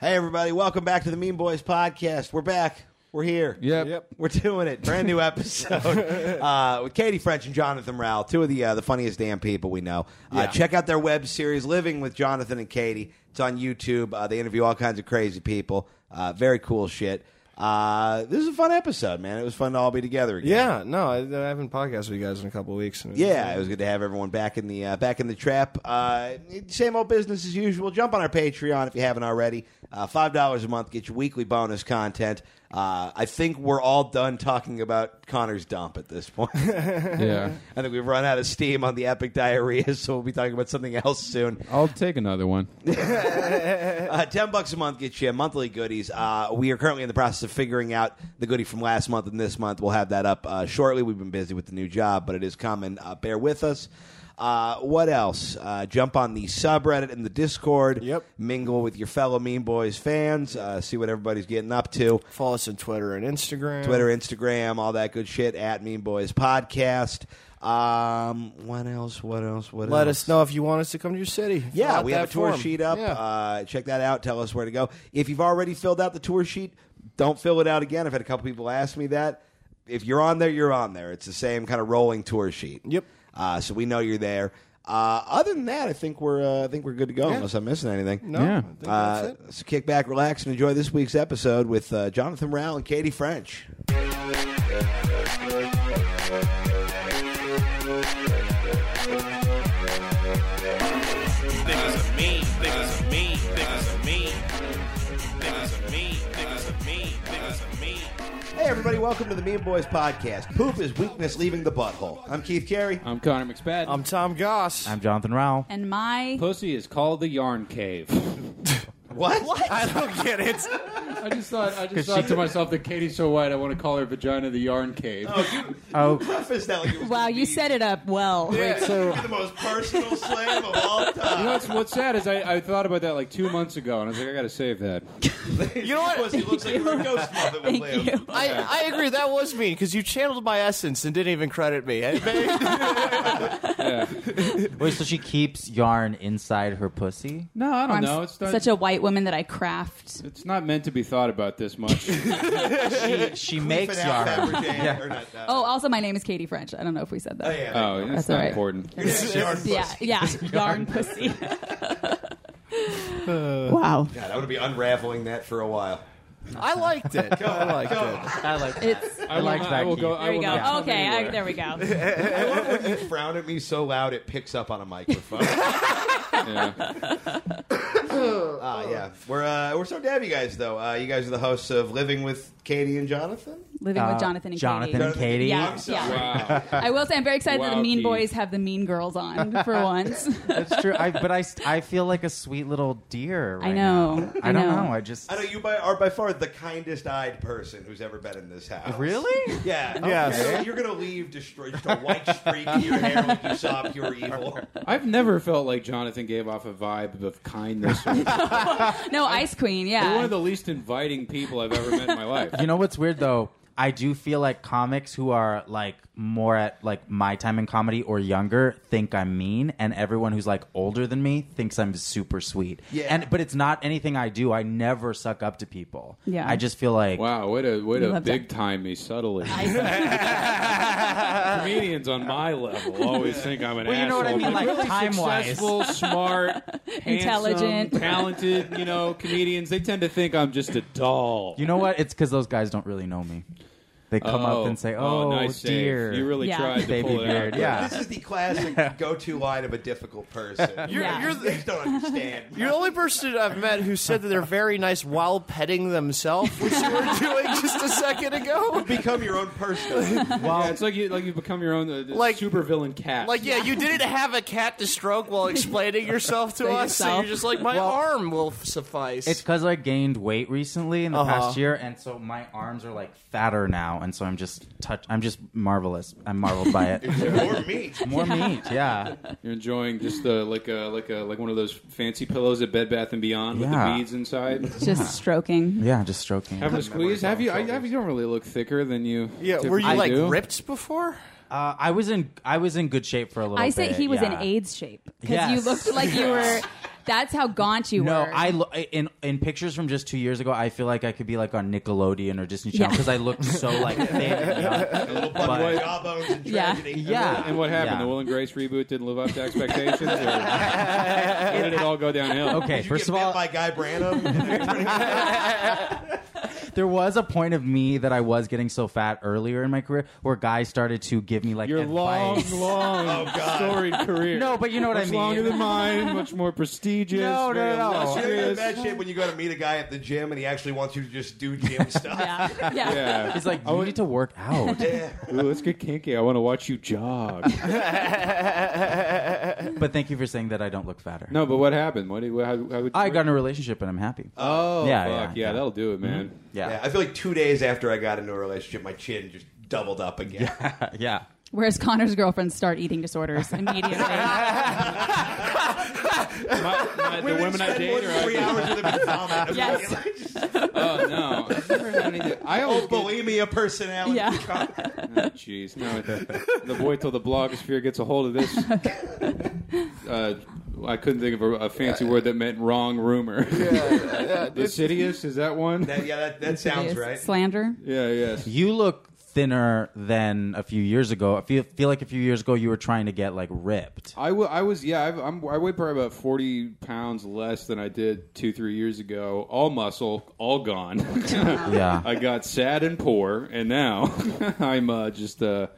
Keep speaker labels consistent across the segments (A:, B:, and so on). A: Hey, everybody, welcome back to the Mean Boys podcast. We're back. We're here.
B: Yep.
C: Yep.
A: We're doing it. Brand new episode uh, with Katie French and Jonathan Rowell, two of the uh, the funniest damn people we know. Uh,
C: Yeah.
A: Check out their web series, Living with Jonathan and Katie. It's on YouTube. Uh, they interview all kinds of crazy people. Uh, very cool shit. Uh, this is a fun episode, man. It was fun to all be together again.
C: Yeah, no, I, I haven't podcasted with you guys in a couple of weeks. And uh,
A: Yeah, it was good to have everyone back in the uh, back in the trap. Uh, same old business as usual. Jump on our Patreon if you haven't already. Uh, Five dollars a month get your weekly bonus content. Uh, I think we're all done talking about Connor's dump at this point. I
B: Yeah.
A: think we've run out of steam on the epic diarrhea, so we'll be talking about something else soon.
B: I'll take another one.
A: Uh, Ten bucks a month gets you monthly goodies. Uh, we are currently in the process of figuring out the goodie from last month and this month. We'll have that up uh, shortly. We've been busy with the new job, but it is coming. Uh, bear with us. Uh, what else? Uh, jump on the subreddit and the Discord.
C: Yep.
A: Mingle with your fellow Mean Boys fans. Uh, see what everybody's getting up to.
C: Follow us on Twitter and Instagram.
A: Twitter, Instagram, all that good shit at Mean Boys Podcast. Um, what else? What else? What
C: Let
A: else?
C: us know if you want us to come to your city. Fill
A: Yeah,
C: out
A: we have
C: that
A: a tour
C: form.
A: sheet up.
C: Yeah.
A: Uh, check that out. Tell us where to go. If you've already filled out the tour sheet, don't fill it out again. I've had a couple people ask me that. If you're on there, you're on there. It's the same kind of rolling tour sheet.
C: Yep.
A: Uh, so we know you're there. Uh, other than that, I think we're uh, I think we're good to go. Unless I'm missing anything.
C: no,
B: Yeah.
C: I think that's
A: Uh,
C: it.
A: so kick back, relax, and enjoy this week's episode with uh, Jonathan Rowell and Katie French.
D: Niggas are mean, niggas are mean, niggas are mean. Niggas are mean, niggas are mean, niggas are mean.
A: Hey, everybody! Welcome to the Mean Boys podcast. Poop is weakness leaving the butthole. I'm Keith Carey.
B: I'm Connor McSpadden.
C: I'm Tom Goss.
E: I'm Jonathan Rowell.
F: And my
B: Pussy is called the Yarn Cave.
A: What? What?
C: I don't get it.
B: I just thought I just thought to myself that Katie's so white I want to call her vagina the Yarn Cave.
E: Oh,
A: Preface that like it was
F: wow, you set it up well.
E: so
A: the most personal slam of all time.
B: You know what's, what's sad is I, I thought about that like two months ago and I was like I gotta save that.
C: You know what?
A: Pussy looks like where a ghost mother would
F: Thank
A: live.
F: you.
C: I, I agree. That was me because you channeled my essence and didn't even credit me.
E: wait, so she keeps yarn inside her pussy?
B: No, I don't
F: I'm
B: know.
F: s-
B: It's not,
F: such a white woman that I craft.
B: it's not meant to be thought about this much.
E: She, she makes
A: Fidel
E: yarn.
A: Fabergé, or not, uh,
F: Oh, also my name is Katie French. I don't know if we said that.
A: oh, yeah.
B: oh, it's
F: That's
B: not
F: all right.
B: important.
A: Yarn pussy.
F: Yeah, yeah, yarn pussy. wow,
A: God, I'm gonna be unraveling that for a while.
C: I liked it. I liked it.
E: I like.
F: it's
B: I, will
E: like
B: not-
E: that
B: I will
E: key.
B: go. I
F: there we
B: will
F: go.
B: not come
F: Okay, I,
B: anywhere.
F: there we go.
A: I love when you frown at me so loud it picks up on a microphone.
B: Yeah.
A: Ah, yeah. We're uh, we're so to have you guys though. Uh, you guys are the hosts of Living with Katie and Jonathan.
F: Living with Jonathan and
E: Uh, Jonathan
F: Katie.
E: and Katie.
F: Yeah,
A: I'm sorry.
F: yeah.
B: Wow.
F: I will say I'm very excited that
B: Wow,
F: the Mean
B: Keith.
F: Boys have the Mean Girls on for once.
E: That's true. I, but I, st- I feel like a sweet little deer. Right
F: I know,
E: now.
F: I
E: I don't
F: know.
E: know. I just.
A: I know you by, are by far the kindest-eyed person who's ever been in this house.
E: Really?
A: Yeah.
C: Yes.
A: You're gonna- You're gonna leave destroyed, just a white streak in your hair like you saw pure evil.
B: I've never felt like Jonathan gave off a vibe of kindness. Or, you're
F: No, Ice Queen.
B: one
F: Yeah,
B: of the least inviting people I've ever met in my life.
E: You know what's weird though? I do feel like comics who are like more at like my time in comedy or younger think I'm mean, and everyone who's like older than me thinks I'm super sweet.
A: Yeah.
E: And but it's not anything I do. I never suck up to people.
F: Yeah.
E: I just feel like
B: Wow, way to way
F: You
B: to
F: love that.
B: big time me subtly.
F: Ice-
B: Comedians on my level always think I'm an
E: Well, you know
B: asshole.
E: what I mean,
B: but
E: like,
B: really
E: time-wise.
B: successful, smart,
F: Intelligent.
B: handsome, talented. You know, comedians they tend to think I'm just a doll.
E: You know what? It's because those guys don't really know me. They come up and say, "Oh,
B: nice save.
E: dear,
B: you really
F: Yeah.
B: tried to
E: baby
B: pull it out.
E: beard." Yeah,
A: This is the classic go-to line of a difficult person.
C: You're,
F: Yeah.
C: you're,
A: They just don't understand.
C: You're the only person I've met who said that they're very nice while petting themselves, which you were doing just a second ago.
A: become your own person.
B: Yeah, it's like you like you become your own uh,
C: Like-
B: super villain cat.
C: Like, yeah, you didn't have a cat to stroke while explaining yourself to
F: Explain
C: us, so
F: yourself.
C: you're just like, my arm will f- suffice.
E: it's because I gained weight recently in the past
C: Uh-huh.
E: year, and so my arms are like fatter now, and so I'm just touch. I'm just marvelous. I'm marveled by it.
A: or me.
E: More meat, yeah.
B: you're enjoying just uh, like a like a like one of those fancy pillows at Bed Bath and Beyond with
E: Yeah.
B: the beads inside.
F: just stroking.
E: Yeah, just stroking. it.
B: Have a squeeze. Have you? I, have you don't really look thicker than you.
C: yeah, were you
B: typically
C: like
B: do.
C: ripped before?
E: Uh, I was in I was in good shape for a little.
F: I say
E: bit,
F: he was in
E: yeah.
F: AIDS shape because
E: Yes.
F: you looked like you were That's how gaunt you
E: No,
F: were.
E: I lo- I- in in pictures from just two years ago, I feel like I could be like on Nickelodeon or Disney Channel
F: Yeah.
E: because I looked so like thin. and young.
A: A little
E: But-
A: button, jawbones, and
F: Yeah.
A: tragedy.
E: yeah,
B: And what happened?
E: Yeah.
B: The Will and Grace reboot didn't live up to expectations. or where did it all go downhill?
E: Okay,
A: Did you
E: first
A: get
E: of
A: bit
E: all,
A: by Guy Branum.
E: there was a point of me that I was getting so fat earlier in my career where guys started to give me like
B: Your long,
E: advice.
B: long,
A: God.
B: storied career.
E: No, but you know what
B: much
E: I mean.
B: longer than mine, much more prestigious.
E: No, no,
B: very
E: no.
A: You know,
B: illustrious.
A: that shit when you go to meet a guy at the gym and he actually wants you to just do gym stuff.
F: yeah. yeah.
B: Yeah.
E: It's like you need to work out.
B: Ooh, let's get kinky. I want to watch you jog.
E: but thank you for saying that I don't look fatter.
B: No, but what happened? What? did- How, how would
E: I got in a relationship and I'm happy.
B: Oh,
E: Yeah,
B: fuck.
E: yeah,
B: Yeah,
E: yeah.
B: that'll do it, man.
E: yeah,
A: Yeah, I feel like two days after I got into a relationship, my chin just doubled up again.
E: yeah.
F: Whereas Connor's girlfriends start eating disorders immediately.
B: the women I
A: Spend
B: date
A: more than
B: are
A: three hours with a vomit.
F: Yes.
B: Oh no, I've never had any. I always
A: Oh,
B: get-
A: bulimia personality.
F: Yeah.
B: Oh, Jeez, no, the, the boy till the blogosphere gets a hold of this. Uh, I couldn't think of a, a fancy word that meant wrong rumor. Insidious is that one?
A: That, yeah, that, that sounds
F: Is
A: right.
F: Slander.
B: yeah, yes.
E: You look thinner than a few years ago. I feel feel like a few years ago you were trying to get like ripped.
B: I wa- I was yeah I've, I'm, I weigh probably about forty pounds less than I did two three years ago. All muscle, all gone.
E: Yeah.
B: I got sad and poor, and now I'm uh, just uh,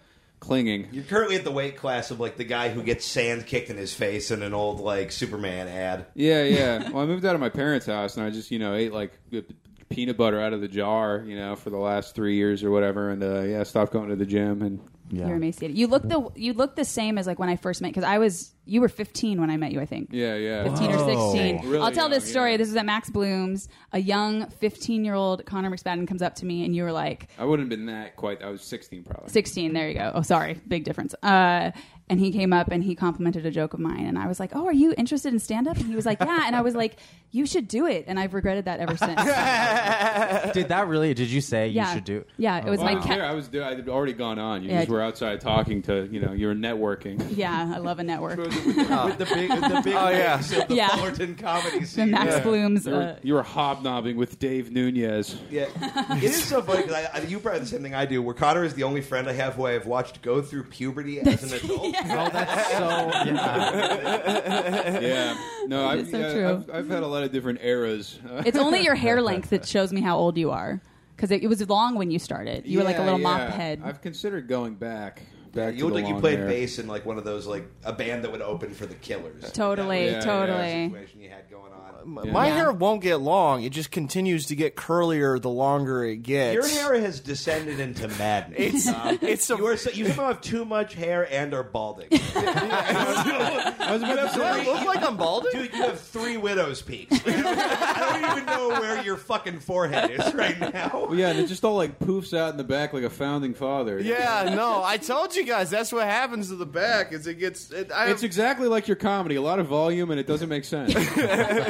B: clinging.
A: You're currently at the weight class of like the guy who gets sand kicked in his face in an old like Superman ad.
B: Yeah, yeah. well, I moved out of my parents' house, and I just you know ate like p- peanut butter out of the jar, you know, for the last three years or whatever, and uh, yeah, stopped going to the gym. And
F: You're
E: yeah.
F: emaciated. You look the you look the same as like when I first met because I was you were 15 when I met you. I think.
B: yeah, yeah.
F: 15
E: Whoa.
F: or 16.
B: Really
F: I'll tell this
B: young,
F: story.
B: yeah.
F: This is at Max Bloom's. A young 15 year old Connor McSpadden comes up to me, and you were like,
B: I wouldn't have been that quite. I was sixteen probably.
F: 16 there you go oh sorry big difference uh, and he came up and he complimented a joke of mine and i was like oh are you interested in stand-up and he was like yeah and i was like you should do it and i've regretted that ever since
E: Did that really? Did you say
F: Yeah.
E: you should do?
F: Yeah, it was
B: Well,
F: my
B: I was
F: ca-
B: there. I was there. I had already gone on. You
F: Yeah.
B: just were outside talking to you know you were networking.
F: yeah i love a network
A: With the big, with the big
C: Oh, yeah.
A: legs of the
F: Yeah.
A: Fullerton comedy
F: the
A: scene.
F: max bloom's
B: You were,
F: uh,
B: you were hobnobbing with Dave Nunez.
A: Yeah, it is so funny because I, I, you probably have the same thing I do. Where Connor is the only friend I have who I have watched go through puberty as an adult.
E: Oh, that's so. Yeah.
B: Yeah, no, I've,
F: is so
B: yeah,
F: true.
B: I've, I've had a lot of different eras. Uh,
F: it's only your hair length that shows me how old you are because it, it was long when you started you were like a
B: yeah,
F: little mop
B: yeah.
F: head
B: I've considered going back. Back to
A: You look
B: the
A: like you
B: long
A: played
B: hair.
A: bass in like one of those like a band that would open for the Killers.
F: Totally,
A: That was
B: totally.
A: the uh, Situation you had going on.
C: My
F: Yeah.
C: hair won't get long. It just continues to get curlier the longer it gets.
A: Your hair has descended into madness.
C: It's, it's a,
A: you are so, you somehow have too much hair and are balding. Dude,
B: I was about to
C: Do I
B: say,
C: look like I'm balding?
A: you have three widow's peaks. I don't even know where your fucking forehead is right now.
B: yeah, and it just all like poofs out in the back like a founding father.
C: Yeah, no. I told you guys that's what happens to the back. Is it gets. It, I
B: It's exactly like your comedy, a lot of volume, and it doesn't make sense.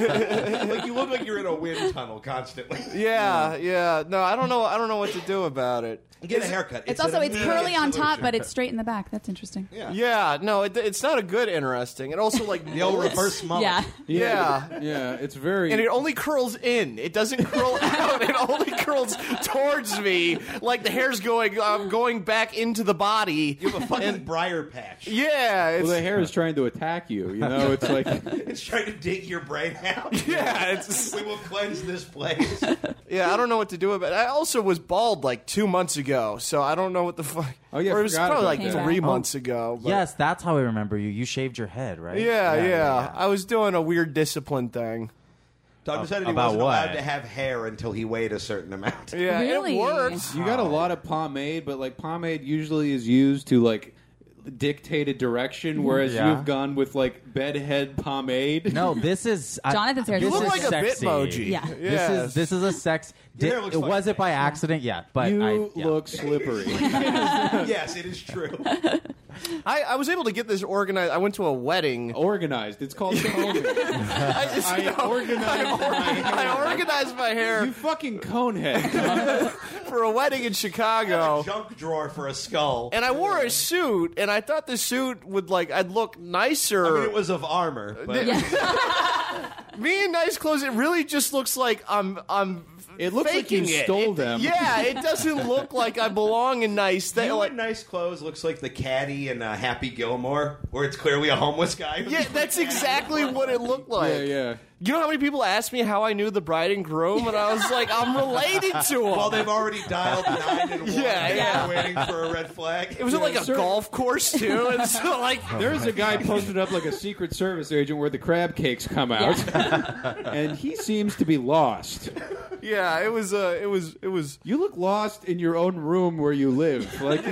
A: Like you look like you're in a wind tunnel constantly.
C: yeah, yeah. No, I don't know. I don't know what to do about it.
A: Get a haircut.
F: it's
A: an
F: also it's
A: immediate
F: curly on top
A: solution.
F: but it's straight in the back that's interesting yeah
C: Yeah, no. It, it's not a good interesting. It also like
A: the old reverse mullet.
F: yeah
C: Yeah.
B: yeah, it's very.
C: And it only curls in. It doesn't curl out. It only curls towards me, like the hair's going um, going back into the body.
A: You have a fucking briar patch.
C: Yeah, it's,
B: well, the hair is trying to attack you. You know, it's like
A: It's trying to dig your brain out.
C: yeah, it's
A: We will cleanse this place.
C: yeah. I don't know what to do about. it. I also was bald like two months ago, so I don't know what the fuck.
B: Oh, yeah,
C: or it was
B: forgot
C: probably
B: about
C: like
F: that.
C: three
F: Yeah.
C: months ago. but-
E: Yes, that's how I remember you. You shaved your head, right?
C: Yeah, yeah, I was doing a weird discipline thing.
A: Tom decided he
E: About
A: wasn't
E: what?
A: allowed to have hair until he weighed a certain amount.
C: Yeah,
F: Really?
C: it worked.
B: you got a lot of pomade, but like pomade usually is used to like dictate a
C: Mm-hmm.
B: direction, whereas
E: Yeah.
B: you've gone with like bedhead pomade.
E: No, this is I-
F: Jonathan's hair is
E: This
F: You look
E: is
F: like a
E: sexy.
C: Bitmoji.
F: Yeah.
E: This
C: Yes.
E: is this is a sex.
A: Your
E: Di-
A: hair looks like
E: was it by
A: that.
E: accident? Yeah, but
B: you
E: I, yeah.
B: look slippery.
A: yes, it is true.
C: I, I was able to get this organized. I went to a wedding.
B: organized. It's called conehead.
C: I, just,
B: Oh. I organized.
C: I
B: my hair.
C: organized my
B: You
C: hair
B: fucking conehead.
C: for a wedding in Chicago.
A: Junk drawer for a skull.
C: Oh. and I wore a suit, and I thought the suit would like I'd look nicer.
A: I mean, it was of armor. But
C: me in nice clothes, it really just looks like I'm I'm.
B: It looks like you
C: faking it.
B: stole
C: It-
B: them.
C: Yeah, it doesn't look like I belong in nice. They,
A: You
C: like,
A: in nice clothes looks like the caddy in uh, Happy Gilmore, where it's clearly a homeless guy.
C: yeah, that's exactly what it looked like.
B: Yeah, yeah.
C: You know how many people asked me how I knew the bride and groom, and I was like, I'm related to them.
A: Well, they've already dialed nine and one.
C: Yeah,
A: They're
C: yeah.
A: waiting for a red flag.
C: it was at like a
B: sir.
C: golf course too, and so like
B: There's a guy posted up like a Secret Service agent where the crab cakes come out, and he seems to be lost.
C: yeah, it was uh, it was it was
B: You look lost in your own room where you live. Like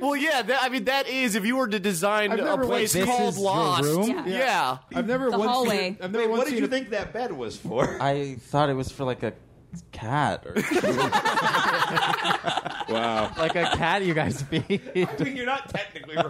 C: well, yeah. That, I mean, that is if you were to design
B: I've
C: a
B: never, like,
C: place
E: this
C: called
E: is your
C: Lost.
E: room?
F: Yeah.
C: Yeah.
B: I've never
F: The
B: once
F: hallway.
B: Seen, I've never
A: Wait,
B: once
A: what did
B: seen
A: you
B: a-
A: think that bed was for?
E: I thought it was for like a cat or
B: Wow.
E: like a cat you guys feed.
A: I mean, you're not technically wrong.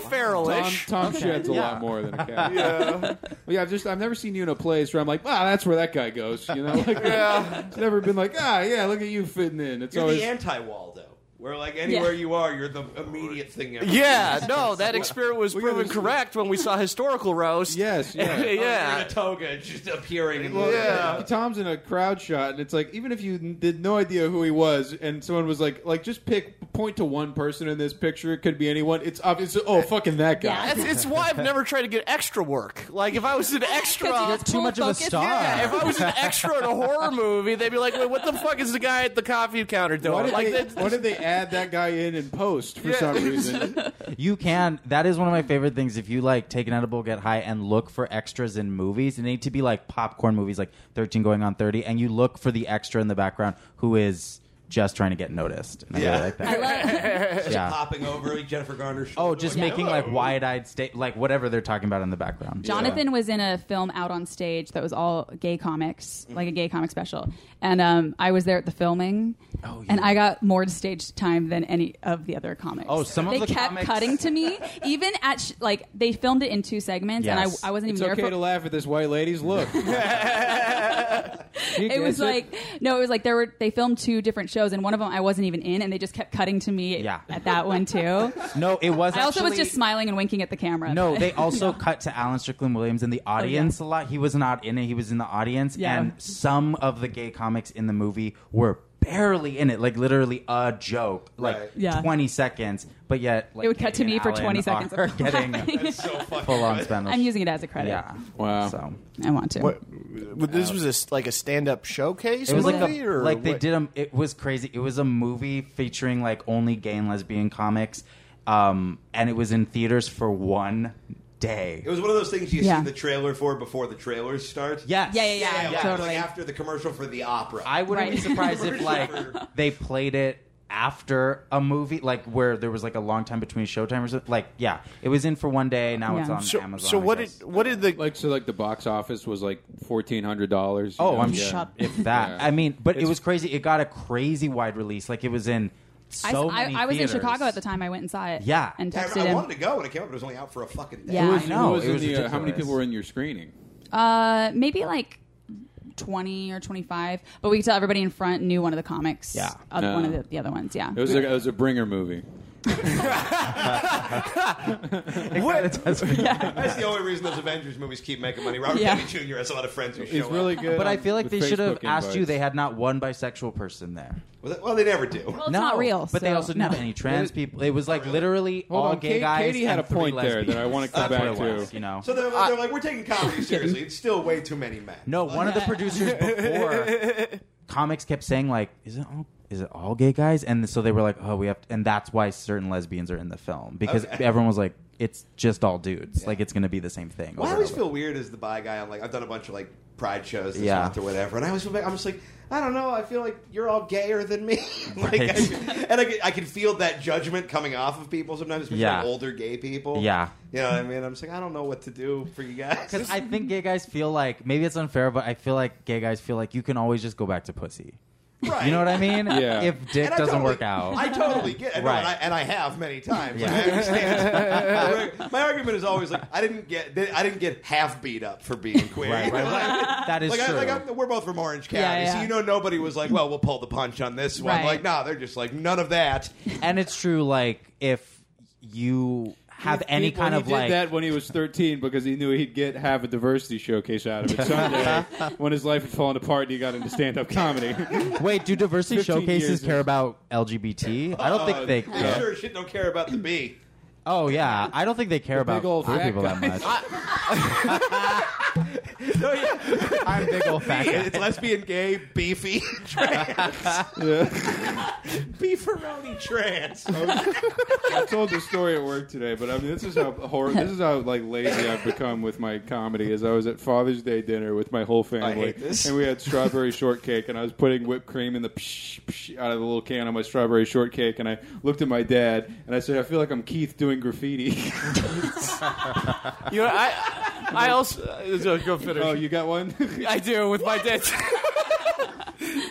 B: Tom,
C: feralish.
B: Tom sheds a lot more than a cat.
C: Yeah.
B: Well, yeah, I've just I've never seen you in a place where I'm like, wow, that's where that guy goes. You know, like,
C: Yeah.
B: it's never been like, ah, yeah, look at you fitting in. It's
A: You're
B: always
A: the anti-Waldo. Where like anywhere
F: Yeah.
A: you are, you're the immediate thing. everyone
C: Yeah, no, that experiment was
B: yeah,
C: proven
B: there's-
C: correct when we saw historical roast.
B: yes, yeah.
A: sees. You're in
C: yeah.
A: a toga, it's just appearing. And
B: Well,
C: Yeah.
B: like, Tom's in a crowd shot, and it's like even if you n- did no idea who he was, and someone was like, like just pick point to one person in this picture. It could be anyone. It's obvious. Oh, fucking that guy.
F: Yeah.
C: That's, it's why I've never tried to get extra work. Like if I was an extra,
F: You're
E: Too much of a
F: Focus.
E: star.
C: Yeah, if I was an extra in a horror movie, they'd be like, "Wait, what the fuck is the guy at the coffee counter
B: Why
C: doing?"
B: did,
C: Like,
B: they,
C: that's-
B: why did they add that guy in and post for
C: Yeah.
B: some reason?
E: You can. That is one of my favorite things. If you like take an edible, get high, and look for extras in movies, it need to be like popcorn movies, like Thirteen Going on Thirty, and you look for the extra in the background who is just trying to get noticed. And I
A: Yeah.
E: really like that. yeah.
A: popping over like Jennifer Garner's.
E: Oh,
A: shoulder,
E: just
A: like,
E: making like wide-eyed state, like whatever they're talking about in the background.
F: Jonathan was in a film out on stage that was all gay comics,
E: Mm-hmm.
F: like a gay comic special, and um, I was there at the filming,
E: Oh,
F: and
E: yeah.
F: I got more stage time than any of the other comics.
E: Oh, some of
F: they
E: the
F: kept
E: comics-
F: cutting to me, even at sh- like they filmed it in two segments,
E: Yes.
F: and I, I wasn't
B: It's
F: even there
B: okay
F: for.
B: to laugh at this white lady's look. She
F: it
B: gets
F: was like no, it was like there were they filmed two different shows, and one of them I wasn't even in, and they just kept cutting to me
E: Yeah.
F: at that one too.
E: No, it was.
F: I also was
E: actually-
F: just smiling and winking at the camera.
E: No, they also cut to Alan Strickland Williams in the audience a lot. He was not in it; he was in the audience,
F: Oh, Yeah.
E: and some of the gay comics in the movie were barely in it, like literally a joke, like
A: Right.
F: Yeah.
E: twenty seconds. But yet, like,
F: It would cut to
E: Kay
F: me
E: and
F: for
E: Alan
F: 20 seconds of
E: Are getting
A: It's so fucking
E: full on
A: good.
E: Spanish.
F: I'm using it as a credit.
E: Yeah.
B: Wow.
E: So
F: I want to.
C: this was a s like a stand-up showcase.
E: it was like
C: movie,
E: a,
C: or
E: like they
C: what?
E: did a it was crazy it was a movie featuring like only gay and lesbian comics um and it was in theaters for one day
A: It was one of those things you
F: Yeah.
A: see the trailer for before the trailer starts.
E: yes
F: Yeah, yeah, yeah.
A: Yeah, like,
F: totally.
A: like after the commercial for the opera.
E: I wouldn't be
F: Right.
E: surprised if like they played it after a movie, like where there was like a long time between showtime or something. Like, yeah, it was in for one day. Now it's
F: Yeah.
E: on
C: So,
E: Amazon.
C: so
E: I
C: what
E: guess.
C: did what did the
B: like so like the box office was like fourteen hundred dollars.
E: Oh, I'm
F: Yeah.
E: sure if that.
B: Yeah.
E: I mean, but it
B: It's-
E: was crazy. It got a crazy wide release. Like it was in
F: I,
E: so
F: I-
E: many.
F: I was in
E: theaters.
F: Chicago at the time. I went and saw it.
E: Yeah.
F: and
A: Yeah,
F: texted
A: I, I
F: him.
A: wanted to go when it came up, but it was only out for a fucking day.
F: Yeah.
B: Who was-
E: I know,
B: who was
E: it
B: in
E: was
B: the, uh, how many
E: ridiculous.
B: people were in your screening?
F: Uh, maybe like twenty or twenty-five, but we could tell everybody in front knew one of the comics.
E: Yeah.
F: other,
B: No.
F: one of the, the other ones. Yeah,
B: It was a, it was a bringer movie.
A: That's the only reason those Avengers movies keep making money. Robert
F: Yeah.
A: Downey Jr. has a lot of friends who show
B: It's really
A: up.
B: good.
E: But I
B: on-
E: feel like
B: with
E: they should have
B: Facebook
E: asked you.
B: invites.
E: They had not one bisexual person there.
A: Well, they- Well, they never do.
F: well, it's not real.
E: But they
F: so,
E: also
F: no.
E: didn't have any trans people. It was like literally
B: Hold
E: all
B: on,
E: gay
B: Kate-
E: guys.
B: Katie had
E: and
B: a point
E: three
B: there
E: lesbians.
B: that I wanna come
E: That's
B: back
E: what it was,
B: to.
E: you know.
A: So they're, they're like, we're taking comedy seriously. It's still way too many men.
E: No, one of the producers before comics kept saying like, "Is it all is it all gay guys?" And so they were like, "Oh, we have," to, and that's why certain lesbians are in the film because
A: Okay.
E: everyone was like, "It's just all dudes. Like it's going to be the same thing."
A: Well, I
E: over
A: always
E: and
A: feel
E: over."
A: weird as the bi guy. I'm like, I've done a bunch of like pride shows this
E: Yeah.
A: month or whatever, and I always feel like I'm just like, I don't know. I feel like you're all gayer than me, like, I,
E: Right.
A: and I, can- I can feel that judgment coming off of people sometimes, especially
E: Yeah.
A: older gay people.
E: Yeah.
A: you know what I mean. I'm just like, I don't know what to do for you guys.
E: I think gay guys feel like maybe it's unfair, but I feel like gay guys feel like you can always just go back to pussy.
A: Right.
E: You know what I mean?
B: Yeah.
E: If dick
A: And I
E: doesn't
A: totally-
E: work out,
A: I totally get it. No,
E: Right.
A: and, I, and I have many times. Like,
E: Yeah.
A: I understand. My- My argument is always like I didn't get I didn't get half beat up for being queer.
E: Right, right,
A: Like,
E: that is
A: like, I,
E: true.
A: like I'm, we're both from Orange County,
F: Yeah, yeah.
A: so you know nobody was like, "Well, we'll pull the punch on this one."
F: Right.
A: Like, nah, they're just like, "None of that."
E: and it's true. Like if you have any
B: He- well,
E: kind
B: he
E: of
B: did
E: like
B: that when he was 13 because he knew he'd get half a diversity showcase out of it someday when his life had fallen apart and he got into stand-up comedy.
E: Wait, do diversity
B: 15
E: showcases
B: years
E: care
B: is-
E: about LGBT? I don't think they.
A: I sure as shit don't care about the B.
E: Oh yeah, I don't think they care about
B: big old
E: queer
B: fat
E: people that
B: guys.
E: much. I'm big old fat guy.
A: It's lesbian, gay, beefy, trans. Beefaroni trans.
B: I told this story at work today, but I mean, this is how hor- this is how like lazy I've become with my comedy. Is I was at Father's Day dinner with my whole family,
A: hate this.
B: and we had strawberry shortcake, and I was putting whipped cream in the psh, psh, out of the little can on my strawberry shortcake, and I looked at my dad and I said, "I feel like I'm Keith doing graffiti."
C: You know, I, I also uh, go finish.
B: oh, you got one.
C: I do with my dad.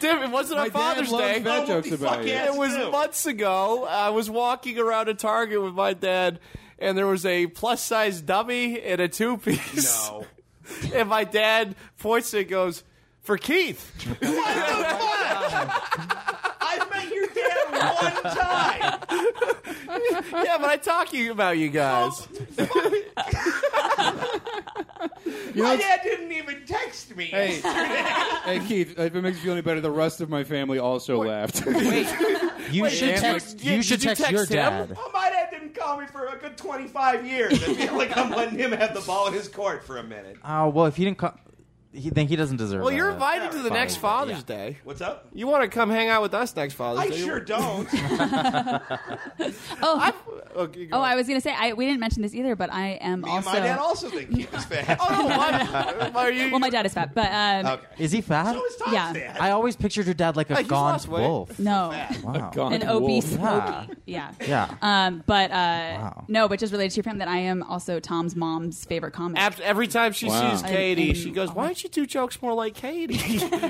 C: Damn, it wasn't
B: My
C: on
B: dad
C: Father's
B: loves
C: Day.
B: fat
A: Oh, what
B: jokes
A: the
B: about
A: fuck,
B: you.
A: yeah.
C: It was
A: too.
C: months ago. I was walking around a Target with my dad, and there was a plus size dummy and a two piece.
A: No.
C: And my dad points and goes, For Keith.
A: I met your dad one time.
C: yeah, but I talk you about you guys.
A: My dad didn't even text me.
B: Hey, hey, Keith, if it makes you feel any better, the rest of my family also laughed.
E: You should
B: and
E: text.
C: like-
E: you
C: did
E: should
C: you
E: text,
C: text
E: your
C: him?
E: dad.
A: Well, Oh, my dad didn't call me for a good 25 years. I feel like I'm letting him have the ball in his court for a minute.
E: Oh well, if he didn't call, he, then he doesn't deserve.
C: Well, you're
E: that.
C: invited to the next
E: Father's
C: Father's Day.
A: What's up?
C: You want to come hang out with us next Father's
A: I
C: Day?
A: sure don't.
F: Oh,
C: Okay, go
F: oh,
C: on.
F: I was gonna say I, we didn't mention this either, but I am
A: Me and
F: also.
A: my dad also think he was fat.
C: Oh, why, why are you?
F: well, my dad is fat, but um,
A: Okay.
E: Is he fat?
A: So is Tom's
F: Yeah.
A: dad.
E: I always pictured your dad like a
C: he's
E: gaunt
C: lost weight.
E: wolf.
F: no,
E: Wow.
B: Gone
F: an
B: wolf.
F: obese,
E: Yeah.
F: obese- yeah.
E: Yeah.
F: Um, but uh,
E: Wow.
F: no, but just related to your family, that I am also Tom's mom's favorite comic.
C: Ab- Every time she
B: Wow.
C: sees Katie,
F: And-
C: she goes, "Why don't you do jokes more like Katie?"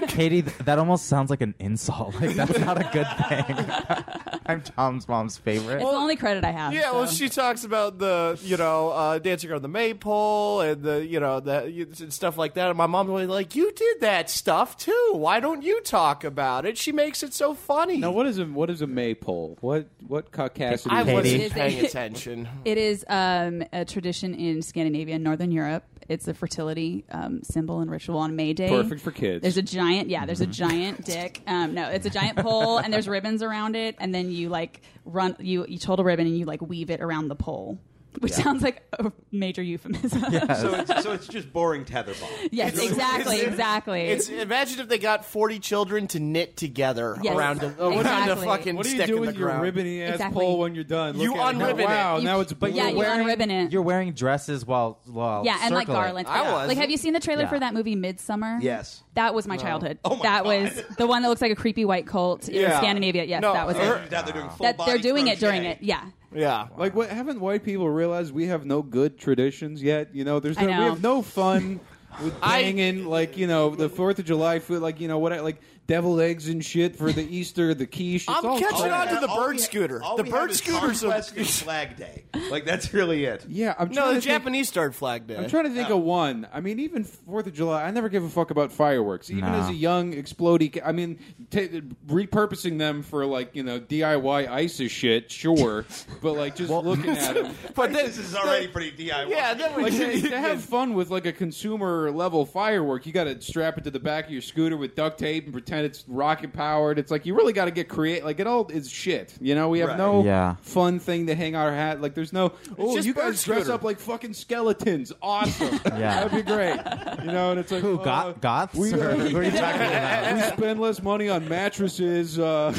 E: Katie, th- that almost sounds like an insult. Like that's not a good thing. I'm Tom's mom's favorite.
F: it's the only credit I have.
C: yeah, well,
F: so.
C: she talks about the you know uh, dancing on the maypole and the you know the and stuff like that. And my mom's always like, "You did that stuff too. Why don't you talk about it?" She makes it so funny.
B: Now, what is a what is a maypole? What what caucasity?
C: I
B: is
E: Katie.
C: wasn't
E: It
F: is a-
C: paying attention.
F: It is um, a tradition in Scandinavia and Northern Europe. It's a fertility um, symbol and ritual on May Day.
B: Perfect for kids.
F: There's a giant, yeah. There's a
C: Mm-hmm.
F: giant dick. Um, no, it's a giant pole, and there's ribbons around it, and then you like run. You you told a ribbon, and you like weave it around the pole, which sounds like a major euphemism.
A: So it's, so it's just boring tetherball.
F: yes, exactly, exactly.
C: It's imagine if they got forty children to knit together
F: Yes,
C: around a, around a
F: exactly.
C: fucking
B: What do you
C: stick
B: do
C: in the
B: with your
C: ground.
B: ribbony ass
F: Exactly.
B: pole when you're done?
C: You
B: Look at it.
C: unribbon it.
B: Wow,
F: You-
B: now it's blue.
F: but yeah, you unribbon it.
E: You're wearing dresses while while
F: yeah, and like
E: circling.
F: garlands.
C: I was.
F: Like, have you seen the trailer
E: Yeah.
F: for that movie Midsummer?
A: Yes.
F: that was my childhood.
A: Oh my
F: that
A: God.
F: was the one that looks like a creepy white cult in
C: Yeah.
F: Scandinavia. Yes,
C: No,
F: that was
C: her-
F: it.
A: Turns out they're doing full
F: That they're
A: body
F: doing it during
A: crochet.
F: it. Yeah.
C: Yeah,
B: Like, what haven't white people realized? We have no good traditions yet. You know, there's
F: I
B: no, we
F: know.
B: have no fun with
C: I-
B: banging like you know the Fourth of July food, like you know what I like deviled eggs and shit for the Easter, the quiche. It's
C: I'm
B: all
C: catching
B: gone.
C: on to
A: Yeah,
C: the
A: all
C: bird
A: we ha-
C: scooter.
A: all
C: The
A: we
C: bird
A: have is
C: scooter's a-
A: Conquest and Flag Day. Like that's really it.
B: Yeah, I'm
C: no,
B: trying
C: the
B: to think-
C: Japanese started Flag Day.
B: I'm trying to think of one. I mean, even Fourth of July, I never give a fuck about fireworks. Even
E: Nah.
B: as a young explodey, ki- I mean, ta repurposing them for like you know DIY ISIS E shit, sure, but like just looking at them,
C: but then,
A: This is already pretty DIY.
C: yeah, then we
B: like to, to have fun with like a consumer level firework, you got to strap it to the back of your scooter with duct tape and pretend it's rocket powered. It's like you really got to get creative. Like it all is shit. You know, we have
A: Right.
B: no
E: Yeah.
B: fun thing to hang our hat. Like there's no. Oh,
C: just
B: you
C: bird
B: guys dress
C: scooter.
B: up like fucking skeletons. Awesome.
E: Yeah.
B: that'd be great. You know, and it's like
E: Who
B: uh,
E: got goths?
B: we-
E: or who are you talking about?
B: We spend less money on mattresses. Uh,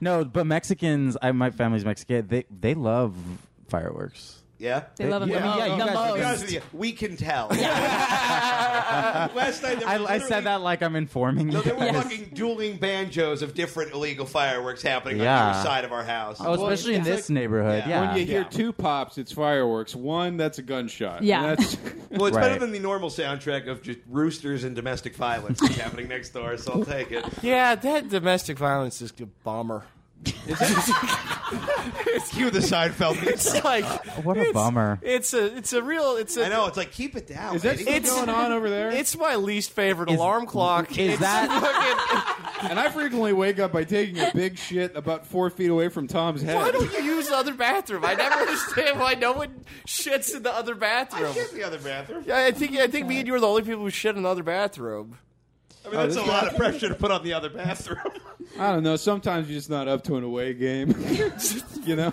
E: No, but Mexicans. I, my family's Mexican. They they love fireworks.
A: yeah.
F: They love them.
E: Yeah, I mean, yeah, you
F: the
E: guys-
A: To be
F: most.
A: honest with you, we can tell. Last night there
E: I,
A: was
E: I said
A: literally-
E: that like I'm informing you.
A: No, there were
E: guys.
A: fucking dueling banjos of different illegal fireworks happening on
E: Yeah.
A: either side of our house.
E: Oh, especially in
B: it's
E: this
B: like-
E: neighborhood. Yeah.
B: When you hear
A: Yeah.
B: two pops, it's fireworks. One, that's a gunshot. And
F: Yeah.
B: that's-
A: well, it's better
E: Right.
A: than the normal soundtrack of just roosters and domestic violence that's happening next door, so I'll take it.
C: Yeah, that domestic violence is a bummer.
A: Cue the Seinfeld.
C: It's like
E: What a
C: it's-
E: bummer.
C: It's a it's a real it's a
A: I know. It's like keep it down.
B: Is that
A: lady.
B: still
C: It's-
B: going on over there?
C: It's my least favorite
E: Is-
C: alarm clock.
E: is
C: It's
E: that-
C: fucking-
B: and I frequently wake up by taking a big shit about four feet away from Tom's head.
C: why don't you use the other bathroom? I never understand why no one shits in the other bathroom.
A: Get the other bathroom.
C: Yeah, I think I think me and you are the only people who shit in the other bathroom.
A: I mean, that's a lot of pressure to put on the other bathroom.
B: I don't know. Sometimes you're just not up to an away game. you know?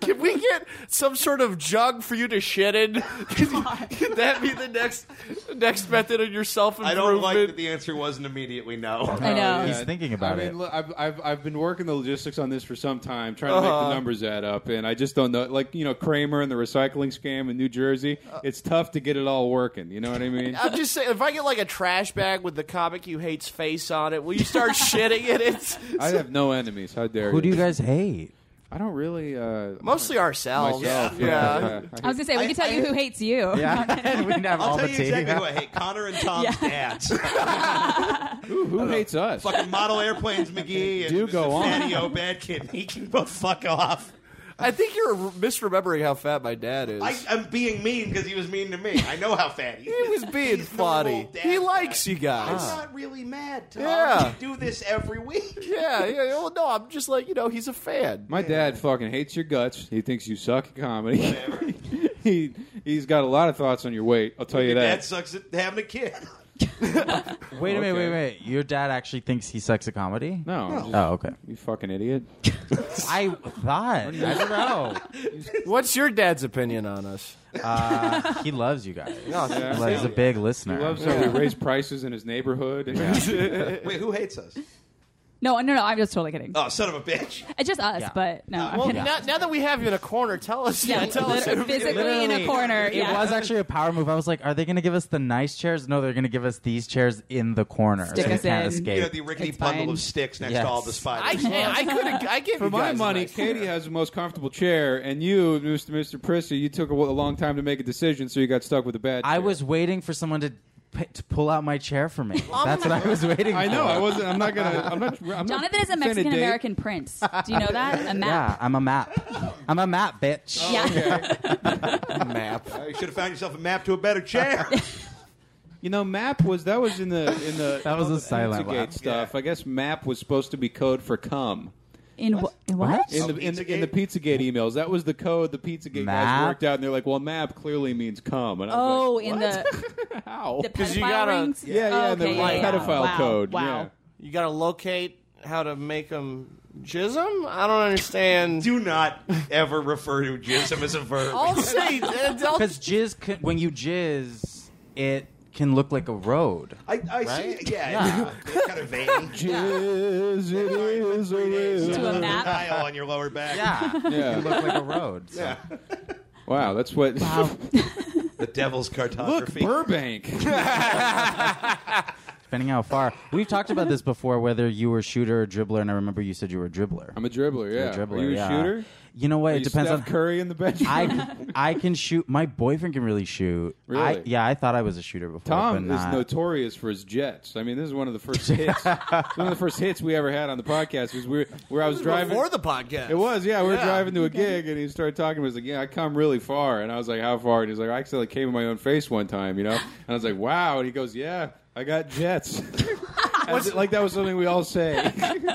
C: Can we get some sort of jug for you to shit in? Could that be the next next method of your self
A: I don't
C: improvement?
A: like that the answer wasn't immediately no.
F: I know.
E: He's thinking about
B: I mean,
E: it.
B: look, I've, I've, I've been working the logistics on this for some time, trying to make
C: Uh-huh.
B: the numbers add up, and I just don't know. Like, you know, Kramer and the recycling scam in New Jersey,
C: Uh.
B: it's tough to get it all working. You know what I mean?
C: I'm just saying, if I get like a trash bag with the comic you hate's face on it, will you start shitting in it?
B: I have no enemies. How dare
E: Who do
B: you?
E: you guys hate?
B: I don't really. Uh,
C: Mostly ourselves.
B: myself.
C: Yeah.
F: I was gonna say we
A: I-
F: can tell you
A: I-
F: who hates you.
E: we can have all
A: I'll
E: the
A: tell you
E: tea.
A: exactly who I hate: Connor and Tom's dads.
B: Who, who hates us?
A: Fucking model airplanes, McGee. And
B: Do
A: Mr.
B: go on.
A: Fatty O, bad kid. He can both fuck off.
C: I think you're misremembering how fat my dad is.
A: I, I'm being mean because he was mean to me. I know how fat he
C: he
A: is.
C: was being
A: He's normal
C: funny.
A: dad
C: He
A: guy.
C: likes you
A: I'm
C: guys.
A: not really mad, Tom.
C: Yeah.
A: You do this every week.
C: Yeah, yeah. Well, no, I'm just like you know, he's a fan.
B: My dad fucking hates your guts. He thinks you suck at comedy. he he's got a lot of thoughts on your weight. I'll tell you
A: Your
B: that.
A: dad sucks at having a kid.
E: Wait a minute,
B: Okay.
E: wait, wait. Your dad actually thinks he sucks at comedy?
B: no. I'm just-
E: Oh, okay.
B: You fucking idiot.
E: I thought. I don't know.
C: What's your dad's opinion on us?
E: Uh, he loves you guys.
B: Yeah.
E: Well, he's a big listener.
B: He loves how we raise prices in his neighborhood.
A: Wait, who hates us?
F: No, no, no. I'm just totally kidding.
A: Oh, son of a bitch.
F: It's just us,
E: Yeah.
F: but no. I'm
C: Well,
F: kidding.
C: now, now that we have you in a corner, tell us. Yeah,
F: Yeah,
C: tell us.
F: literally- physically in a
E: Literally.
F: corner.
E: It
F: yeah.
E: was actually a power move. I was like, are they going to give us the nice chairs? No, they're going to give us these chairs in the corner.
F: Stick
E: so
F: us
E: we can't
F: in.
E: escape.
A: You know, the rickety
F: It's
A: bundle
F: fine.
A: of sticks next
E: Yes.
A: to all the
C: I
A: spiders.
C: can't. I could. have I give
B: For
C: you
B: my
C: guys a
B: money,
C: nice
B: Katie
C: chair.
B: has the most comfortable chair, and you, Mr. Mr. Prissy, you took a, a long time to make a decision, so you got stuck with a bad.
E: I
B: chair.
E: was waiting for someone to, p- to pull out my chair for me.
F: Oh
E: That's what I was waiting for.
B: I know. I wasn't. I'm not gonna. I'm not. I'm not
F: Jonathan is a
B: gonna date.
F: Mexican American prince. Do you know that? A
E: Yeah,
F: map.
E: I'm a map. I'm a map, bitch.
F: Yeah.
C: map.
A: You should have found yourself a map to a better chair.
B: You know, MAP was that was in the in the
E: That was a
B: in the
E: silent
B: Pizzagate
E: laugh.
B: stuff. I guess MAP was supposed to be code for cum.
F: In, wh- in what?
B: In
A: Oh,
B: the, in, the,
A: Pizzagate?
B: in the Pizzagate emails, that was the code the Pizzagate guys
E: Map?
B: worked out, and they're like, "Well, map clearly means cum." And I was
F: Oh,
B: like,
F: in
B: "What?
F: the
B: how?
F: the
C: 'Cause
F: pedophile
C: you gotta-
F: rings.
B: yeah, yeah,
F: Oh,
B: in the
F: okay, yeah, yeah.
B: pedophile
F: Wow.
B: code.
F: Wow.
B: Yeah.
C: You got to locate how to make them jism. I don't understand.
A: Do not ever refer to jism as a verb.
C: I'll say. uh, I'll-
E: Because jizz, can, when you jizz, it can look like a road.
A: I, I see. Yeah, it's kind of veiny.
B: Jizz, it is a riz.
F: To a map.
A: Dial on your lower back.
E: Yeah, it can look like a road. So.
A: Yeah.
B: Wow, that's what.
A: The devil's
B: Look,
A: cartography.
B: Burbank.
E: Depending how far. We've talked about this before, whether you were shooter or dribbler, and I remember you said you were a dribbler.
B: I'm a dribbler.
E: You're
B: Yeah.
E: a dribbler.
B: Are you a
E: yeah.
B: shooter?
E: You know what?
B: Are
E: it
B: you
E: depends
B: Steph
E: on.
B: Curry in the bench.
E: I I can shoot. My boyfriend can really shoot. I,
B: Really?
E: yeah, I thought I was a shooter before. but
B: Tom is
E: not.
B: notorious for his jets. I mean, this is one of the first hits. one of the first hits we ever had on the podcast was where where I was driving.
C: before the podcast.
B: It was, yeah. We were
C: Yeah.
B: driving to a gig, and he started talking. He was like, "Yeah, I come really far," and I was like, "How far?" And he's like, "I accidentally came in my own face one time," you know. And I was like, "Wow!" And he goes, "Yeah, I got jets." As, if- like that was something we all say.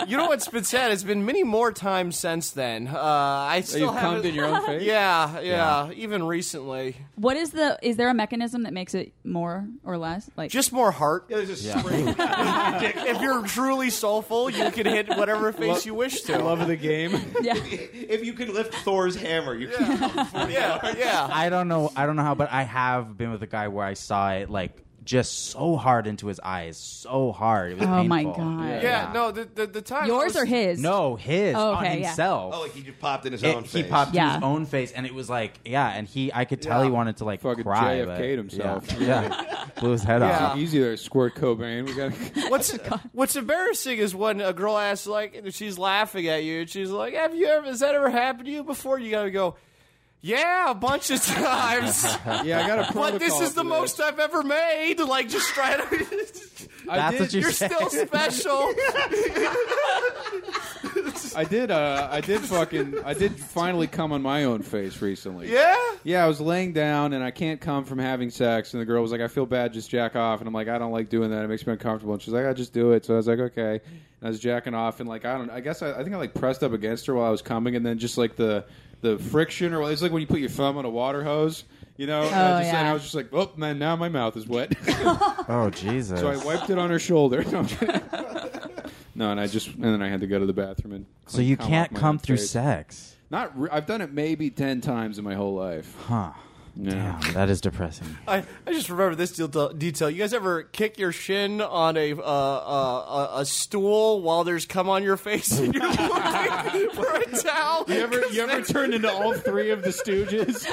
C: You know what's been said? It's been many more times since then. Uh, I
B: you
C: still
B: cummed
C: haven't.
B: in your own face.
C: yeah, yeah, Even recently,
F: What is the? Is there a mechanism that makes it more or less? Like
C: just more heart.
A: Yeah, there's a spring.
C: If you're truly soulful, you can hit whatever face you wish to.
B: Love of the game.
F: yeah.
A: if you can lift Thor's hammer, you can.
C: yeah, yeah.
E: I don't know. I don't know how, but I have been with a guy where I saw it like just so hard into his eyes, so hard. It was
F: Oh my
E: painful.
F: god.
C: Yeah, no, the, the, the time.
F: Yours
C: was-
F: or his?
E: No, his
F: Oh,
E: on
F: okay, yeah.
E: himself.
A: Oh, like he just popped in his
E: It-
A: own
E: he
A: face.
E: popped in
F: Yeah.
E: his own face, and it was like, yeah. And he, I could tell
C: Yeah.
E: he wanted to like
B: Fucking
E: cry.
B: JFK'd
E: but-
B: himself.
E: Yeah, yeah. blew his head
C: Yeah.
E: off.
B: Easy there, squirt Cobain. We got.
C: What's What's embarrassing is when a girl asks, like, she's laughing at you, and she's like, "Have you ever? Has that ever happened to you before?" You gotta go, "Yeah, a bunch of times."
B: Yeah, I got a protocol.
C: but this is
B: for
C: the most I've ever made. Like, just try to.
E: That's
B: did-
E: what you
C: You're
E: said.
C: still special.
B: I did. Uh, I did fucking. I did finally come on my own face recently.
C: yeah.
B: Yeah, I was laying down and I can't come from having sex. And the girl was like, I feel bad, just jack off. And I'm like, I don't like doing that. It makes me uncomfortable. And she's like, I just do it. So I was like, okay. And I was jacking off. And like, I don't, I guess I, I think I like pressed up against her while I was coming. And then just like the, the friction or it's like when you put your thumb on a water hose, you know? and, I
F: Oh,
B: just,
F: yeah.
B: and I was just like, oh, man, now my mouth is wet.
E: Oh Jesus!
B: so I wiped it on her shoulder. No, I'm kidding. No, and I just, and then I had to go to the bathroom and.
E: So you
B: come
E: can't
B: off my
E: come
B: own
E: through
B: face.
E: sex,
B: Not, re- I've done it maybe 10 times in my whole life.
E: huh?
B: No.
E: Oh, Damn, that is depressing.
C: I, I just remember this deal- detail. You guys ever kick your shin on a uh, uh, a, a stool while there's cum on your face and you're looking for a towel?
B: You ever, you ever turned into all three of the Stooges?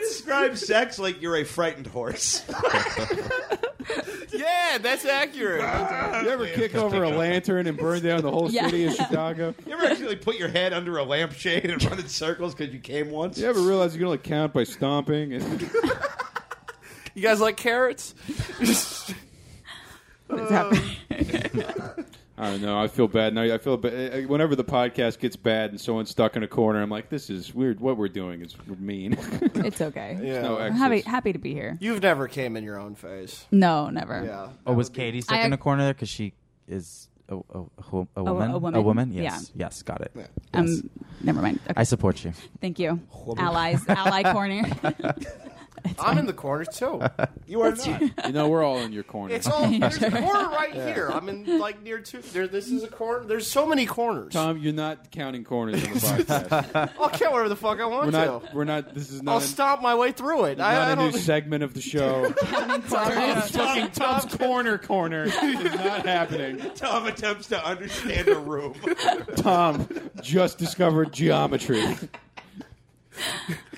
A: Describe sex like you're a frightened horse.
C: Yeah, that's accurate.
B: You ever kick over a lantern and burn down the whole
F: Yeah.
B: city of Chicago?
A: You ever actually put your head under a lampshade and run in circles because you came once?
B: You ever realize you can only count by stomping? And
C: You guys like carrots?
F: What is happening?
B: I don't know. I feel bad. Now I feel bad. Whenever the podcast gets bad and someone's stuck in a corner, I'm like, this is weird. What we're doing is mean.
F: It's okay.
B: no
F: I'm happy,
B: exits.
F: happy to be here.
C: You've never came in your own face.
F: No, never.
C: Yeah.
E: Oh, was Katie stuck
F: I-
E: in a corner there because she is a, a, a, ho- a woman?
F: woman.
E: Yes. Yes. Got it.
F: Um,
E: Yes.
F: never mind. Okay.
E: I support you.
F: Thank you. Allies, ally corner.
C: I'm in the corner too.
A: You are not.
B: you know, we're all in your corner.
C: It's all there's a corner right here. I'm in like near two. There, this is a corner. There's so many corners.
B: Tom, you're not counting corners in the podcast.
C: I'll count whatever the fuck I want
B: we're
C: to.
B: not. We're not. This is
C: I'll
B: not. a-
C: stomp my way through it.
B: not
C: I, I
B: a new
C: don't.
B: segment of the show. Tom's fucking Tom's corner corner is not happening.
A: Tom attempts to understand a room.
B: Tom Um, just discovered geometry.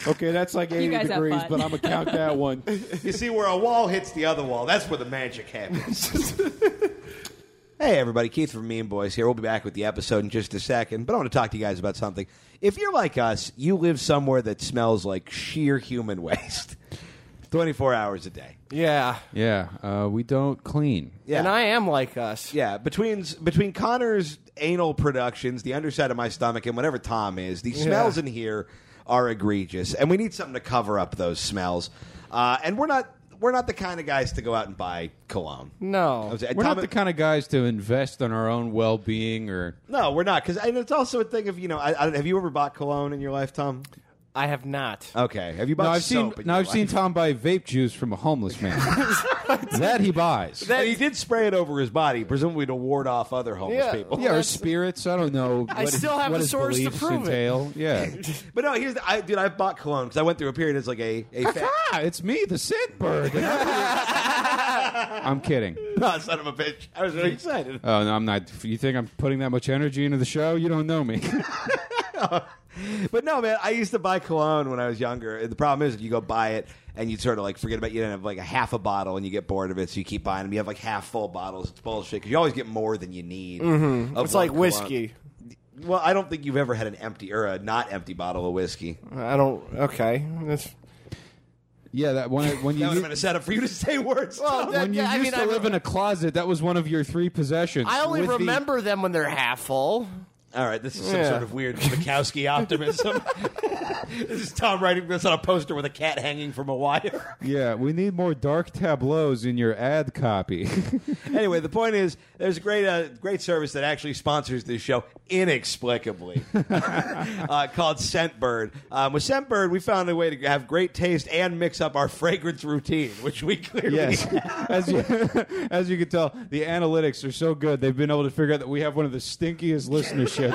B: Okay, that's like 80
F: guys have
B: degrees,
F: fun.
B: but I'm going to count that one.
A: You see, where a wall hits the other wall, that's where the magic happens. hey, everybody. Keith from Mean Boys here. We'll be back with the episode in just a second, but I want to talk to you guys about something. If you're like us, you live somewhere that smells like sheer human waste 24 hours a day.
C: Yeah.
B: Yeah, uh, we don't clean.
A: Yeah.
C: And I am like us.
A: Yeah, between between Connor's anal productions, the underside of my stomach, and whatever Tom is, the smells in here are egregious, and we need something to cover up those smells. Uh, and we're not we're not the kind of guys to go out and buy cologne. I
C: No.
A: was- and
B: We're
A: Tom-
B: not the kind of guys to invest in our own well being or.
A: no, we're not because and it's also a thing of you know. I, I, don't- have you ever bought cologne in your life, Tom?
C: I have not.
A: Okay, have you bought?
B: No, I've seen,
A: soap in
B: no,
A: your
B: I've
A: life?
B: seen Tom buy vape juice from a homeless man. that he buys.
A: And he did spray it over his body, presumably to ward off other homeless
C: Yeah.
A: people.
B: yeah, or spirits. I don't know.
C: I
B: what his-
C: still have
B: what
C: the
B: his
C: source to
B: beliefs
C: prove it.
B: entail. Yeah.
A: But no, here's the, I, dude. I bought cologne because I went through a period as like a a fa-
B: ah, it's me, the scent bird. I'm kidding.
A: oh, son of a bitch. I was really excited.
B: Oh, no, I'm not. You think I'm putting that much energy into the show? You don't know me.
A: But no, man, I used to buy cologne when I was younger. And The problem is, you go buy it and you sort of like forget about. You don't have like a half a bottle, and you get bored of it, so you keep buying them. You have like half full bottles. It's bullshit because you always get more than you need. of
C: Mm-hmm. It's
A: one
C: like
A: cologne.
C: whiskey.
A: Well, I don't think you've ever had an empty or a not empty bottle of whiskey.
C: I don't. Okay. That's,
B: yeah, that when when you
A: That would have been a setup for you to say words.
C: well,
B: when you used to live in a closet, that was one of your three possessions.
C: I only
B: With the-
C: remember them when they're half full.
A: All right, this is some
C: Yeah.
A: sort of weird Mikowski optimism. this is Tom writing this on a poster with a cat hanging from a wire.
B: yeah, we need more dark tableaus in your ad copy.
A: anyway, the point is, there's a great, uh, great service that actually sponsors this show inexplicably, uh, called Scentbird. Um, with Scentbird, we found a way to have great taste and mix up our fragrance routine, which we clearly
B: yes, as you as you can tell, the analytics are so good. They've been able to figure out that we have one of the stinkiest listenerships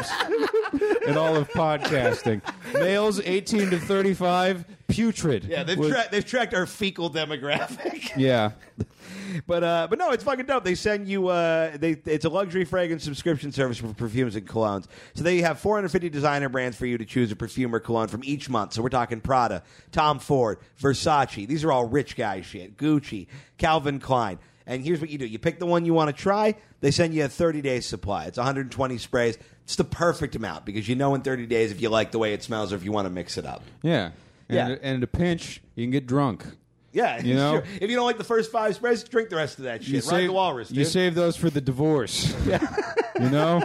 B: in all of podcasting. Males eighteen to thirty five, putrid.
A: Yeah, they've,
B: With-
A: tra- they've tracked our fecal demographic.
B: yeah.
A: But uh, but no, it's fucking dope. They send you uh, they it's a luxury fragrance subscription service for perfumes and colognes. So they have 450 designer brands for you to choose a perfume or cologne from each month. So we're talking Prada, Tom Ford, Versace. These are all rich guy shit. Gucci, Calvin Klein. And here's what you do: you pick the one you want to try. They send you a 30 day supply. It's 120 sprays. It's the perfect amount because you know in 30 days if you like the way it smells or if you want to mix it up.
B: Yeah. And,
A: Yeah.
B: and at a pinch, you can get drunk.
A: Yeah,
B: You know?
A: sure. if you don't like the first five spreads, drink the rest of that shit. Ride the walrus.
B: you
A: dude.
B: save those for the divorce. you know?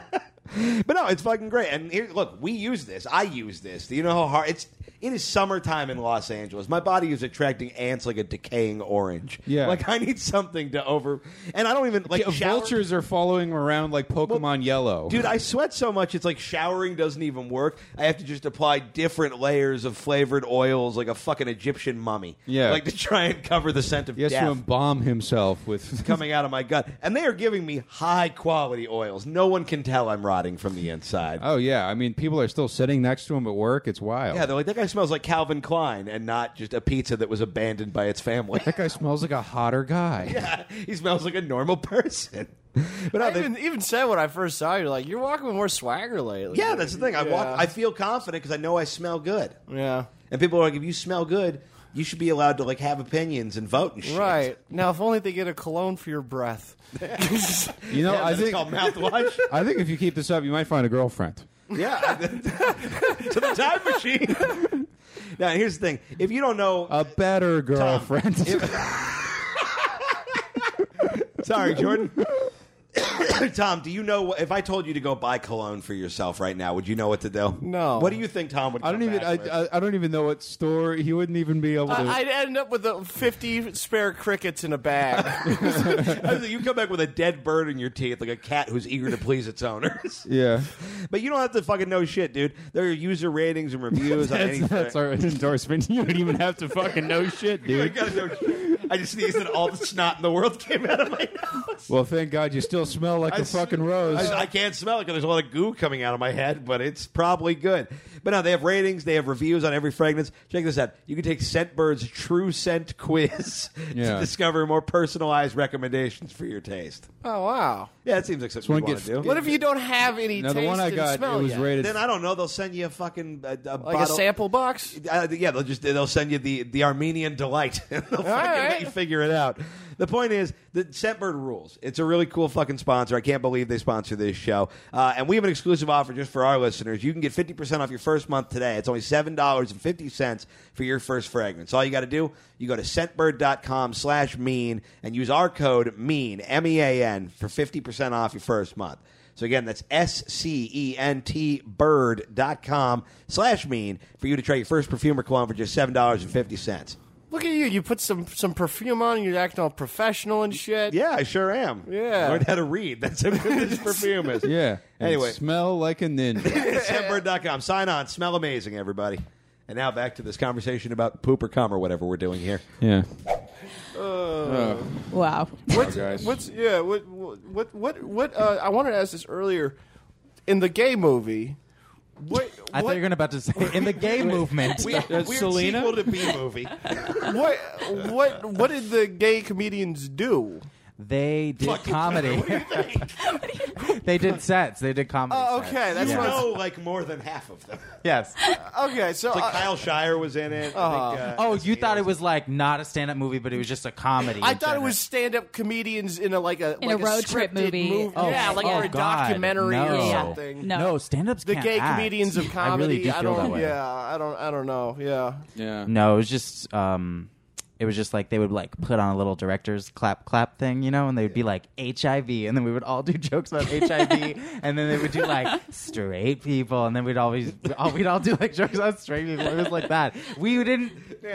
A: But no, it's fucking great. And here, look, we use this. I use this. Do you know how hard it's? It is summertime in Los Angeles. My body is attracting ants like a decaying orange.
B: Yeah.
A: like I need something to over. And I don't even like
B: Yeah,
A: shower-
B: Vultures are following him around like Pokemon Yellow.
A: Dude, I sweat so much. It's like showering doesn't even work. I have to just apply different layers of flavored oils, like a fucking Egyptian mummy.
B: Yeah.
A: like to try and cover the scent of
B: he has
A: death.
B: to embalm himself with.
A: coming out of my gut. And they are giving me high quality oils. No one can tell I'm rotting from the inside.
B: Oh yeah, I mean, people are still sitting next to him at work. It's wild.
A: yeah, they're like, that guy smells like Calvin Klein and not just a pizza that was abandoned by its family.
B: that guy smells like a hotter guy.
A: he smells like a normal person. But no,
C: I
A: they-
C: even, even said when I first saw you, like you're walking with more swagger lately.
A: yeah, that's the thing. I walk.
C: Yeah.
A: I feel confident because I know I smell good.
C: yeah.
A: And people are like, if you smell good, you should be allowed to like have opinions and vote and shit.
C: Right now, if only they get a cologne for your breath.
B: You know,
A: Yeah,
B: I
A: that's
B: think
A: called mouthwash.
B: I think if you keep this up, you might find a girlfriend.
A: yeah, to the time machine. now here's the thing: if you don't know,
B: A better girlfriend.
A: Sorry, Jordan. Tom, do you know what, if I told you to go buy cologne for yourself right now, would you know what to do?
C: No.
A: What do you think Tom would?
B: I don't
A: come
B: even. I,
A: back with?
B: I, I don't even know what store. He wouldn't even be able to.
C: I, I'd end up with uh, 50 spare crickets in a bag.
A: I was like, you come back with a dead bird in your teeth, like a cat who's eager to please its owners.
B: yeah,
A: But you don't have to fucking know shit, dude. There are user ratings and reviews on
B: that's,
A: anything.
B: that's our endorsement. You don't even have to fucking know shit,
A: I,
B: dude.
A: gotta know shit. I just sneezed and all the snot in the world came out of my nose.
B: Well, thank God you still smell like a
A: s-
B: fucking rose.
A: I, I can't smell it because there's a lot of goo coming out of my head, but it's probably good. But no, they have ratings, they have reviews on every fragrance. Check this out. You can take Scentbird's True Scent Quiz
B: Yeah.
A: to discover more personalized recommendations for your taste.
C: oh wow!
A: Yeah, it seems like something
B: one
A: you want
B: gets-
A: to do.
C: What if you don't have any
B: now
C: taste
B: the one I
C: and
B: got,
C: smell
B: it was
C: yet?
B: rated.
A: then I don't know. They'll send you a fucking uh, a, a
C: like
A: bottle.
C: a sample box.
A: Uh, yeah, they'll just they'll send you the the Armenian delight. they'll fucking let
C: right.
A: you figure it out. The point is the Scentbird rules. It's a really cool fucking sponsor. I can't believe they sponsor this show. Uh, and we have an exclusive offer just for our listeners. You can get fifty percent off your first month today. It's only seven dollars and fifty cents for your first fragrance. All you got to do you go to scentbird.com slash mean and use our code mean M E A N for fifty percent off your first month. So again, that's E S-C-E-N-T bird.com slash mean for you to try your first perfume or cologne for just $7.50.
C: Look at you. You put some some perfume on. You're acting all professional and shit.
A: Yeah, I sure am.
C: Yeah.
A: Learned how to read. That's how good this perfume is.
B: yeah. And
A: Anyway.
B: smell like a ninja.
A: Scentbird.com. Sign on. Smell amazing, everybody. And now back to this conversation about poop or cum or whatever we're doing here.
B: yeah.
F: Wow.
C: What's,
B: guys.
C: what's yeah? What what what what? Uh, I wanted to ask this earlier. In the gay movie, what
E: I thought
C: what,
E: you were about to say in the gay movement.
A: Weird
B: Selena?
A: sequel to B movie.
C: what what what did the gay comedians do?
E: They did comedy. they did sets. They did comedy.
C: Oh,
E: sets.
C: okay, that's
A: you
E: yeah.
C: what I
A: know like more than half of them.
E: Yes.
C: Okay, so
A: Like
C: I,
A: Kyle Shire was in it. I think, uh,
E: Oh, you
A: Esposito's
E: thought it was like not a stand-up movie, but it was just a comedy.
C: I
E: in
C: thought it
E: general.
C: was stand up comedians in a like a
F: In
C: like
F: a road trip
C: scripted
F: movie.
C: mov-
F: Oh,
C: yeah, like
E: oh,
C: or a
E: God,
C: documentary
E: no.
C: or
E: Yeah.
C: something.
F: No.
E: No, stand-ups.
C: The
E: can't
C: gay
E: act.
C: comedians of
E: I
C: comedy.
E: really do feel
C: don't.
E: that way.
C: Yeah, I don't. I don't know. Yeah.
B: Yeah.
E: No, it was just um it was just like they would like put on a little director's clap clap thing, you know, and they would be like HIV and then we would all do jokes about HIV and then they would do like straight people and then we'd always all, we'd all do like jokes about straight people. It was like that. We didn't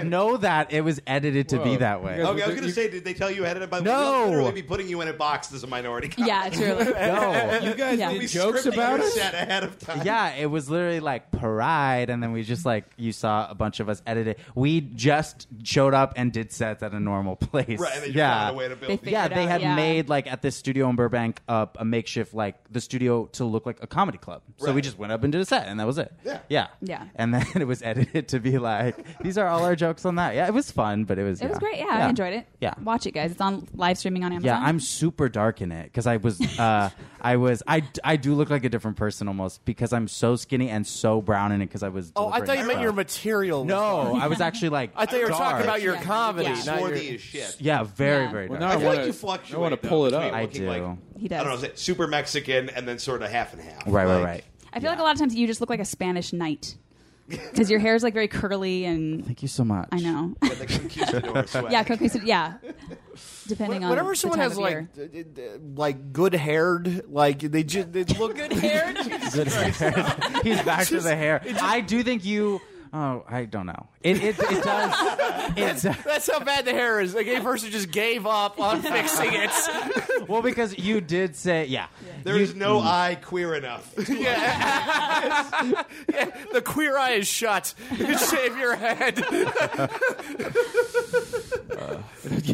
E: know that it was edited to
B: Whoa.
E: be that way.
B: You guys-
A: Okay, I was
B: Oh. You-
A: going to say, did they tell you ahead of time?
E: No.
A: We'll literally be putting you in a box as a minority. cop.
F: Yeah, truly.
E: No.
B: You guys
F: Yeah.
B: did
F: We
B: jokes
A: Scripting
B: about
A: your
B: us.
A: set ahead of time.
E: Yeah, it was literally like parade, and then we just like you saw a bunch of us edited. We just showed up and did sets at a normal place.
A: Right, and then you
E: yeah,
A: found a way to build
F: They
A: it.
F: figured
E: yeah, they
F: out,
E: had
F: yeah.
E: made like at this studio in Burbank up a makeshift like the studio to look like a comedy club. So we
A: Right.
E: just went up and did a set, and that was it.
A: Yeah.
E: yeah,
F: Yeah.
E: And then it was edited to be like these are all our jokes on that. Yeah, it was fun, but it was
F: It was
E: yeah.
F: great. Yeah, I enjoyed it.
E: Yeah.
F: Watch it, guys. It's on live streaming on Amazon.
E: Yeah, I'm super dark in it because I was, uh, I was, I, I do look like a different person almost because I'm so skinny and so brown in it because I was.
C: Oh, I
E: delivering
C: thought you meant
E: stuff.
C: your material.
E: No, I was actually like.
C: I thought you were
E: dark.
C: talking about your
F: Yeah.
C: comedy.
F: Yeah.
C: Not
A: Swarthy
C: your,
A: as shit.
E: Yeah, very
F: Yeah.
E: very
B: Well,
E: dark.
B: now
A: I,
B: I
A: feel
B: wanna,
A: like you fluctuate.
B: I want
A: though,
B: to pull it
A: between
B: up.
E: I
A: looking
E: do.
A: Like,
F: He does.
A: I don't know, is it super Mexican and then sort of half and half?
E: right, right,
A: Like,
E: right.
F: I feel like a lot of times you just look like a Spanish knight. because your hair is like very curly and
E: Thank you so much.
F: I know.
A: Yeah, the conquistador swag.
F: yeah, cookies. Yeah, depending on
C: Whenever
F: the
C: someone
F: time
C: has
F: of year.
C: like d- d- d- like good haired, like they just they look good haired.
E: Good hair. He's back to the hair. I do think you. Oh, I don't know. It it, it does. It does.
C: That's how bad the hair is. The gay person just gave up on fixing it.
E: Well, because you did say, yeah.
A: There is no
B: Mm-hmm.
A: eye queer enough.
C: The queer eye is shut. Shave your head.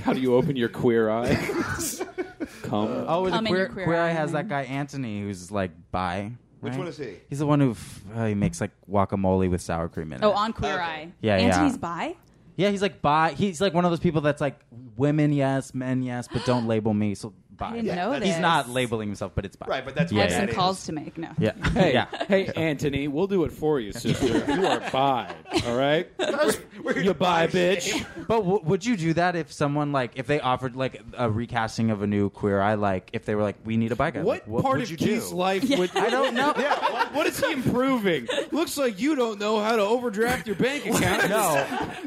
B: How do you open your queer eye? Come.
E: Oh, the
F: Come in
E: queer,
F: your queer
E: queer eye
F: eye.
E: has that guy Anthony who's like bi.
A: Which
E: right?
A: one is he?
E: He's the one who f- uh, he makes like guacamole with sour cream in it.
F: oh on Queer
A: Okay.
F: Eye.
E: Yeah, yeah.
F: Anthony's bi.
E: yeah, he's like bi. He's like one of those people that's like women yes, men yes, but don't label me. So bi.
F: I didn't know
A: that's-
F: this.
E: He's not labeling himself, but it's bi.
A: Right, but that's
F: I
E: yeah,
F: have
E: yeah,
F: some
A: that
F: calls
A: is.
F: to make. No.
E: yeah.
B: Hey,
E: yeah.
B: hey, Anthony, we'll do it for you, sister. you are bi, all right?
A: We're
B: You bi, bitch.
E: But w- would you do that if someone like if they offered like a recasting of a new Queer Eye like if they were like we need a bi guy?
B: What,
E: like, what
B: part
E: would
B: of
E: you
B: Keith's
E: do?
B: life would?
E: I don't know.
B: Yeah, what, what is he improving? Looks like you don't know how to overdraft your bank account.
E: No,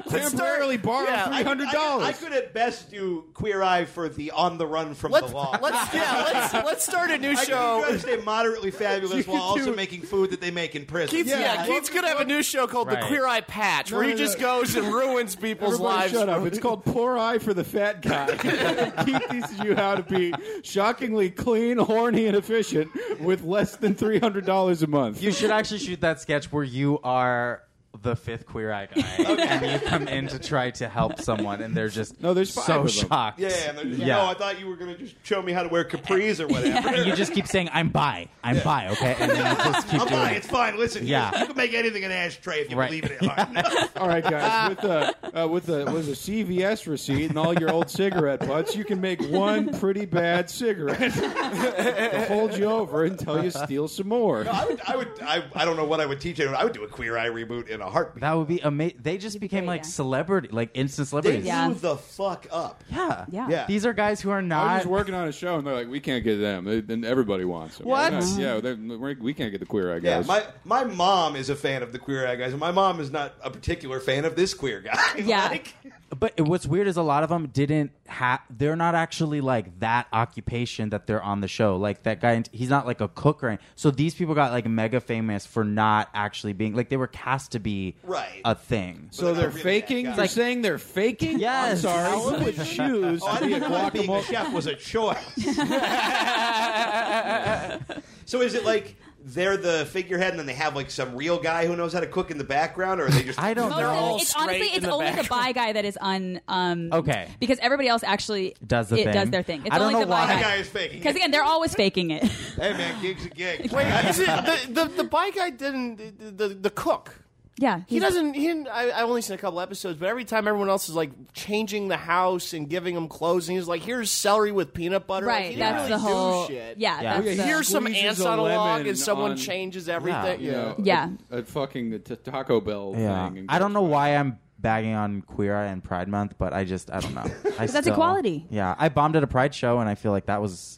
B: temporarily borrow
C: yeah, I-
B: three hundred
A: I, I
B: dollars.
A: could at best do queer eye for the on the run from
C: Let's
A: the law.
C: let's yeah let's let's start a new
A: I
C: show.
A: can try to stay moderately fabulous
B: You
A: while
B: do
A: also
B: it.
A: making food that they make in prison.
C: Keith's, yeah,
B: Yeah.
C: Keith's gonna have a new show called
E: Right.
C: The Queer Eye Patch, where
B: No,
C: he
B: no,
C: just
B: no.
C: goes and ruins people's lives.
B: shut up. It's called Poor Eye for the Fat Guy. Keith teaches you how to be shockingly clean, horny, and efficient with less than $300 a month.
E: you should actually shoot that sketch where you are the fifth Queer Eye guy and you come in to try to help someone and they're just
B: No, there's five
E: so
B: of them.
E: shocked.
A: Yeah, and they're just,
E: Yeah.
A: no, I thought you were going to just show me how to wear capris or whatever.
E: And you just keep saying I'm bi, I'm bi, okay, and then you just keep
A: I'm
E: doing
A: fine.
E: it.
A: It's fine. Listen,
E: Yeah.
A: you, you can make anything an ashtray if you
E: Right.
A: believe it at heart.
B: All right, guys, with a uh, with a with a CVS receipt and all your old cigarette butts, you can make one pretty bad cigarette to hold you over until you steal some more.
A: I would, I, would I, I don't know what I would teach anyone. I would do a queer eye reboot in a heartbeat.
E: That would be amazing. They just
F: You'd be
E: became
F: great,
E: like
F: yeah.
E: celebrity, like instant
A: They
E: celebrities.
F: Yeah.
A: blew the fuck up.
E: Yeah.
F: Yeah.
A: Yeah.
E: These are guys who are
B: I was
E: not
B: just working on a show, and they're like, "We can't get them." They- Then everybody wants them.
C: What?
B: Yeah, Yeah, they're- we're- we can't get the queer eye
A: Yeah,
B: guys.
A: my my mom is a fan of the queer eye guys, and my mom is not a particular fan of this queer guy.
F: Yeah.
A: Like,
E: But what's weird is a lot of them didn't have. They're not actually like that occupation that they're on the show. Like that guy, he's not like a cook or anything. So these people got like mega famous for not actually being like they were cast to be
A: Right.
E: a thing.
A: But
B: So
A: they're
B: they're
A: not really
B: faking.
A: that
B: You're
A: guy.
B: saying they're faking.
E: Yes.
B: I'm sorry.
E: How
B: Someone would choose
A: oh, I
B: to be a
A: didn't know that being a
B: guacamole.
A: chef was a choice. so is it like they're the figurehead, and then they have like some real guy who knows how to cook in the background, or are they just
E: I don't
F: Most
C: Oh, They're
F: of
E: know.
F: it-
C: all
F: it's honestly
C: straight
F: it's
C: in the
F: only the bi guy that is un um
E: Okay.
F: because everybody else actually
E: Does the
F: it
E: thing.
F: does their thing. It's
E: I don't
F: only
E: know
F: the bi
E: why.
A: That
E: That
A: guy
F: guy
A: is faking.
F: because again they're always faking it.
A: Hey man, gigs a gig.
C: Wait, is it, the, the the bike guy didn't the, the, the cook.
F: yeah,
C: He doesn't. He didn't, I, I only seen a couple episodes, but every time everyone else is like changing the house and giving him clothes, and he's like, "Here's celery with peanut butter." Like,
F: Right,
C: he
F: that's
C: didn't
F: the
C: really do
F: whole.
C: shit.
F: Yeah,
E: Yeah.
F: that's
E: Okay,
F: the-
C: Here's some
B: Squeezes
C: ants
B: a
C: on a log,
B: lemon
C: and someone
B: on-
C: changes everything.
B: You know,
F: Yeah.
B: A, a fucking t- Taco Bell
E: Yeah.
B: thing. and
E: I don't know
B: goes,
E: why I'm bagging on Queer Eye and Pride Month, but I just I don't know. I
F: that's
E: still-
F: equality.
E: Yeah. I bombed at a Pride show, and I feel like that was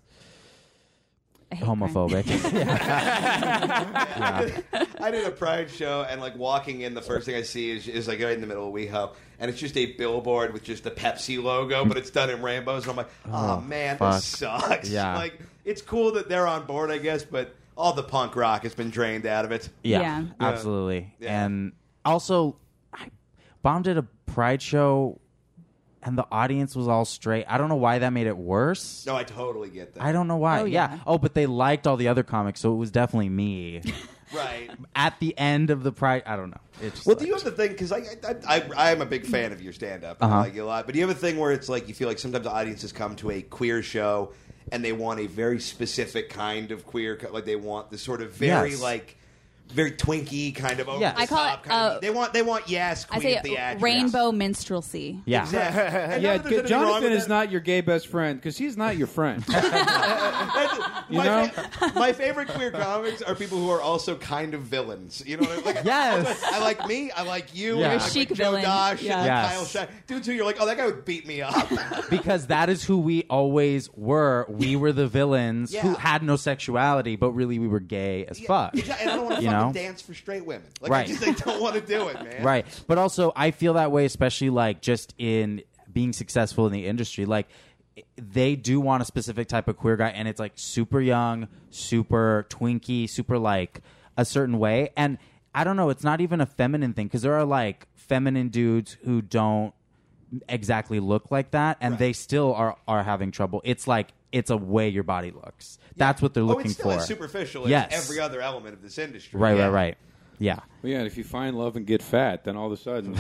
F: I hate
E: homophobic.
A: I did a pride show, and like walking in, the first thing I see is, is like right in the middle of WeHo, and it's just a billboard with just the Pepsi logo, but it's done in rainbows, and I'm like, oh,
E: Oh,
A: man,
E: fuck.
A: this sucks.
E: Yeah.
A: Like, it's cool that they're on board, I guess, but all the punk rock has been drained out of it.
E: Yeah,
F: Yeah.
E: absolutely.
A: Yeah.
E: And also, I bombed at a pride show, and the audience was all straight. I don't know why that made it worse.
A: No, I totally get that.
E: I don't know why.
F: Oh,
E: yeah.
F: yeah.
E: Oh, but they liked all the other comics, so it was definitely me
A: Right.
E: at the end of the pride. I don't know. It's just
A: Well,
E: like-
A: do you have the thing? Because I, I, I, I am a big fan of your stand up. I
E: Uh-huh.
A: like you a lot. But do you have a thing where it's like you feel like sometimes audiences come to a queer show and they want a very specific kind of queer, co- like they want this sort of very
E: Yes.
A: like very twinky kind of over
E: Yes.
A: the
E: I
F: call
A: top
F: it,
A: kind
F: uh,
A: of. They want they want yes
F: I
A: queen
F: say
A: at the address.
F: rainbow minstrelcy.
E: yeah.
A: Exactly. And
B: Yeah,
A: not that there's
B: J-
A: anything wrong
B: Jonathan
A: with
B: is
A: that.
B: not your gay best friend because he's not your friend.
A: my,
B: know?
A: fa- my favorite queer comics are people who are also kind of villains. You know what I mean? Like,
E: Yes.
A: I like me. I like you.
E: Yeah.
A: I
E: You're a
A: like
F: chic
A: Joe
F: villain.
A: Dosh
F: Yeah.
A: and
E: Yes.
A: Kyle Shine. Dude, too, you're like, oh, that guy would beat me up.
E: because that is who we always were. We were the villains who
A: Yeah.
E: had no sexuality, but really we were gay as fuck.
A: Exactly. And I don't want to
E: You know?
A: dance for straight women. Like
E: Right.
A: I just like, don't want to do it, man.
E: Right. But also, I feel that way, especially like just in being successful in the industry. Like, they do want a specific type of queer guy, and it's like super young, super twinky, super like a certain way. And I don't know, it's not even a feminine thing because there are like feminine dudes who don't exactly look like that and they still are are having trouble it's like it's a way your body looks that's what they're
A: Oh,
E: looking
A: it's still
E: for
A: as superficial
E: Yes.
A: as every other element of this industry.
E: right
A: Yeah.
E: right right yeah
B: Well, yeah, and if you find love and get fat, then all of a sudden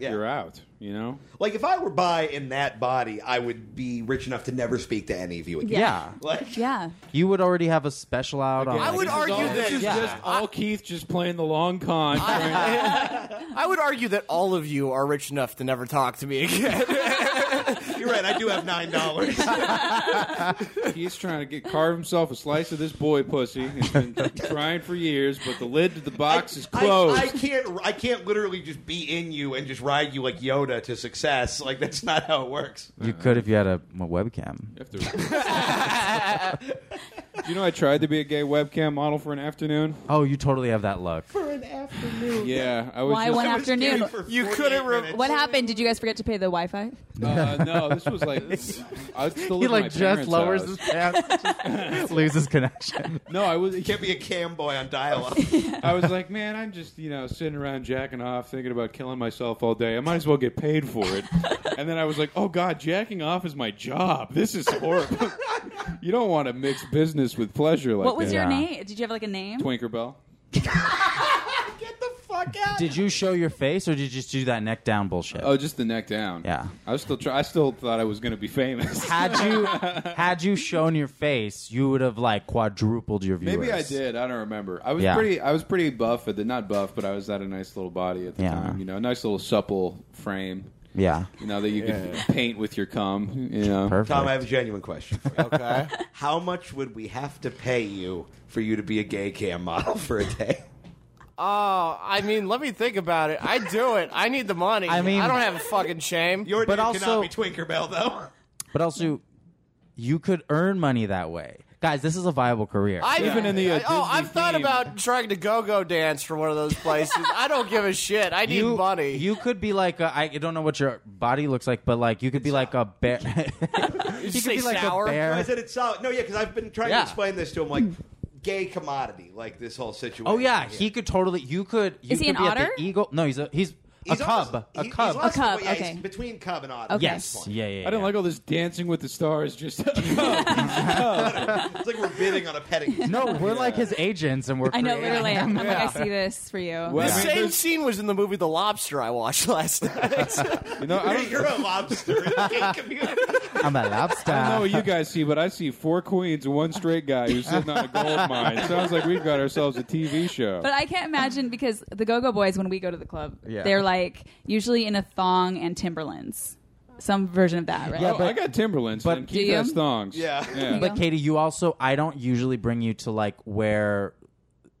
B: you're out. You know,
A: Like if I were by in that body, I would be rich enough to never speak to any of you again.
E: yeah,
A: Like
F: Yeah.
E: you would already have a special out on
B: Again,
C: I
E: like,
C: would
B: this is
C: argue
B: all-
C: that-
B: this is
E: Yeah.
B: just all Keith just playing the long con.
C: I would argue that all of you are rich enough to never talk to me again.
A: you're right, I do have nine dollars.
B: He's trying to get carve himself a slice of this boy pussy. He's been trying for years, but the lid to the box is closed.
A: I, I can't. I can't literally just be in you and just ride you like Yoda to success. Like that's not how it works.
E: You could if you had a, a webcam.
B: You have to- you know, I tried to be a gay webcam model for an afternoon.
E: Oh, you totally have that look.
B: Yeah, I was.
F: Why
B: just,
F: one
A: I was
F: afternoon?
A: gay for
C: You
A: 48
C: couldn't re-
A: minutes.
F: What happened? Did you guys forget to pay the Wi-Fi?
B: Uh, no, this was like I was still. living
E: He
B: at my
E: like just
B: parents'
E: lowers
B: house.
E: his pants, loses connection.
B: No, I was.
A: You can't be a cam boy on dial-up.
B: I was like, man, I'm just you know sitting around jacking off, thinking about killing myself all day. I might as well get paid for it. and then I was like, oh god, jacking off is my job. This is horrible. you don't want to mix business with pleasure like
F: What was
B: that.
E: Yeah.
F: your name? Did you have like a name?
B: Twinkerbell?
E: Did you show your face or did you just do that neck down bullshit?
B: Oh, just the neck down.
E: Yeah.
B: I was still. Try- I still thought I was going to be famous.
E: Had you had you shown your face, you would have like quadrupled your viewers.
B: Maybe I did. I don't remember. I was
E: Yeah.
B: pretty. I was pretty buff at the not buff, but I was at a nice little body at the
E: Yeah.
B: time. You know, a nice little supple frame.
E: Yeah,
B: You know that you could paint with your cum. You know,
E: perfect.
A: Tom, I have a genuine question. For you.
C: okay.
A: How much would we have to pay you for you to be a gay cam model for a day?
C: Oh, I mean, let me think about it. I do it. I need the money.
E: I
C: I
E: mean-
C: mean, I don't have a fucking shame.
A: Your
E: But
A: dude
E: also-
A: cannot be Twinkerbell though.
E: but also, you could earn money that way, guys. This is a viable career.
C: I,
B: Even in the, uh,
C: I- oh,
B: Disney
C: I've thought
B: theme.
C: about trying to go-go dance for one of those places. I don't give a shit. I need
E: you,
C: money.
E: you could be like I I don't know what your body looks like, but like you could be like a bear. you could
C: say
E: be like
C: sour?
E: a bear.
A: I said it's solid. No, yeah, because I've been trying
E: Yeah.
A: to explain this to him, like gay commodity, like this whole situation.
E: Oh yeah, he could totally. You could. You
F: Is
E: could
F: he an
E: be At
F: otter?
E: the eagle. No, he's a he's,
A: He's
E: a cub.
A: almost-
E: a
A: he- he's
E: cub.
A: lost-
F: A cub,
A: well, yeah, he's
F: okay.
A: between cub and otter.
F: Okay.
A: at this
E: yes.
A: point.
E: Yeah, yeah.
B: I didn't
E: yeah.
B: like all this dancing with the stars. Just
A: It's like we're bidding on a petting.
E: No, we're like his agents, and we're.
F: I know,
E: creating-
F: literally. I'm like, I see this for you.
B: Well,
C: the
B: I mean,
C: same
B: there's-
C: scene was in the movie The Lobster I watched last night.
B: you know, I don't,
A: You're a lobster in the gay community.
E: I'm a lobster.
B: I don't know what you guys see, but I see four queens and one straight guy who's sitting on a gold mine. Sounds like we've got ourselves a TV show.
F: But I can't imagine because the Go Go Boys, when we go to the club,
E: Yeah.
F: they're like usually in a thong and Timberlands, some version of that, right?
E: Yeah,
B: oh,
E: but-
B: I got Timberlands,
E: but-
B: but keep
F: Do you?
B: those thongs.
A: Yeah.
E: But Katie, you also. I don't usually bring you to like where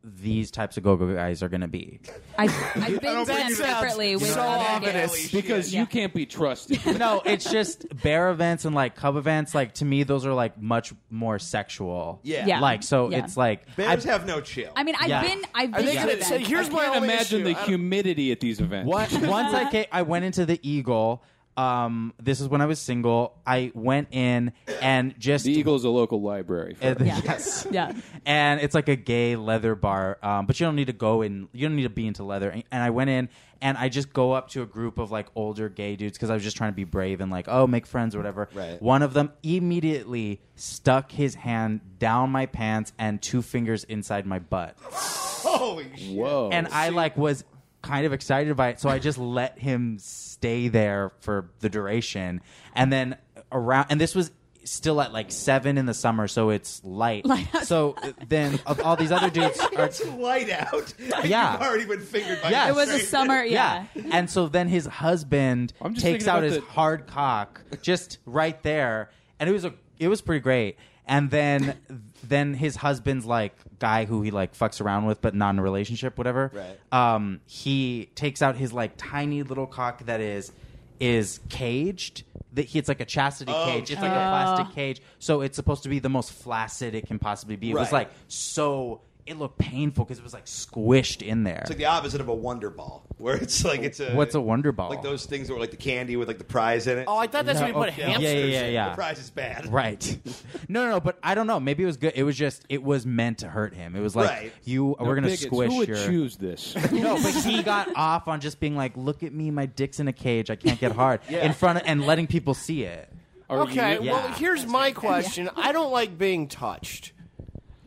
E: these types of go-go guys are going to be.
F: I, I've been to
C: bring
F: them
C: you to that.
F: separately with
C: So
F: other
C: ominous.
F: gigs.
B: because
F: Yeah.
B: you can't be trusted.
E: No, it's just bear events and like cub events. Like to me, those are like much more sexual.
A: Yeah.
F: Yeah.
E: Like so,
F: Yeah.
E: it's like
A: Bears
E: I-
A: have no chill.
F: I mean, I've
E: Yeah.
F: been, I've
C: Are
F: been
C: they
F: to
C: gonna
F: events.
C: say, here's
B: I
C: my
B: can't
C: only
B: imagine
C: issue.
B: the
C: I don't-
B: humidity at these events.
E: What, once I came, I went into the Eagle. Um, this is when I was single. I went in and just
B: The Eagle's a local library. for
E: and-
B: us.
F: Yeah.
E: yes,
F: Yeah.
E: and it's like a gay leather bar. Um, but you don't need to go in. You don't need to be into leather. And I went in and I just go up to a group of like older gay dudes because I was just trying to be brave and like oh make friends or whatever.
A: Right.
E: One of them immediately stuck his hand down my pants and two fingers inside my butt
A: holy shit.
B: Whoa.
E: and I like was kind of excited by it, so I just let him stay there for the duration, and then around, and this was still at like seven in the summer, so it's light.
F: Light out.
E: So then, of all these other dudes are.
A: It's light out. And
E: Yeah.
A: You've already been fingered by
E: Yes.
A: the
F: It was a
A: straight-
F: summer, yeah.
E: Yeah. and so then his husband
B: I'm just
E: takes
B: thinking
E: out
B: about
E: his
B: the-
E: hard cock just right there, and it was a it was pretty great. And then then his husband's like guy who he like fucks around with, but not in a relationship, whatever.
A: Right.
E: Um, he takes out his like tiny little cock that is is caged. That he, it's like a chastity
A: Oh,
E: cage. It's like a plastic cage. So it's supposed to be the most flaccid it can possibly be. It was
A: Right.
E: like so it looked painful because it was like squished in there.
A: It's like the opposite of a Wonder Ball, where it's like it's a
E: What's a Wonder Ball?
A: Like those things that were like the candy with like the prize in it.
C: Oh, I thought that's
E: No,
C: when you put
E: okay.
C: hamsters.
E: Yeah, yeah,
C: in.
E: yeah, yeah.
A: The prize is bad.
E: Right. No, no, no, but I don't know. Maybe it was good. It was just it was meant to hurt him. It was like
A: Right.
E: you we're gonna
B: bigots,
E: squish
B: Who would
E: your
B: choose this?
E: No, but he got off on just being like, Look at me, my dick's in a cage, I can't get hard in front of and letting people see it.
B: Are
C: Okay,
B: you?
C: well,
E: Yeah.
C: here's my question. I don't like being touched.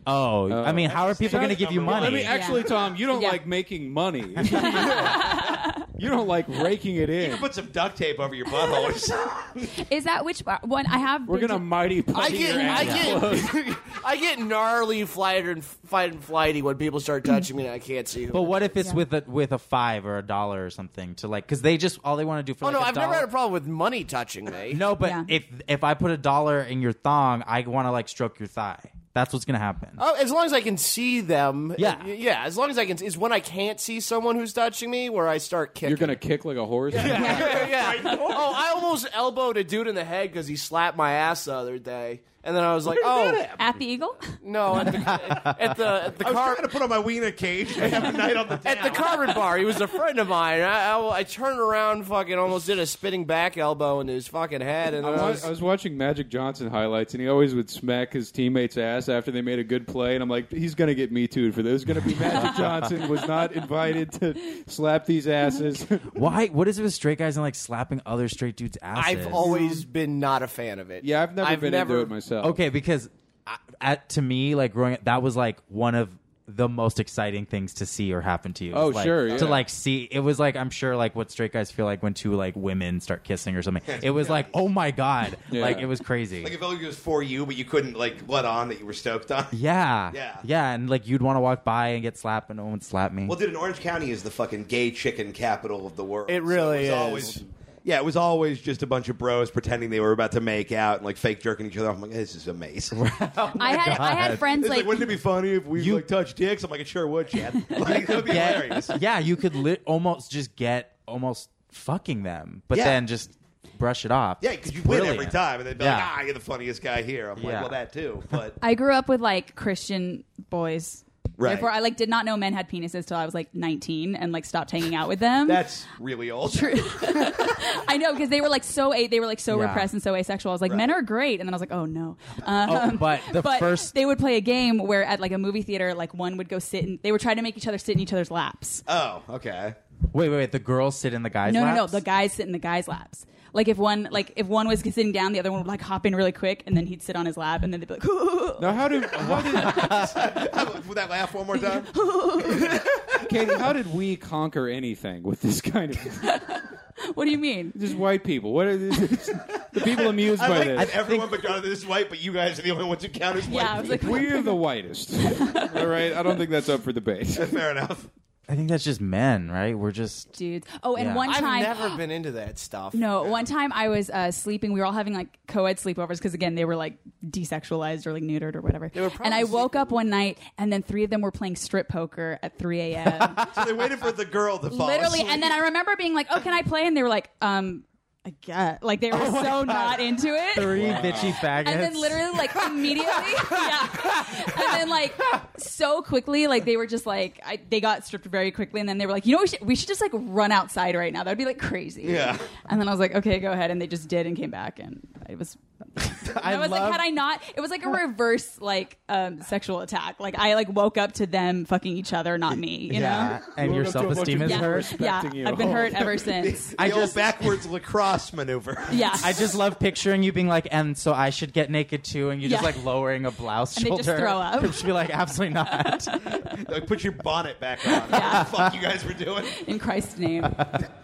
E: Oh, I mean, how are people
B: Sorry,
E: going to give you
A: number one.
E: money?
B: Let me actually, Tom. You don't
F: Yeah.
B: like making money. you don't like raking it in.
A: Put some duct tape over your butthole. Or something.
F: Is that which uh, one I have?
B: We're
F: been
B: gonna
F: to-
B: mighty
C: I
B: putty
C: get,
B: your ass
C: I
B: close.
C: get, I get gnarly, flighter and fight and flighty when people start touching me and I can't see. Who
E: Hmm. But what if it's
F: Yeah.
E: with a with a five or a dollar or something to like because they just all they want to do for
C: Oh
E: like
C: no,
E: a
C: I've never
E: dollar-
C: had a problem with money touching me.
E: No, but
F: Yeah.
E: if if I put a dollar in your thong, I want to like stroke your thigh. That's what's gonna happen.
C: Oh, as long as I can see them.
E: Yeah.
C: y- yeah. As long as I can, is when I can't see someone who's touching me where I start kicking.
B: You're gonna kick like a horse.
C: yeah. yeah. Oh, I almost elbowed a dude in the head because he slapped my ass the other day, and then I was like, "Oh
F: at the Eagle.
C: no!" At the at the, at the
A: I was
C: car
A: trying to put on my wiener cage and have a night on the town.
C: at the carbon bar. He was a friend of mine. I, I, I turned around, fucking almost did a spinning back elbow into his fucking head, and
B: I
C: then I
B: was,
C: was.
B: I was watching Magic Johnson highlights, and he always would smack his teammates' ass after they made a good play. And I'm like, he's going to get me too for this. Going to be Magic Johnson was not invited to slap these asses.
E: Why? What is it with straight guys and like slapping other straight dudes' asses?
C: I've always been not a fan of it.
B: yeah, I've never been
C: never-
B: into it myself.
E: okay because I, at to me like growing up that was like one of the most exciting things to see or happen to you.
B: Oh,
E: Like,
B: sure, yeah.
E: To like see, it was like I'm sure like what straight guys feel like when two like women start kissing or something. It was like oh my god,
B: Yeah.
E: like it was crazy.
A: Like it felt like it was for you, but you couldn't like let on that you were stoked on.
E: Yeah.
A: Yeah.
E: Yeah. And like you'd want to walk by and get slapped, but no one would slap me.
A: Well, dude, in Orange County is the fucking gay chicken capital of the world.
C: It really
A: was
C: is.
A: Always, yeah, it was always just a bunch of bros pretending they were about to make out and like fake jerking each other off. I'm like, this is amazing.
F: I had I had
E: God.
F: friends
A: It's like,
F: like,
A: wouldn't it be funny if we
E: You-
A: like touched dicks? I'm like, it sure would, Chad. Like, that would be
E: Get-
A: hilarious.
E: yeah. You could li- almost just get almost fucking them, but
A: Yeah.
E: then just brush it off.
A: Yeah,
E: It's
A: because you win every
E: brilliant.
A: time, and they'd be
E: Yeah.
A: like, ah, you're the funniest guy here. I'm like,
E: Yeah.
A: well, that too, but
F: I grew up with like Christian boys.
A: Right.
F: Therefore, I like did not know men had penises till I was like 19 and like stopped hanging out with them.
A: that's really old.
F: I know because they were like so a- they were like so
E: Yeah.
F: repressed and so asexual. I was like, men are great, and then I was like, oh no. Um,
E: Oh, but the
F: but
E: first.
F: they would play a game where at like a movie theater, like one would go sit and they would try to make each other sit in each other's laps.
A: Oh, okay.
E: Wait, wait, wait. The girls sit in the guys'
F: no, no, no,
E: laps?
F: the guys sit in the guys' laps. Like if one like if one was sitting down, the other one would like hop in really quick, and then he'd sit on his lap, and then they'd be like,
B: Now, how did, how did
A: Would that laugh one more time?
B: Katie? How did we conquer anything with this kind of
F: "What do you mean?"
B: just white people? What are these, the people amused
A: I
B: by
A: like
B: this?
A: everyone but Jonathan is white, but you guys are the only ones who count as white.
F: Yeah, I was like,
B: We're the whitest. All right, I don't think that's up for debate.
A: Fair enough.
E: I think that's just men, right? We're just.
F: dudes. Oh, and
E: Yeah.
F: one
C: I've
F: time,
C: never been into that stuff.
F: no, one time I was uh, sleeping. We were all having like co-ed sleepovers because again they were like desexualized or like neutered or whatever.
C: were
F: and
C: probably
F: I woke
C: sleeping.
F: up one night, and then three of them were playing strip poker at 3 a.m.
A: So they waited for the girl to fall
F: literally.
A: asleep.
F: And then I remember being like, "Oh, can I play?" And they were like, "Um, I guess." Like they were
C: Oh
F: so not into it.
E: Three bitchy faggots.
F: and then literally like immediately yeah and then like so quickly like they were just like I, they got stripped very quickly and then they were like you know we should, we should just like run outside right now that'd be like crazy
A: Yeah.
F: and then i was like okay go ahead and they just did and came back and it was I, was like,
E: love-
F: had I not, it was like a reverse like um, sexual attack. Like I like woke up to them fucking each other, not me. You
E: yeah. And your
B: Woke up to a
E: self
B: bunch
E: esteem
B: of
E: is
F: know?
E: hurt.
F: yeah,
B: Respecting you.
F: yeah. I've been hurt ever since.
A: the
E: I
A: old
E: just-
A: backwards lacrosse maneuver.
F: Yeah,
E: I just love picturing you being like, and so I should get naked too, and you just
F: Yeah.
E: like lowering a blouse
F: And they
E: shoulder.
F: just throw up.
E: She'd be like, absolutely not.
A: Like, put your bonnet back on. What the fuck you guys were doing?
F: in Christ's name.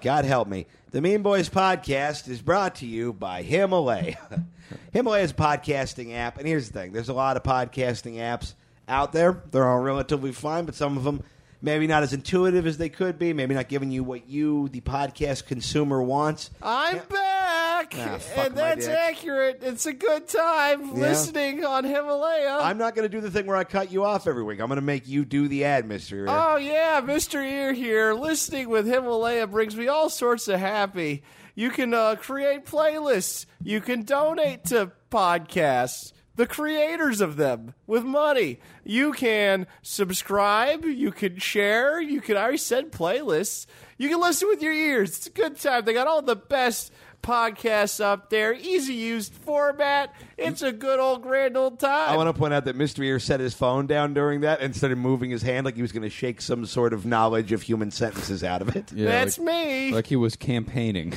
A: God help me. The Mean Boys podcast is brought to you by Himalaya. Himalaya is a podcasting app, and here's the thing: there's a lot of podcasting apps out there. They're all relatively fine, but some of them maybe not as intuitive as they could be. Maybe not giving you what you, the podcast consumer, wants.
C: I'm back,
A: Ah, fuck
C: and
A: my
C: that's
A: dick.
C: accurate. It's a good time listening on Himalaya.
A: I'm not going to do the thing where I cut you off every week. I'm going to make you do the ad, Mister.
C: Oh yeah, Mr. Ear here. Listening with Himalaya brings me all sorts of happy. You can uh, create playlists. You can donate to podcasts. the creators of them with money. You can subscribe, you can share, you can I already said playlists. You can listen with your ears. It's a good time. They got all the best podcasts up there. Easy used format. It's a good old grand old time.
A: I want to point out that Mr. Ear set his phone down during that and started moving his hand like he was going to shake some sort of knowledge of human sentences out of it.
B: Yeah,
C: That's
B: like,
C: me.
B: Like he was campaigning.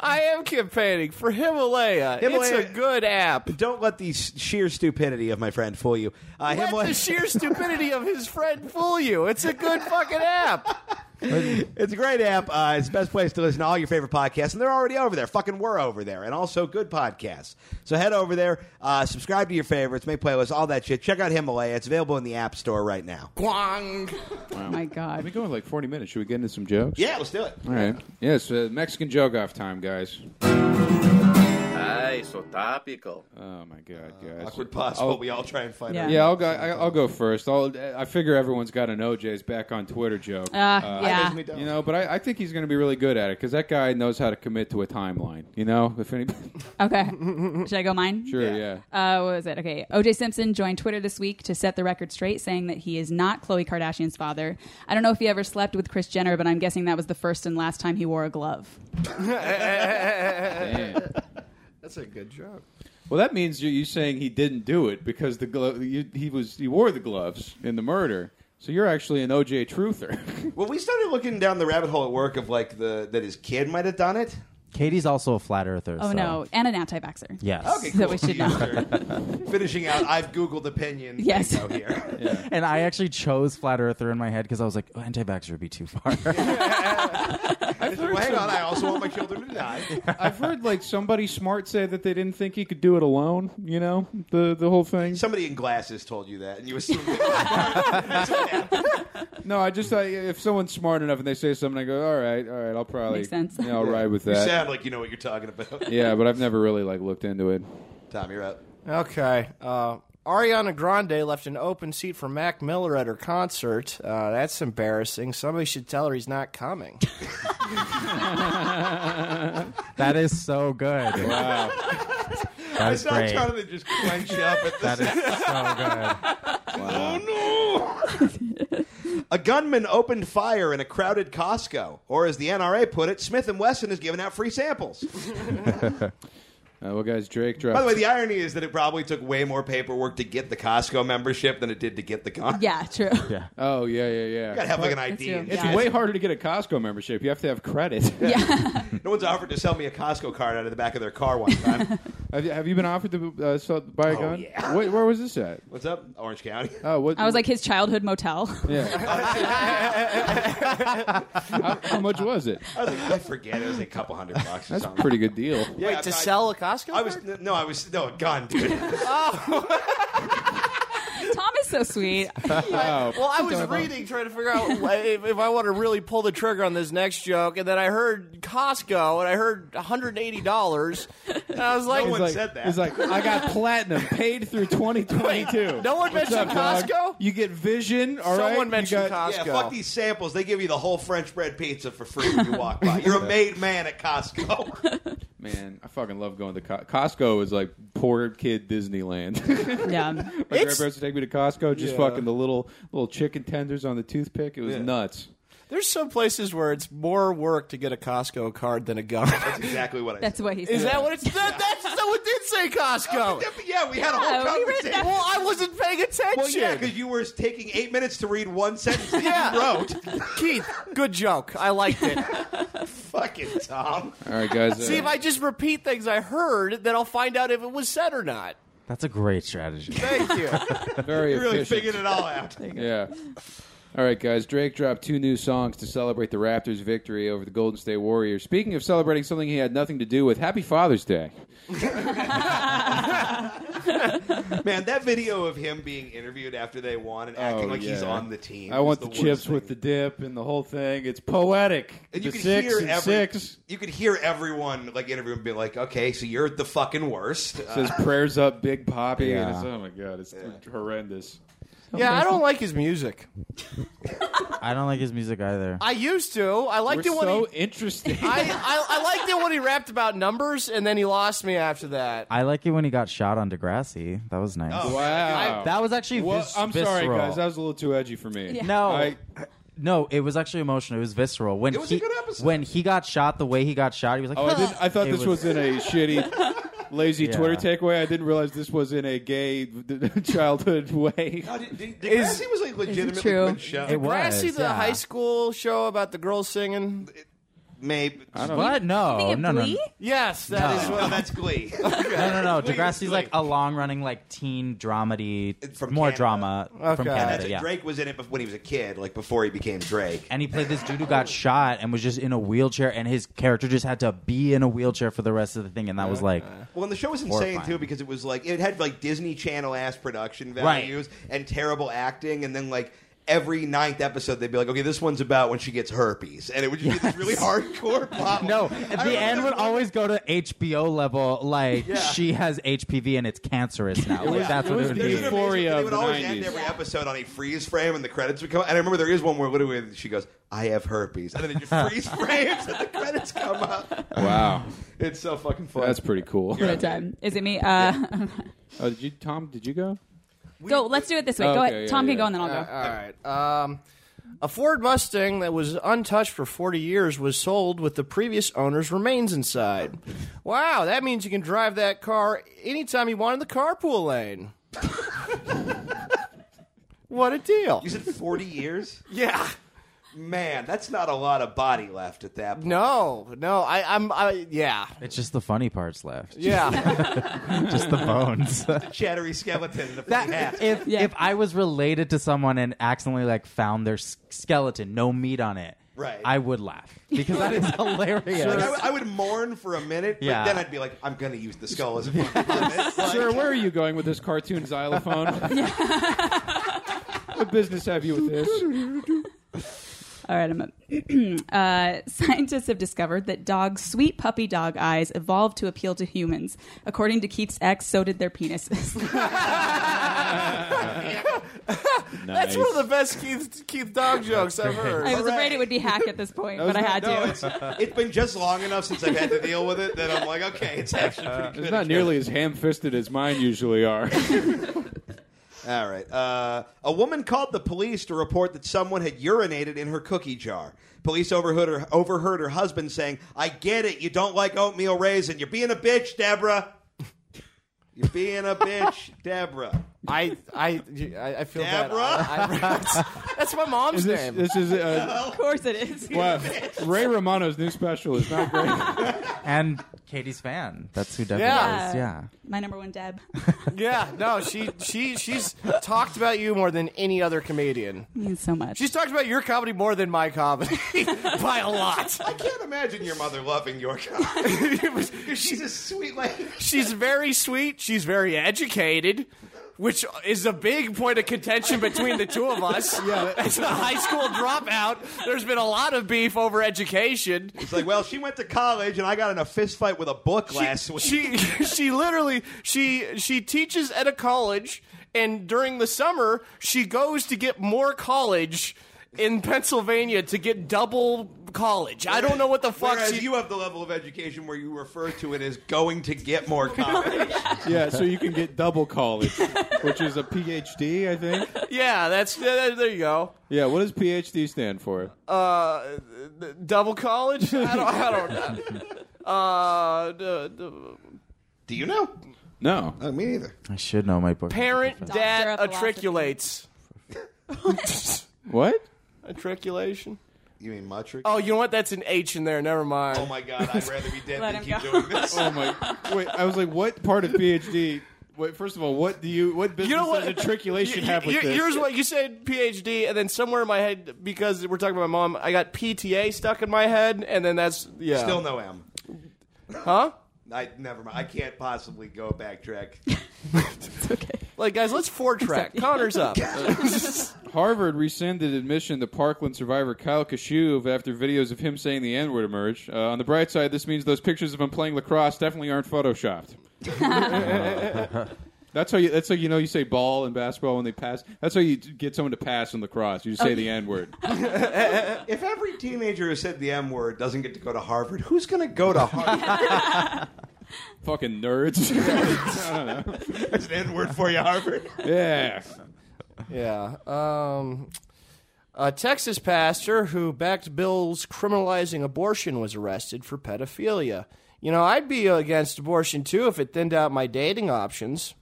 C: I am campaigning for Himalaya.
A: Himalaya-
C: It's a good app.
A: Don't let the s- sheer stupidity of my friend fool you. Uh,
C: Let
A: Himalaya-
C: the sheer stupidity of his friend fool you. It's a good fucking app.
A: It's a great app. Uh, it's the best place to listen to all your favorite podcasts, and they're already over there. Fucking we're over there, and also good podcasts. So head over there, uh, subscribe to your favorites, make playlists, all that shit. Check out Himalaya. It's available in the App Store right now.
C: Guang.
F: Oh my
B: I've been
F: god.
B: going like 40 minutes. Should we get into some jokes?
A: Yeah, let's do it.
B: All right. Yes, uh, Mexican joke off time, guys.
G: Ay, so topical.
B: Oh my god, guys.
A: Uh, Awkward pause while we all try and find
F: Yeah.
A: our-
B: Yeah, I'll go. I, I'll go first. I'll, I figure everyone's got an OJ's back on Twitter joke.
F: Uh,
A: I
F: yeah.
A: basically don't.
B: You know, but I, I think he's going to be really good at it because that guy knows how to commit to a timeline. You know, if any,
F: Okay. Should I go mine?
B: sure, yeah.
F: Uh, what was it? Okay. OJ Simpson joined Twitter this week to set the record straight, saying that he is not Khloe Kardashian's father. I don't know if he ever slept with Chris Jenner, but I'm guessing that was the first and last time he wore a glove.
B: Damn.
C: That's a good joke.
B: Well, that means you you saying he didn't do it because the glo- you, he was he wore the gloves in the murder. So you're actually an OJ truther.
A: Well, we started looking down the rabbit hole at work of like the that his kid might have done it.
E: Katie's also a flat earther.
F: Oh
E: so-
F: no, and an anti-vaxxer.
E: Yes.
A: Okay,
F: So
A: cool.
F: we should know.
A: User. Finishing out, I've Googled opinions.
F: Yes.
A: Bingo Here.
E: And I actually chose flat earther in my head because I was like, oh, anti-vaxxer would be too far.
A: Well, hang on. I also want my children to die.
B: I've heard like somebody smart say that they didn't think he could do it alone. You know, the the whole thing.
A: Somebody in glasses told you that, and you assumed. It.
B: No, I just I, if someone's smart enough and they say something, I go, all right, all right, I'll probably
F: Makes sense.
B: Yeah, I'll ride with
A: you
B: that.
A: sound like you know what you're talking about.
B: Yeah, but I've never really like looked into it.
A: Tom, you're up.
C: Okay. Uh, Ariana Grande left an open seat for Mac Miller at her concert. Uh, that's embarrassing. Somebody should tell her he's not coming.
E: that is so good.
B: Wow.
E: That is
A: I
E: great.
A: trying to just clench up at
E: That
A: this.
E: is so good.
A: Oh, A gunman opened fire in a crowded Costco, or as the NRA put it, Smith and Wesson is giving out free samples.
B: Uh, well, guys, Drake dropped.
A: By the way, the irony is that it probably took way more paperwork to get the Costco membership than it did to get the gun.
F: Yeah, true.
E: Yeah.
B: oh yeah, yeah, yeah.
A: You gotta have like an ID.
F: true.
A: and
B: it's
F: Yeah.
B: way harder to get a Costco membership. You have to have credit.
A: No one's offered to sell me a Costco card out of the back of their car one time.
B: have, you, have you been offered to uh, sell, buy a
A: Oh,
B: gun?
A: yeah.
B: Wait, where was this at?
A: What's up, Orange County?
B: Oh, what?
F: I was like his childhood motel.
B: yeah. how, how much was it?
A: I was like, I forget. It was like a couple hundred bucks. Or
B: That's a
A: something.
B: pretty good deal.
A: Yeah,
C: Wait, to
A: I-
C: sell a Costco?
A: I was
C: card?
A: no, I was no a gun, dude.
F: Tom is so sweet.
B: Wow.
C: Well, I was reading, trying to figure out like, if, if I want to really pull the trigger on this next joke, and then I heard Costco, and I heard one hundred eighty dollars, and I was
A: No
C: like,
B: He's
A: one
B: like,
A: said that.
B: He's like, I got platinum paid through 2022.
C: no one
B: What's
C: mentioned
B: up, dog?
C: Costco?
B: You get Vision. All right.
C: Someone
B: You
C: mentioned
B: got-
A: Yeah,
C: Costco.
A: fuck these samples. They give you the whole French bread pizza for free when you walk by. You're a made man at Costco.
B: Man, I fucking love going to Co- Costco. Is like poor kid Disneyland.
F: yeah.
B: My
C: It's-
B: grandparents would take me to Costco. Just
C: Yeah.
B: fucking the little little chicken tenders on the toothpick. It was nuts.
C: There's some places where it's more work to get a Costco card than a gun.
A: exactly what I
F: That's
A: said.
F: what he said.
C: Is that what it's? That, that's someone did say Costco.
A: yeah, we had a whole
F: Yeah, we read
A: conversation.
F: that.
C: Well, I wasn't paying attention.
A: Well, yeah, because you were taking eight minutes to read one sentence that
C: Yeah.
A: you wrote.
C: Keith, good joke. I liked it.
A: Fucking Tom.
B: All right, guys. uh,
C: See, if I just repeat things I heard, then I'll find out if it was said or not.
E: That's a great strategy.
C: Thank you.
B: very
A: You really
B: efficient.
A: figured it all out.
B: Yeah. All right, guys. Drake dropped two new songs to celebrate the Raptors' victory over the Golden State Warriors. Speaking of celebrating something he had nothing to do with, Happy Father's Day.
A: Man, that video of him being interviewed after they won and acting
B: Oh,
A: like he's
B: yeah.
A: on the team.
B: I
A: is
B: want the,
A: worst
B: chips
A: thing.
B: with the dip and the whole thing. It's poetic.
A: And
B: the
A: you could
B: six
A: hear
B: and
A: every,
B: six
A: You could hear everyone like interviewing, be like, "Okay, so you're the fucking worst." Uh,
B: says prayers up, Big Poppy.
E: Yeah.
B: And it's, oh my god, it's horrendous.
C: Yeah, I don't like his music.
E: I don't like his music either.
C: I used to. I
B: We're
C: liked it when
B: so
C: he.
B: interesting.
C: I, I, I liked it when he rapped about numbers, and then he lost me after that.
E: I like it when he got shot on Degrassi. That was nice.
B: Oh, wow.
E: That was actually
B: Well,
E: vis-
B: I'm sorry,
E: visceral.
B: guys. That was a little too edgy for me.
F: Yeah.
E: No,
B: I-
E: no, it was actually emotional. It was visceral. When
A: It was
E: he,
A: a good episode.
E: when he got shot, the way he got shot, he was like,
B: Oh, I,
E: "Huh."
B: didn't, I thought
E: It
B: this was, in a shitty, lazy
E: Yeah.
B: Twitter takeaway. I didn't realize this was in a gay childhood way.
A: No, did, did,
C: Is-
A: Degrassi was like legitimately
F: true?
A: good show.
E: It was.
C: Grassy, the
E: yeah.
C: high school show about the girls singing.
A: Maybe.
E: What? No,
F: Think of
E: Oh, no, no, no,
F: Glee?
C: Yes, that is
A: No,
C: what.
A: that's Glee.
E: no, no.
A: Glee is
E: Degrassi's like
A: Glee.
E: a long-running, like teen dramedy,
A: from
E: more
A: Canada.
E: drama from
C: Okay. And
E: Canada.
A: That's it.
E: yeah.
A: Drake was in it bef- when he was a kid, like before he became Drake.
E: and he played this dude who got shot and was just in a wheelchair, and his character just had to be in a wheelchair for the rest of the thing, and that was like,
A: Well, and the show was insane
E: Horrifying.
A: too because it was like it had like Disney Channel ass production values and terrible acting, and then like every ninth episode they'd be like, "Okay, this one's about when she gets herpes," and it would just be this really hardcore plot.
E: no.
A: line. I
E: The end
A: remember
E: would
A: that one-
E: always go to HBO level, like
A: Yeah.
E: she has HPV and it's cancerous now. Like,
B: was-
E: that's
B: it
E: what
B: was
E: it would
B: the-
A: There's an
E: be.
A: amazing-
B: Euphoria
A: They
B: of
A: would
B: the
A: always
B: 90s.
A: end every episode on a freeze frame, and the credits would come. And I remember there is one where literally she goes, "I have herpes," and then it just freeze frames, and the credits come up.
B: Wow,
A: It's so fucking fun.
B: that's pretty cool.
F: What a time. Is it me? Uh,
B: Oh, did you, Tom? Did you go?
F: go. Let's do it this way.
B: Okay,
F: go ahead.
B: yeah,
F: Tom
B: yeah.
F: can go, and then I'll go.
C: All right. Um, a Ford Mustang that was untouched for 40 years was sold with the previous owner's remains inside. Wow, that means you can drive that car anytime you want in the carpool lane. what a deal.
A: You said 40 years?
C: Yeah.
A: Man, that's not a lot of body left at that point.
C: No, no, I, I'm, I, yeah,
E: It's just the funny parts left,
C: yeah.
E: just the bones.
A: Chattery skeleton in the
E: That-
A: front half.
E: if
F: Yeah.
E: if I was related to someone and accidentally like found their s- skeleton, no meat on it,
A: Right.
E: I would laugh because that is hilarious.
A: Like, I, would- I would mourn for a minute, but
E: Yeah.
A: then I'd be like, I'm going to use the skull as a fucking limit. Like,
B: Sir, where are you going with this cartoon xylophone? what business have you with this?
F: All right, I'm up. uh, scientists have discovered that dogs' sweet puppy dog eyes evolved to appeal to humans. According to Keith's ex, so did their penises.
C: That's one of the best Keith, Keith Dog jokes I've heard.
F: I was
A: Hooray.
F: afraid it would be hack at this point, but I had
A: no,
F: to.
A: it's, it's been just long enough since I've had to deal with it that I'm like, okay, it's actually pretty good.
B: It's not nearly as ham-fisted as mine usually are.
A: All right. Uh, a woman called the police to report that someone had urinated in her cookie jar. Police overheard her, overheard her husband saying, I get it. You don't like oatmeal raisin. You're being a bitch, Deborah. You're being a bitch, Deborah.
C: I, I, I, I feel bad.
A: Deborah?
C: I- I- that's my mom's
B: this,
C: name.
B: this is uh,
F: Of course it is.
B: wow. Ray Romano's new special is not great.
E: and Katie's fan. That's who Deborah
C: Yeah.
E: is. Yeah.
F: My number one deb.
C: Yeah, no, she she she's talked about you more than any other comedian.
F: means so much.
C: She's talked about your comedy more than my comedy by a
A: I
C: lot.
A: can't imagine your mother loving your guy. She's a sweet lady.
C: She's very sweet. She's very educated, which is a big point of contention between the two of us. Yeah, as a high school dropout, there's been a lot of beef over education.
A: It's like, well, she went to college and I got in a fist fight with a book last week.
C: she she literally she she teaches at a college and during the summer she goes to get more college in Pennsylvania to get double college. I don't know what the fuck
A: Whereas
C: she
A: you have the level of education where you refer to it as going to get more college.
B: Yeah, so you can get double college, which is a PhD, I think.
C: Yeah, that's yeah, there you go.
B: Yeah, what does PhD stand for?
C: Double college? I don't I don't know. Uh, the, the
A: Do you know?
B: no.
A: Oh, me neither.
E: I should know my book.
C: parent
F: Doctor
C: dad
F: of philosophy.
C: matriculates.
B: What?
C: Matriculation?
A: You mean Mutrick?
C: Oh, you know what? That's an H in there. Never mind.
A: Oh my god, I'd rather be dead
F: Let
A: than
F: him
A: keep
F: go.
A: doing this.
B: Oh my! Wait, I was like, what part of PhD? Wait, first of all, what do you? What business
C: You know what?
B: does matriculation
C: You-
B: have with
C: you-
B: this?
C: Here's what you said, PhD, and then somewhere in my head, because we're talking about my mom, I got PTA stuck in my head, and then that's yeah.
A: Still no M.
C: huh?
A: I never mind. I can't possibly go backtrack.
C: Like guys, let's four track. Connor's up.
B: Harvard rescinded admission to Parkland survivor Kyle Kashuv after videos of him saying the N word emerged. Uh, on the bright side, this means those pictures of him playing lacrosse definitely aren't photoshopped. That's how you. That's how you know you say ball in basketball when they pass. That's how you t- get someone to pass in lacrosse. You just say the n word.
A: If every teenager who said the M word doesn't get to go to Harvard, who's going to go to Harvard?
B: Fucking nerds. I don't know.
A: That's an N word for you, Harvard.
B: Yeah.
C: Yeah. Um, a Texas pastor who backed bills criminalizing abortion was arrested for pedophilia. You know, I'd be against abortion too if it thinned out my dating options.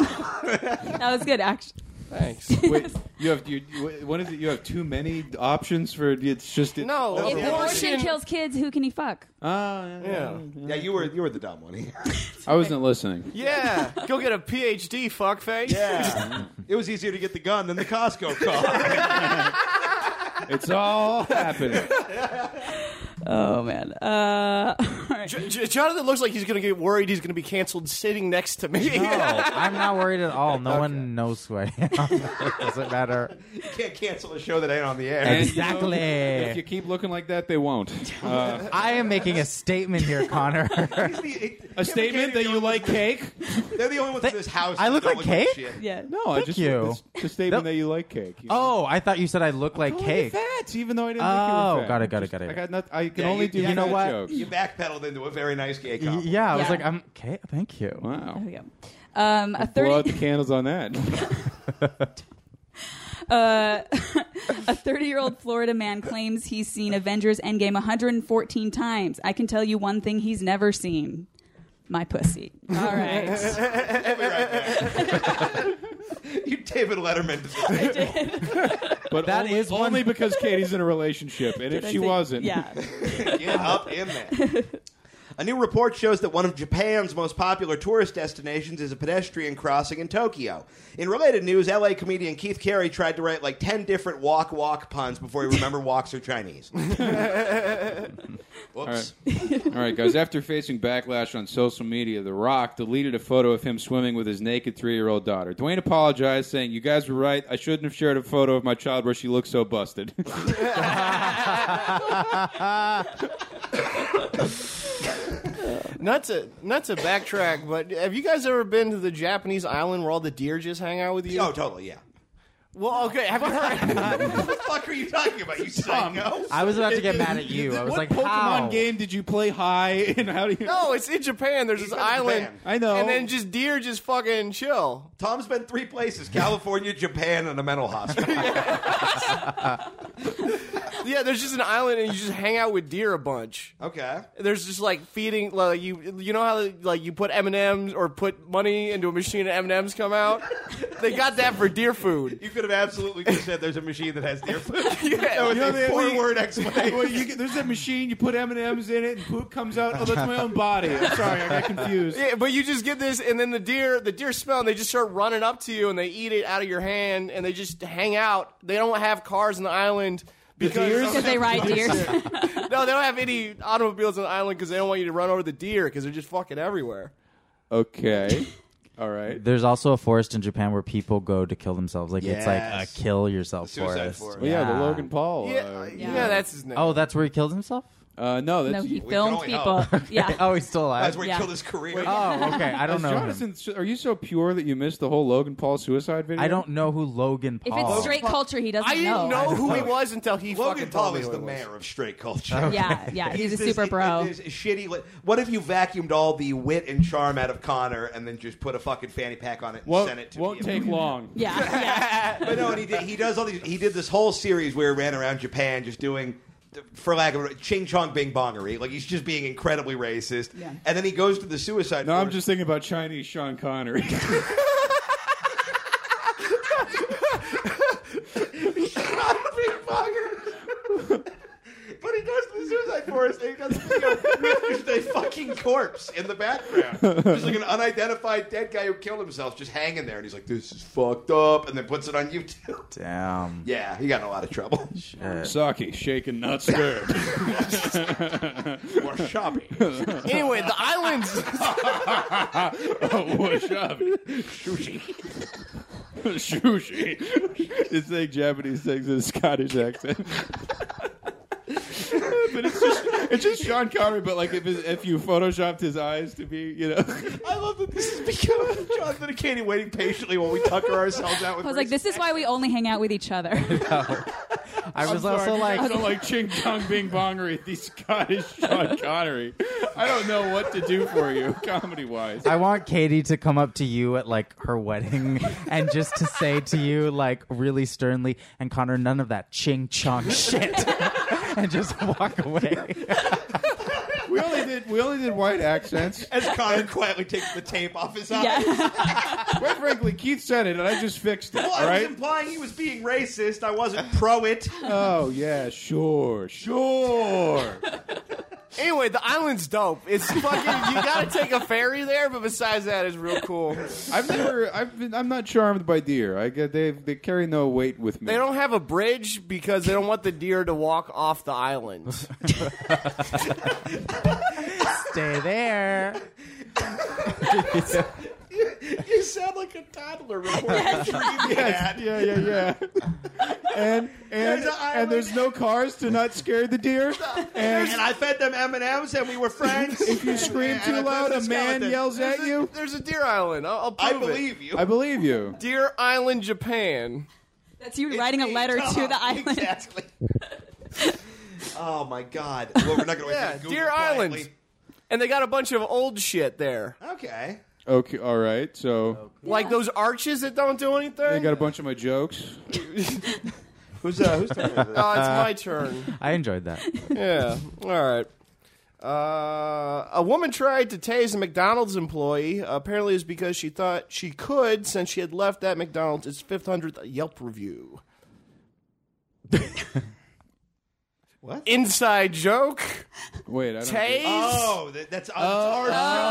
F: That was good, actually.
C: Thanks.
B: Wait. You have you. What is it? You have too many options for it's just it,
C: No,
B: Oh,
F: If
C: Yeah.
F: abortion
C: Abortion-
F: kills kids, who can he fuck?
B: yeah.
C: Yeah.
A: Yeah, you were you were the dumb one here.
B: I wasn't listening.
C: Yeah. Go get a PhD, fuckface.
A: Yeah, it was easier to get the gun than the Costco car.
B: It's all happening.
F: Oh man. Uh, all right.
C: J- J- Jonathan looks like he's going to get worried he's going to be canceled sitting next to me.
E: No, I'm not worried at all. No one knows who I am. it doesn't matter.
A: you can't cancel a show that ain't on the air.
B: And, you know,
E: Exactly.
B: if you keep looking like that, they won't. Uh,
E: I am making a statement here, Connor.
B: a statement that you like cake?
A: They're the only ones in this house.
E: I
A: that
E: look
A: don't
E: like
A: like
E: cake?
A: shit.
F: Yeah.
B: No, I
E: Thank
B: just
E: you.
B: it's The statement
E: That-
B: that you like cake. you know?
E: oh, I thought you said I look like
B: Oh, look at
E: cake.
B: Fats, even though I didn't
E: Oh,
B: think you were fat.
E: got it, got it, got it,
B: I
E: got
B: got not, I can
A: Yeah,
B: only
A: you-
B: do
A: you
E: know
B: fat
E: what?
B: jokes.
A: You backpeddled into a very nice gay
E: Y-
A: cop.
E: Yeah, I was
F: Yeah.
E: like, I'm okay. Thank you.
B: Wow.
F: There we go. Um, a
B: Blow out the
F: thirty
B: candles on that.
F: uh, a thirty year old Florida man claims he's seen Avengers Endgame 114 times. I can tell you one thing he's never seen. My pussy. All right.
A: We'll be right back. you David Letterman.
F: I did.
B: But
E: That
B: only,
E: is one-
B: only because Katie's in a relationship, and if
F: I
B: she
F: say-
B: wasn't,
F: Yeah.
A: Get up in there. A new report shows that one of Japan's most popular tourist destinations is a pedestrian crossing in Tokyo. In related news, LA comedian Keith Carey tried to write like 10 different walk walk puns before he remembered walks are Chinese. Oh, Whoops.
B: All right, guys. After facing backlash on social media, The Rock deleted a photo of him swimming with his naked three-year-old daughter. Dwayne apologized, saying, "You guys were right. I shouldn't have shared a photo of my child where she looked so busted."
C: Not to not to backtrack, but have you guys ever been to the Japanese island where all the deer just hang out with you?
A: Oh, totally, yeah.
C: Well, okay. Have you heard?
A: What the fuck are you talking about, you psycho?
E: I was about to get mad at you. I was
B: what
E: like,
B: Pokemon
E: how?
B: game did you play high, and how do you?
C: no, it's in Japan. There's this
A: been to
C: island.
A: Japan.
B: I know.
C: And then just deer just fucking chill.
A: Tom's been three places California, Japan, and a mental hospital.
C: Yeah, there's just an island and you just hang out with deer a bunch.
A: Okay.
C: There's just like feeding like you you know how like you put M and M's or put money into a machine and M and M's come out. They got that for deer food.
A: You could have absolutely just said there's a machine that has deer food.
C: Yeah,
A: That was
B: You know,
A: a
B: they-
A: four
B: we-
A: word
B: Hey,
A: explanation.
B: well, you get, there's that machine. You put M and M's in it, and poop comes out. Oh, that's my own body. I'm sorry, I got confused.
C: Yeah, but you just get this, and then the deer, the deer smell, and they just start running up to you, and they eat it out of your hand, and they just hang out. They don't have cars on the island because
F: Because they ride deer.
C: no, they don't have any automobiles on the island because they don't want you to run over the deer because they're just fucking everywhere.
B: Okay, all right.
E: There's also a forest in Japan where people go to kill themselves. Like it's like a
A: Yes.
E: kill yourself
A: Suicide
E: forest.
A: forest.
B: Well, yeah, the Logan Paul.
C: Yeah,
B: uh,
C: yeah.
F: yeah.
C: that's his name.
E: Oh, that's where he killed himself.
B: Uh, no,
F: No,
B: that's
F: he
A: can
F: filmed
A: only
F: people. Yeah.
E: Oh, he's still alive.
A: That's where he
F: Yeah.
A: killed his career.
E: oh, okay. I don't
B: Is
E: know. Him.
B: Jonathan, are you so pure that you missed the whole Logan Paul suicide video?
E: I don't know who Logan
F: If
E: Paul.
F: it's straight culture, he doesn't
C: I didn't know who he was until he
A: Logan
C: fucking
A: Paul
C: told me
A: is
C: who
A: the
C: he was.
A: mayor of straight culture.
B: Oh.
F: Yeah, yeah. He's a
A: this-
F: super bro.
A: this shitty. li- What if you vacuumed all the wit and charm out of Connor and then just put a fucking fanny pack on it and
B: Won't,
A: sent it to
B: won't
A: me?
B: take long.
F: Yeah, yeah.
A: But no, and he did. He does all these. He did this whole series where he ran around Japan just doing. For lack of ching chong bing bongery, like he's just being incredibly racist,
F: Yeah.
A: and then he goes to the suicide.
B: No, I'm
A: forest.
B: just thinking about Chinese Sean Connery.
A: But he goes to the suicide forest and he does with a fucking corpse in the background. Just like an unidentified dead guy who killed himself just hanging there. And he's like, this is fucked up. And then puts it on YouTube.
E: Damn.
A: Yeah, he got in a lot of trouble.
B: Saki, shaken, not stirred.
A: Or shopping.
C: Anyway, the islands.
B: oh, wasabi. Sushi. Sushi. It's like Japanese things in a Scottish accent. but it's just It's just Sean Connery, but like if, his, if you photoshopped his eyes to be, you know,
A: I love that this is becoming Jonathan and Katie waiting patiently while we tucker ourselves out with.
F: I was like, this is why we only hang out with each other.
E: I was also
B: Sorry,
E: like,
B: I don't like Ching Chong Bing Bongery, the Scottish Sean Connery. I don't know what to do for you, comedy wise.
E: I want Katie to come up to you at like her wedding and just to say to you like really sternly and Connor, none of that ching chong shit, and just walk away.
B: We only did we only did white accents.
A: As Connor quietly takes the tape off his eyes.
F: yeah.
B: Quite frankly, Keith said it, and I just fixed it.
A: Well,
B: all
A: I was
B: right.
A: implying he was being racist. I wasn't pro it.
B: Oh yeah, sure, sure.
C: Anyway, the island's dope. It's fucking. you gotta take a ferry there, but besides that, it's real cool.
B: I've never. I've been. I'm not charmed by deer. I get they. They carry no weight with me.
C: They don't have a bridge because they don't want the deer to walk off the island.
E: Stay there.
A: You sound like a toddler reporting yes.
B: Yes, Yeah, yeah, yeah. and and
A: There's an island.
B: and there's no cars to not scare the deer. And
A: And I fed them M and M's, and we were friends.
B: if you scream
A: And I
B: too
A: fed
B: loud,
A: the
B: a man
A: skeleton.
B: yells at you.
C: There's a deer island. I'll, I'll prove
A: I
C: it.
A: believe you.
B: I believe you.
C: Deer Island, Japan.
F: That's you writing a
A: me,
F: letter
A: Tom.
F: to the island.
A: Exactly. oh my god. Well, we're not going to
C: Yeah, Deer Island. And they got a bunch of old shit there.
A: Okay.
B: Okay, all right. So
C: Like those arches that don't do
B: I
C: anything.
B: got a bunch of my jokes.
A: Who's uh, who's talking about
C: oh, it's my turn.
E: I enjoyed that.
C: Yeah. All right. Uh, a woman tried to tase a McDonald's employee. Apparently, it's because she thought she could since she had left that McDonald's its 500th Yelp review.
A: What?
C: Inside joke.
B: Wait, I don't.
C: Tase.
B: think-
A: Oh, that, that's oh,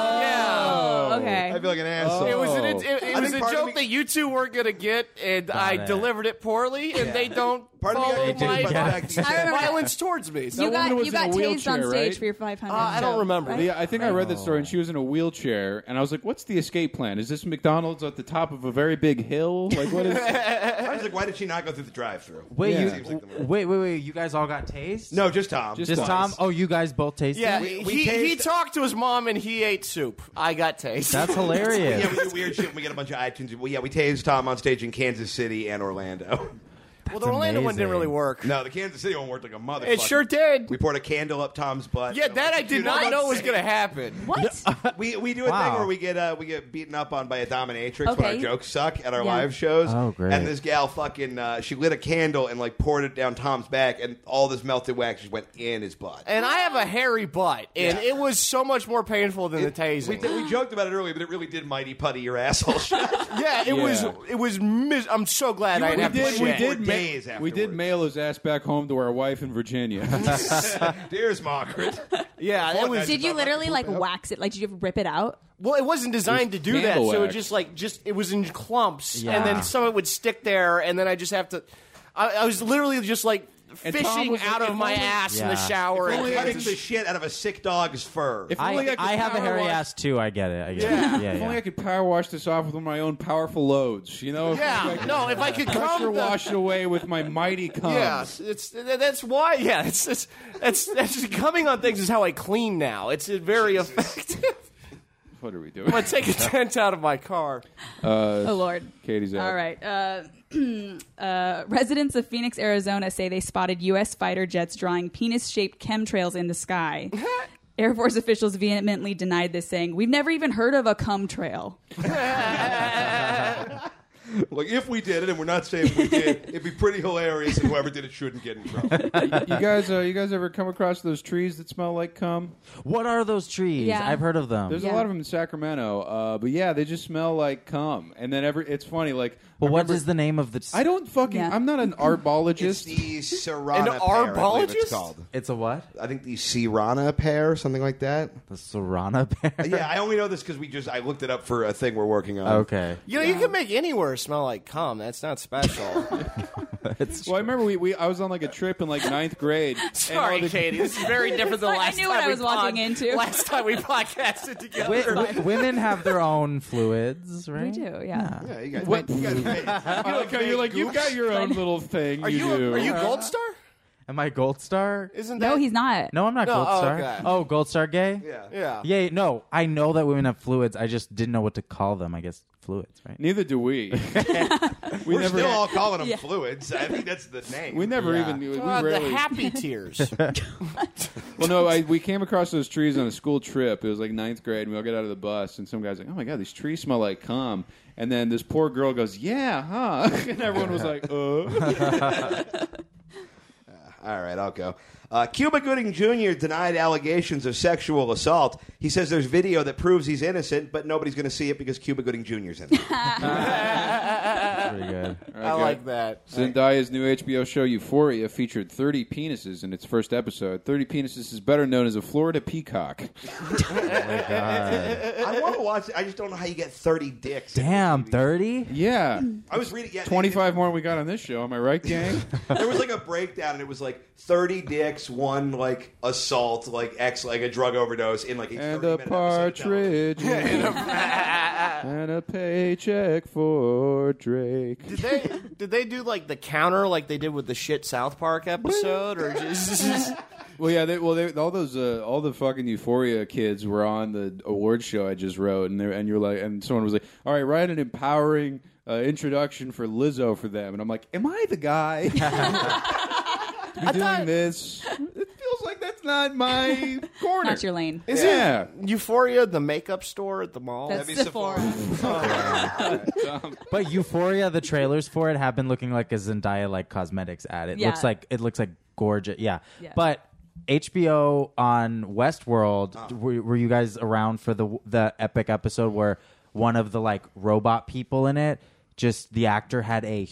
C: Yeah.
A: I
F: Okay.
A: feel like an asshole.
C: It was an,
B: Oh.
C: it, it, it
A: I
C: was
A: think
C: a
A: part of
C: joke
A: me-
C: that you two weren't gonna get, and I
E: it.
C: delivered it poorly, and they don't
A: Part of me
C: follow
A: got
E: did,
A: offended by
C: my
E: yeah.
A: the fact that you
F: I
A: said-
F: remember that.
C: violence towards me. So
F: You
B: woman
F: got
B: was
F: you
B: in
F: got
B: a
F: tased on
B: wheelchair,
F: stage
B: right?
F: for your 500.
C: Uh, I don't
F: show,
C: remember.
F: right?
B: Yeah, I think I read that story, and she was in a wheelchair, and I was like, "What's the escape plan? Is this McDonald's at the top of a very big hill? Like, what is?"
A: I was like, why did she not go through the drive-through?
E: Wait,
B: Yeah.
E: you,
B: Seems
A: like the move.
E: wait, wait, wait. You guys all got tased?
A: No, just Tom.
B: Just-
E: Just Tom. Oh, you guys both tased.
C: yeah,
E: it?
A: we
C: he, he
A: tased-
C: talked to his mom, and he ate soup. I got taste.
E: that's hilarious.
A: yeah, we do weird shit. when We get a bunch of iTunes. Well, yeah, we tased Tom on stage in Kansas City and Orlando.
C: well, the Orlando one didn't
E: amazing.
C: really work.
A: No, the Kansas City one worked like a motherfucker.
C: It sure did.
A: We poured a candle up Tom's butt.
C: yeah,
A: And
C: that
A: was
C: I
A: like,
C: did
A: "Dude, I'm
C: not know was
A: upset."
C: gonna happen.
F: What?
A: We, we do a thing
E: Wow.
A: where we get uh, we get beaten up on by a dominatrix when our
F: Okay.
A: jokes suck at our
F: Yeah.
A: live shows.
E: Oh, great.
A: And this gal fucking uh, she lit a candle and like poured it down Tom's back, and all this melted wax just went in his butt.
C: And I have a hairy butt, and it was so much more painful than the tasing.
A: we, did- we joked about it earlier, but it really did mighty putty your asshole shut.
C: yeah, it
B: Yeah.
C: was. It was. Mis- I'm so glad I
B: we
C: didn't have
B: did,
C: to
B: we
C: shit.
B: did,
A: Four
B: ma-
A: days
B: we did
A: afterwards.
B: mail his ass back home to our wife in Virginia.
A: Dear's Margaret.
C: Yeah, that was.
F: Did you literally like wax it? Like, did you rip it out?
C: Well, it wasn't designed to do that,
B: candle
C: so it
B: wax.
C: just like just it was in clumps,
E: Yeah.
C: and then some of it would stick there, and then I just have to. I, I was literally just like
B: And Tom
C: fishing
B: was like,
C: out of
B: if
C: my
B: only-
C: ass in the
E: Yeah.
C: shower. and
A: Only
C: cutting
A: cutting the shit out of a sick dog's fur.
B: If only
E: I,
B: could
E: I have a
B: power
E: hairy
B: wash-
E: ass too. I get it. I get
C: Yeah.
E: it. Yeah,
B: If only
E: yeah.
B: I could power wash this off with one of my own powerful loads. You know, If I
C: yeah,
B: could
C: no, if I could come,
B: pressure
C: the,
B: wash it away with my mighty cum.
C: yeah, it's th- that's why. Yeah, it's it's that's that's coming on things is how I clean now. It's very effective.
B: What are we doing?
C: I take a dent out of my car.
F: Oh Lord.
B: Katie's out.
F: All right. Uh, uh, residents of Phoenix, Arizona say they spotted U.S. fighter jets drawing penis shaped chemtrails in the sky. Air Force officials vehemently denied this, saying, We've never even heard of a cum trail.
A: like if we did it, and we're not saying we did, it'd be pretty hilarious, and whoever did it shouldn't get in trouble.
B: You guys, uh, you guys ever come across those trees that smell like cum?
E: What are those trees?
F: Yeah.
E: I've heard of them.
B: There's
F: Yeah.
B: a lot of them in Sacramento, uh, but yeah, they just smell like cum. And then every, it's funny, like,
E: but
B: I
E: what
B: remember-
E: is the name of the?
B: I don't fucking.
F: Yeah.
B: I'm not an
A: it's
B: arbologist.
A: the Serrana
C: An
A: pear, I believe
C: arbologist?
A: it's called.
E: It's a what?
A: I think the Serrana pear, something like that.
E: The Serrana pear.
A: Yeah, I only know this because we just I looked it up for a thing we're working on.
E: Okay.
C: You know, you can make anywhere smell like cum. That's not special.
B: Well, I remember we, we I was on like a trip in like ninth grade. and all
C: Sorry,
B: the-
C: Katie. This is very different than
F: Sorry, I
C: last
F: knew
C: time
F: what I
C: we
F: was walking
C: pod-
F: into.
C: Last time we podcasted together.
E: Wi- wi- women have their own fluids, right?
F: We do, yeah.
A: Yeah, you guys.
B: What-
A: you guys made-
B: You're like, you're like you've got your own little thing.
C: Are you,
B: do.
C: are you Gold Star?
E: Am I Gold Star?
C: Uh, Isn't that
F: No, he's not.
E: No, I'm not
C: No,
E: Gold
C: oh,
E: Star.
C: okay.
E: Oh, Gold Star gay?
A: Yeah.
C: Yeah.
E: Yeah, no, I know that women have fluids. I just didn't know what to call them. I guess fluids, right?
B: Neither do we. we
A: We're
B: never.
A: still all calling them
F: Yeah.
A: fluids. I think that's the name.
B: we never
E: Yeah.
B: even. We
C: Ah,
B: rarely.
C: the happy tears.
B: Well, no, I, we came across those trees on a school trip. It was like ninth grade, and we all get out of the bus, and some guy's like, "Oh my god, these trees smell like cum." And then this poor girl goes, "Yeah, huh?" And everyone was like, "Uh."
A: All right, I'll go. Uh, Cuba Gooding Jr. denied allegations of sexual assault. He says there's video that proves he's innocent, but nobody's going to see it because Cuba Gooding Jr.'s innocent.
E: Pretty good.
C: I like that.
B: Zendaya's new HBO show Euphoria featured 30 penises in its first episode. 30 penises is better known as a Florida peacock.
E: Oh
A: I want to watch it. I just don't know how you get 30 dicks. in
E: Damn,
A: TV.
E: thirty.
B: Yeah,
A: I was reading. Yeah,
B: 25 more we got on this show. Am I right, gang?
A: There was like a breakdown, and it was like 30 dicks, one like assault, like ex, like a drug overdose in like a
B: and
A: 30
B: a
A: minute episode.
B: partridge and a paycheck for Drake.
C: Did they did they do like the counter like they did with the shit South Park episode or just
B: Well, yeah. They, well, they, all those, uh, all the fucking Euphoria kids were on the award show I just wrote, and they and you're like, and someone was like, "All right, write an empowering uh, introduction for Lizzo for them," and I'm like, "Am I the guy to be doing
C: thought-
B: this? It feels like that's not my corner.
F: Not your lane.
C: Is
B: yeah,
C: it Euphoria the makeup store at the mall?
F: That's
A: be
F: Sephora.
E: But Euphoria, the trailers for it have been looking like a Zendaya like cosmetics ad. It
F: Yeah.
E: looks like it looks like gorgeous. Yeah.
F: Yeah.
E: But HBO on Westworld, were, were you guys around for the the epic episode where one of the like robot people in it? Just the actor had a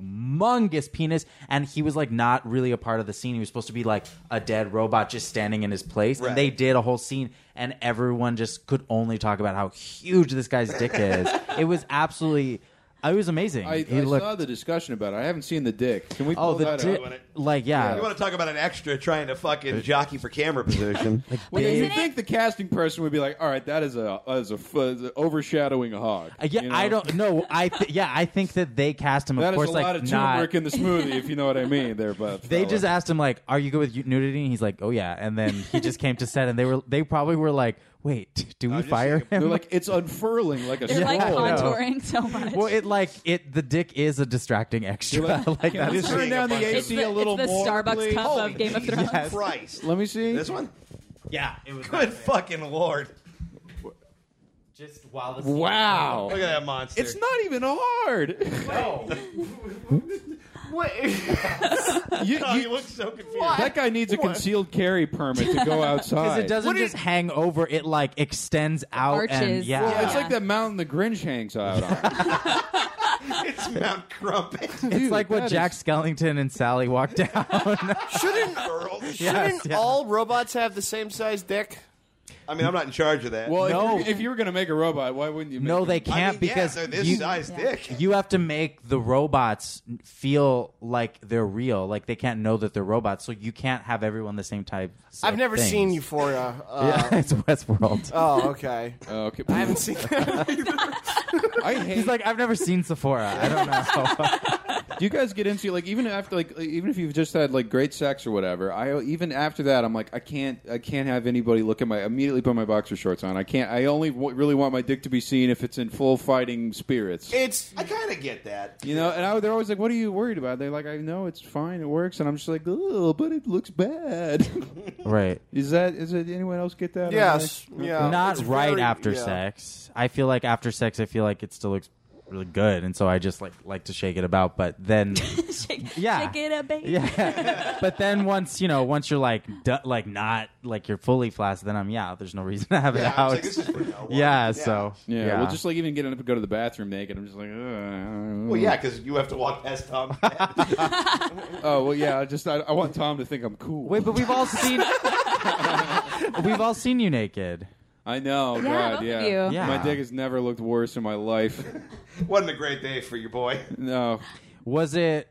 E: humongous penis, and he was like not really a part of the scene. He was supposed to be like a dead robot just standing in his place.
A: Right.
E: And they did a whole scene and everyone just could only talk about how huge this guy's dick is. It was absolutely uh, it was amazing.
B: I,
E: he
B: I
E: looked
B: saw the discussion about it. I haven't seen the dick. Can we pull
E: Oh, the
B: that
E: dick!
B: out?
E: Like yeah.
A: You want to talk about an extra trying to fucking jockey for camera position?
B: Well,
E: Big-
B: you think the casting person would be like, "All right, that is a that is a, f- is a overshadowing a hog."
E: Uh, yeah,
B: you know?
E: I don't know. I th- yeah, I think that they cast him. Of
B: That is
E: course,
B: a
E: like
B: lot of
E: not.
B: turmeric in the smoothie, if you know what I mean. There, but
E: They just asked him like, "Are you good with nudity?" And he's like, "Oh yeah." And then he just came to set, and they were they probably were like, "Wait, do we
A: just
E: fire
A: saying-
E: him?"
B: They're like it's unfurling like a
F: They're like
B: scroll.
E: I know.
F: contouring so much.
E: well, it like it the dick is a distracting extra.
B: You're like,
E: like
B: Can
E: that
B: we
E: is
B: turn
A: seeing a
B: down
A: bunch
B: the
A: of-
F: it's
B: AC
F: the,
B: a little
F: it's the
B: more,
F: Starbucks
B: please? Oh,
F: cup
A: Holy
F: of Game of Thrones.
A: Jesus Christ.
B: Let me see.
A: This one?
E: yeah. It was
A: Good fucking lord.
E: just while the
B: Wow,
A: Look at that monster.
B: it's not even hard.
C: Wait,
B: You-
A: Oh,
B: you-
A: you look so confused.
B: that guy needs a concealed carry permit to go
E: because
B: outside.
E: it doesn't just hang over; it like extends out and
F: Arches.
E: yeah.
B: Well, It's
F: Yeah.
B: like that mountain the Grinch hangs out on.
A: It's Mount Crumpet.
E: It's like what
B: that
E: Jack
B: is-
E: Skellington and Sally walked down.
C: shouldn't
A: Girls.
C: shouldn't
E: yeah.
C: all robots have the same size dick?
A: I mean, I'm not in charge of that.
B: Well,
E: No.
B: if, you, if you were going to make a robot, why wouldn't you? Make
E: No, they
B: It?
A: I mean,
E: can't because
A: yeah, they're this
E: you,
A: size
F: Yeah.
A: dick.
E: you have to make the robots feel like they're real, like they can't know that they're robots, so you can't have everyone the same type.
C: I've
E: of
C: never
E: things.
C: seen Euphoria. Uh,
E: Yeah, it's Westworld.
C: Oh, okay.
B: Oh, okay.
C: I haven't seen that.
B: I hate.
E: He's like, I've never seen Sephora. I don't know.
B: Do you guys get into like even after like even if you've just had like great sex or whatever? I even after that, I'm like I can't I can't have anybody look at my immediately put my boxer shorts on. I can't. I only w- really want my dick to be seen if it's in full fighting spirits.
C: It's
A: I kind of get that.
B: you know, and I, they're always like, "What are you worried about?" They're like, "I know it's fine, it works," and I'm just like, "Oh, but it looks bad."
E: right.
B: is that is it? Anyone else get that?
C: yes,
B: Am I-
C: yeah.
E: Not
C: it's
E: right
C: very-
E: after
C: yeah.
E: sex. I feel like after sex, I feel like it still looks really good, and so I just like like to shake it about. But then,
F: shake,
E: Yeah.
F: shake it up, baby.
E: yeah. but then once you know, once you're like du- like not like you're fully flaccid, then I'm yeah. There's no reason to have it
A: Yeah, I
E: out.
A: was like, this is for no one.
E: yeah, so
B: Yeah, well, just like even getting up and go to the bathroom naked, I'm just like, Ugh.
A: Well, yeah, because you have to walk past Tom.
B: oh, well, yeah. I Just I, I want Tom to think I'm cool.
E: Wait, but we've all seen we've all seen you naked.
B: I know.
F: Yeah,
B: God,
F: both of
B: yeah.
F: you.
E: Yeah.
B: My dick has never looked worse in my life.
A: Wasn't a great day for your boy.
B: no.
E: Was it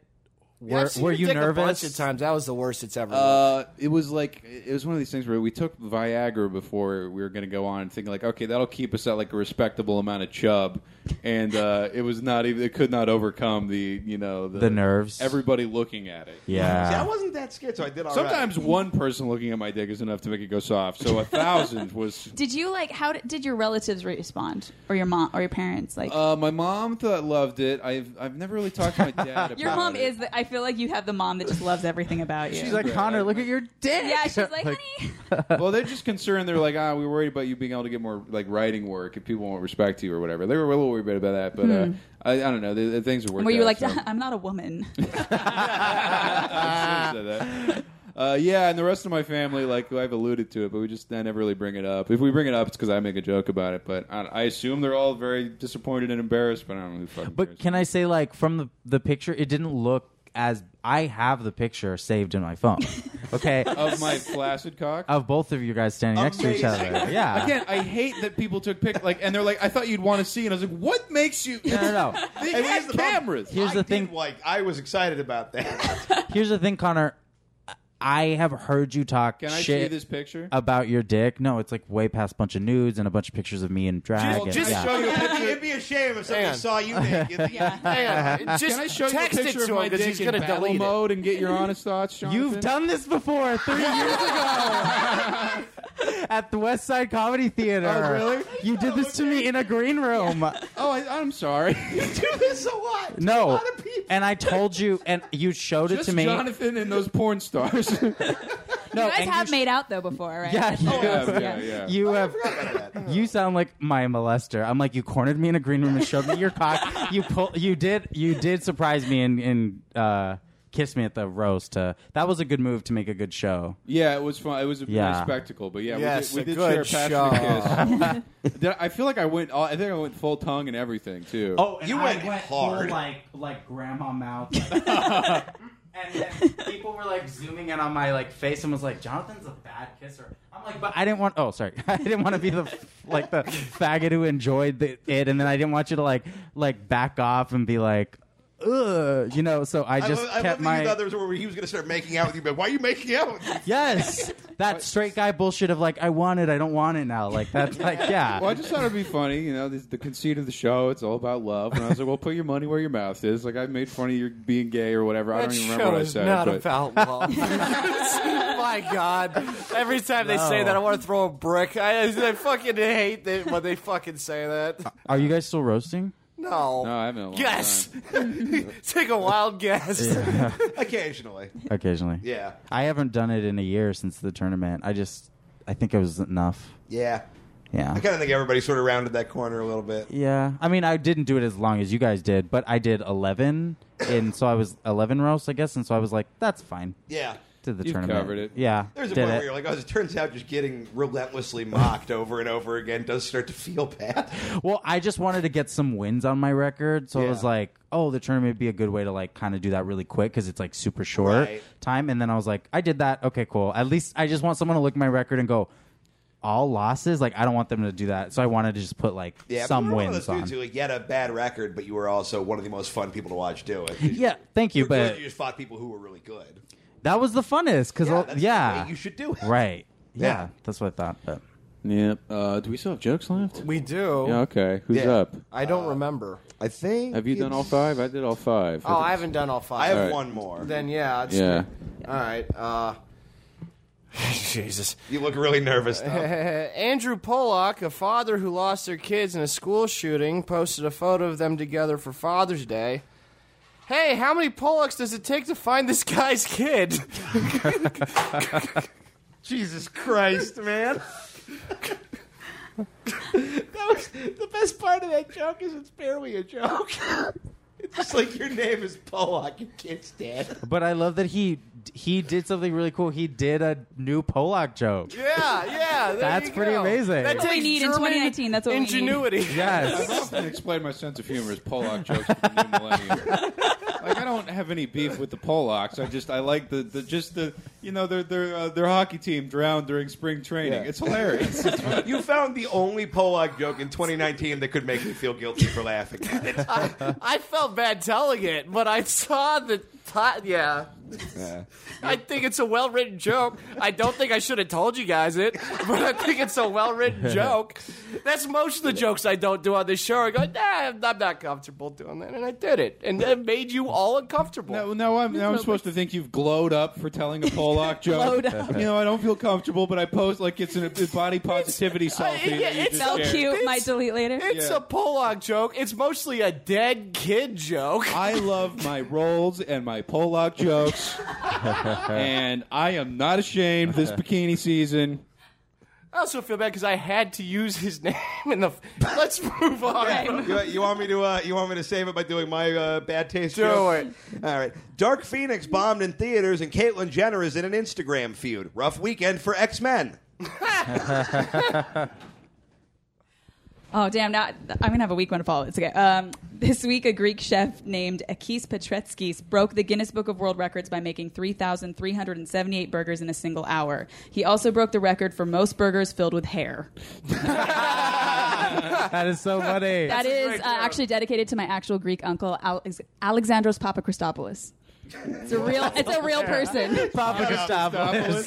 E: Were,
C: I've seen
E: were
C: her
E: you
C: dick
E: nervous?
C: A bunch of times. That was the worst it's ever. looked.
B: Uh, it was like it was one of these things where we took Viagra before we were going to go on, thinking like, okay, that'll keep us at like a respectable amount of chub, and uh, it was not even it could not overcome the you know the,
E: The nerves.
B: Everybody looking at it.
A: See, I
E: Yeah.
A: wasn't that scared, so I did all right.
B: Sometimes one person looking at my dick is enough to make it go soft. So a thousand was.
F: Did you like? How did, did your relatives respond, or your mom, or your parents? Like,
B: Uh, my mom thought loved it. I've I've never really talked to my dad. About
F: your mom
B: it.
F: is. The, I feel like you have the mom that just loves everything about you.
E: She's like, Connor, look at your dick.
F: yeah, she's like, honey.
B: well, they're just concerned. They're like, ah, we worried about you being able to get more like writing work if people won't respect you or whatever. They were a little worried about that, but uh, I, I don't know. The, the things are working.
F: Where you Hmm. were like, I'm not a woman.
B: Uh, yeah, and the rest of my family, like I've alluded to it, but we just I never really bring it up. If we bring it up, it's because I make a joke about it. But I, I assume they're all very disappointed and embarrassed. But I don't know who fucking.
E: But
B: cares.
E: can I say, like, from the, the picture, it didn't look as. I have the picture saved in my phone. Okay.
B: of my flaccid cock.
E: of both of you guys standing next to each other. Yeah.
B: Again, I hate that people took pic like, and they're like, "I thought you'd want to see," and I was like, "What makes you?"
E: No, no, no.
B: They
A: And
B: had
A: here's the problem.
B: cameras.
E: Here's
A: I
E: the
A: did
E: thing.
A: Like I was excited about that.
E: Here's the thing, Connor. I have heard you talk
B: Can I
E: shit
B: see this picture?
E: about your dick. No, it's like way past a bunch of nudes and a bunch of pictures of me and drag.
B: Well,
E: and,
B: just
E: yeah.
B: show you a
A: it'd, be,
B: picture.
A: it'd be a shame if somebody
C: Dan.
A: saw you naked.
F: yeah.
C: Hang on. Just
B: Can I show you a
C: text
B: picture
C: it to
B: of my
C: him because
B: dick
C: he's
B: in
C: going to
B: battle
C: delete it.
B: mode and get your honest thoughts, Jonathan?
E: You've done this before three years ago at the West Side Comedy Theater.
B: Oh, really?
E: You did this to me in a green room.
B: Oh, I, I'm sorry.
A: You do this a lot. to a
E: No,
A: lot of people.
E: and I told you, and you showed it
B: Just
E: to me.
B: Jonathan and those porn stars. yeah,
E: No,
F: You guys
E: and
F: have
E: sh-
F: made out though before, right?
E: Yeah, you,
B: yeah, yeah.
E: you have.
A: Oh, about that.
E: You sound like my molester. I'm like you cornered me in a green room and showed me your cock. You pull. You did. You did surprise me and and uh, kiss me at the roast. Uh, that was a good move to make a good show.
B: yeah, it was fun. It was a nice
E: Yeah.
B: spectacle, but yeah,
C: Yes,
B: we
C: a
B: did, we
C: good
B: did share a passionate kiss. Did I- I feel like I went. all- I think I went full tongue and everything too.
E: Oh,
A: and You I went went full, hard.
E: like like grandma mouth. and then people were like zooming in on my like face and was like, "Jonathan's a bad kisser." I'm like, "But I didn't want." Oh, sorry, I didn't want to be the like the faggot who enjoyed the, it, and then I didn't want you to like like back off and be like, "Ugh," you know. So I
A: I
E: just
A: love, I love
E: kept
A: that you
E: my
A: thought there was where he was going to start making out with you, but why are you making out with me?
E: yes, that straight guy bullshit of like, "I want it, I don't want it now." Like that's like yeah.
B: Well, I just thought it'd be funny, you know, this, the conceit of the show. It's all about love, and I was like, "Well, put your money where your mouth is." Like I made fun of you being gay or whatever. I
C: That
B: don't even
C: show
B: remember what I
C: is
B: said.
C: not
B: but-
C: about love. My God! Every time they say
E: No.
C: that, I want to throw a brick. I, I fucking hate that when they fucking say that.
E: Are you guys still roasting?
C: No.
B: no, I haven't. in a long
C: Yes.
B: time.
C: Take a wild guess.
A: Occasionally.
E: Occasionally.
A: Yeah.
E: I haven't done it in a year since the tournament. I just, I think it was enough.
A: Yeah.
E: Yeah.
A: I kind of think everybody sort of rounded that corner a little bit.
E: Yeah. I mean, I didn't do it as long as you guys did, but I did 11. and so I was 11 roasts, I guess. And so I was like, that's fine.
A: Yeah.
E: Did the
B: You've
E: tournament.
B: covered it.
E: Yeah.
A: There's a
E: did
A: point
E: it.
A: where you're like, oh, as it turns out, just getting relentlessly mocked over and over again does start to feel bad.
E: Well, I just wanted to get some wins on my record, so I
A: Yeah.
E: was like, "Oh, the tournament would be a good way to like kind of do that really quick because it's like super short
A: Right.
E: time." And then I was like, "I did that. Okay, cool. At least I just want someone to look at my record and go." All losses, like I don't want them to do that, so I wanted to just put like
A: Yeah,
E: some
A: you were
E: wins
A: One
E: on.
A: of those dudes who like, you had a bad record, but you were also one of the most fun people to watch do it.
E: Yeah, thank you,
A: You were good,
E: but
A: you just fought people who were really good.
E: that was the funnest because
A: Yeah,
E: yeah,
A: that's the way you should do it.
E: right, yeah,
A: Yeah.
E: that's what I thought. But
B: Yeah. Uh, do we still have jokes left?
C: we do.
B: Yeah. Okay. Who's
A: Yeah.
B: up? Uh,
C: I don't remember.
A: I think.
B: Have you done all five? I did all five.
C: Oh, I haven't done all five.
A: I have
B: All right.
A: one more.
C: Then yeah. it's-
B: Yeah.
C: All right. Uh, Jesus.
A: you look really nervous. Now.
C: Andrew Pollock, a father who lost their kids in a school shooting, posted a photo of them together for Father's Day. Hey, how many Pollocks does it take to find this guy's kid?
A: Jesus Christ, man. that was the best part of that joke is it's barely a joke. it's just like your name is Pollock, your kid's dead.
E: but I love that he he did something really cool. He did a new Pollock joke.
C: yeah, yeah. there
E: That's
C: you
E: pretty
C: go.
E: amazing.
C: That
E: That's
F: what we
C: takes
F: need in
C: German
F: 2019. That's what we need.
C: ingenuity. we
E: Yes.
B: I've often explained my sense of humor as Pollock jokes for the new millennium. Like I don't have any beef with the Pollocks. I just I like the, the just the you know their their uh, their hockey team drowned during spring training.
A: Yeah.
B: It's hilarious. It's funny.
A: You found the only Pollock joke in 2019 that could make me feel guilty for laughing at it.
C: I felt bad telling it, but I saw the hot. Yeah. I think it's a well written joke. I don't think I should have told you guys it, but I think it's a well written joke. That's most of the jokes I don't do on this show. I go, nah, I'm not comfortable doing that, and I did it, and that made you all uncomfortable.
B: No, no, I'm, now I'm
F: Roberts.
B: supposed to think you've glowed up for telling a Pollock joke.
F: Glowed up.
B: You know, I don't feel comfortable, but I post like it's an, a body positivity selfie.
C: yeah,
B: that you
C: it's
B: just
F: So
B: shared.
F: cute.
C: It's-
F: Might delete later.
C: It's
B: Yeah.
C: a Pollock joke. It's mostly a dead kid joke.
B: I love my rolls and my Pollock jokes, and I am not ashamed. This bikini season.
C: I also feel bad because I had to use his name in the. Let's move on.
F: Right.
A: You, you want me to? Uh, you want me to save it by doing my uh, bad taste?
C: Do
A: joke?
C: it.
A: All right. Dark Phoenix bombed in theaters, and Caitlyn Jenner is in an Instagram feud. Rough weekend for X Men.
F: Oh damn! Now I'm gonna have a weak one to follow. It's okay. Um, this week, a Greek chef named Akis Petretskis broke the Guinness Book of World Records by making 3,378 burgers in a single hour. He also broke the record for most burgers filled with hair.
E: That is so funny.
F: That
C: a
F: is
C: great
F: uh,
C: joke.
F: actually dedicated to my actual Greek uncle, Alex- Alexandros Papakristopoulos. It's a real. It's a real person.
E: Papa Gustavo.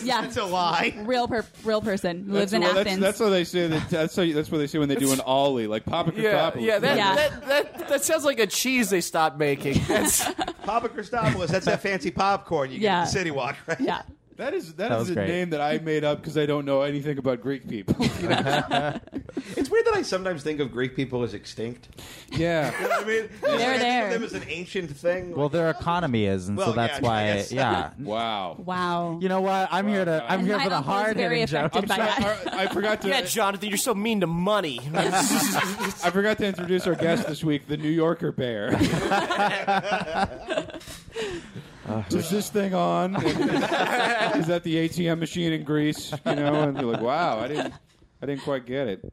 F: Yeah,
A: That's a lie.
F: real per- real person lives in
B: that's, well,
F: Athens.
B: That's, that's what they say. That, that's, how you- that's what they say when they do an ollie, like Papa
C: Yeah,
B: Christopoulos.
C: yeah, that,
F: Yeah.
C: That, that, that sounds like a cheese they stopped making. That's,
A: Papa Christopoulos. That's that fancy popcorn you
F: Yeah.
A: get at the City Walk, right?
F: yeah.
B: that is that,
E: That
B: that is
E: was
B: a
E: great.
B: name that I made up because I don't know anything about Greek people.
A: It's weird that I sometimes think of Greek people as extinct.
B: yeah.
A: I mean, I think of
F: there.
A: Them as an ancient thing.
E: Well, their economy is, and
A: Well,
E: so that's
A: yeah, I
E: why.
A: guess.
E: Yeah.
B: Wow.
F: Wow.
E: You know what? I'm here to. I'm
F: And
E: here
F: my
E: for the
F: uncle is
E: hard
F: very
E: hitting joke.
F: affected by that.
B: I, I forgot to.
C: yeah, Jonathan, you're so mean to money.
B: I forgot to introduce our guest this week, the New Yorker Bear. Is this thing on? Is that the ATM machine in Greece? You know, and you're like, wow, I didn't, I didn't quite get it.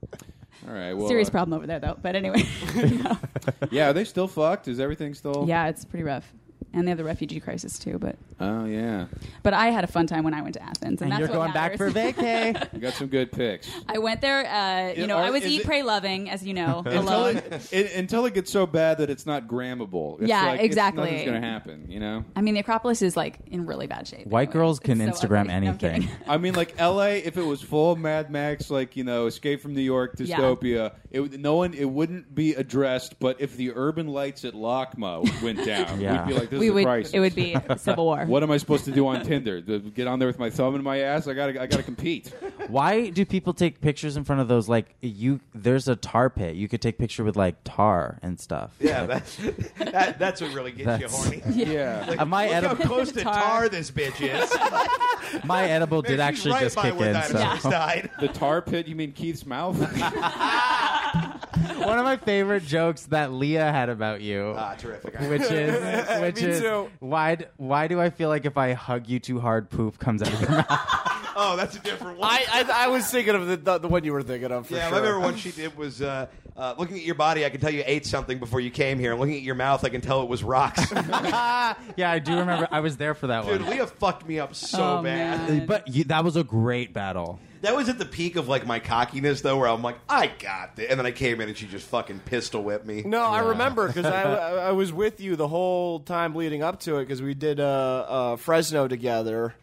B: All right, well,
F: Serious
B: uh,
F: problem over there though. But anyway,
B: Yeah, are they still fucked? Is everything still?
F: yeah, it's pretty rough. And they have the refugee crisis too, but
B: Oh yeah,
F: But I had a fun time when I went to Athens, and,
E: And
F: that's
E: you're
F: what
E: going back for
F: matters.
E: vacay.
B: you got some good picks.
F: I went there. Uh, you
B: Yeah,
F: know,
B: or
F: I was
B: is
F: eat,
B: it-
F: pray, loving, as you know,
B: Until
F: alone.
B: it, it- until it gets so bad that it's not grammable. It's
F: Yeah,
B: like, it's-
F: exactly.
B: nothing's gonna happen. You know.
F: I mean, the Acropolis is like in really bad shape.
E: White
F: anyway.
E: girls
F: It's
E: can
F: so
E: Instagram
F: ugly. No, I'm
E: anything.
F: kidding.
B: I mean, like L.A. If it was full Mad Max, like you know, Escape from New York,
F: Yeah.
B: dystopia, it would no one, it wouldn't be addressed. But if the urban lights at LACMA went down,
E: Yeah.
B: we'd be like, "This
F: we
B: is a
F: would.
B: crisis."
F: It would be civil war.
B: What am I supposed to do on Tinder? To Get on there with my thumb in my ass? I gotta, I gotta compete.
E: Why do people take pictures in front of those? Like you, there's a tar pit. You could take picture with like tar and stuff.
A: yeah,
E: Like,
A: that's, that, that's what really gets you
E: That's-
A: horny.
B: Yeah,
E: uh, my
A: Look how
E: edible,
A: close to
F: Tar.
A: tar this bitch is.
E: my edible did
A: She's
E: actually
A: right
E: just
A: by
E: kick
A: where
E: in. So.
A: dinosaurs died.
B: the tar pit. You mean Keith's mouth?
E: One of my favorite jokes that Leah had about you.
A: Ah, terrific.
E: which is which
C: Me
E: is
C: too.
E: why d- why do I feel like if I hug you too hard, poop comes out of your mouth?
A: Oh, that's a different one.
C: I, I I was thinking of the, the, the one you were thinking of. For
A: yeah,
C: sure.
A: I remember what she did was uh, uh, looking at your body. I can tell you ate something before you came here. And looking at your mouth, I can tell it was rocks.
E: yeah, I do remember. I was there for that
A: Dude,
E: one.
A: Leah fucked me up so
F: Oh,
A: bad.
F: man. Leah-
E: But you, that was a great battle.
A: That was at the peak of like my cockiness, though, where I'm like, I got this, and then I came in and she just fucking pistol whipped me.
C: No, I remember because I, I I was with you the whole time leading up to it because we did uh, uh, Fresno together.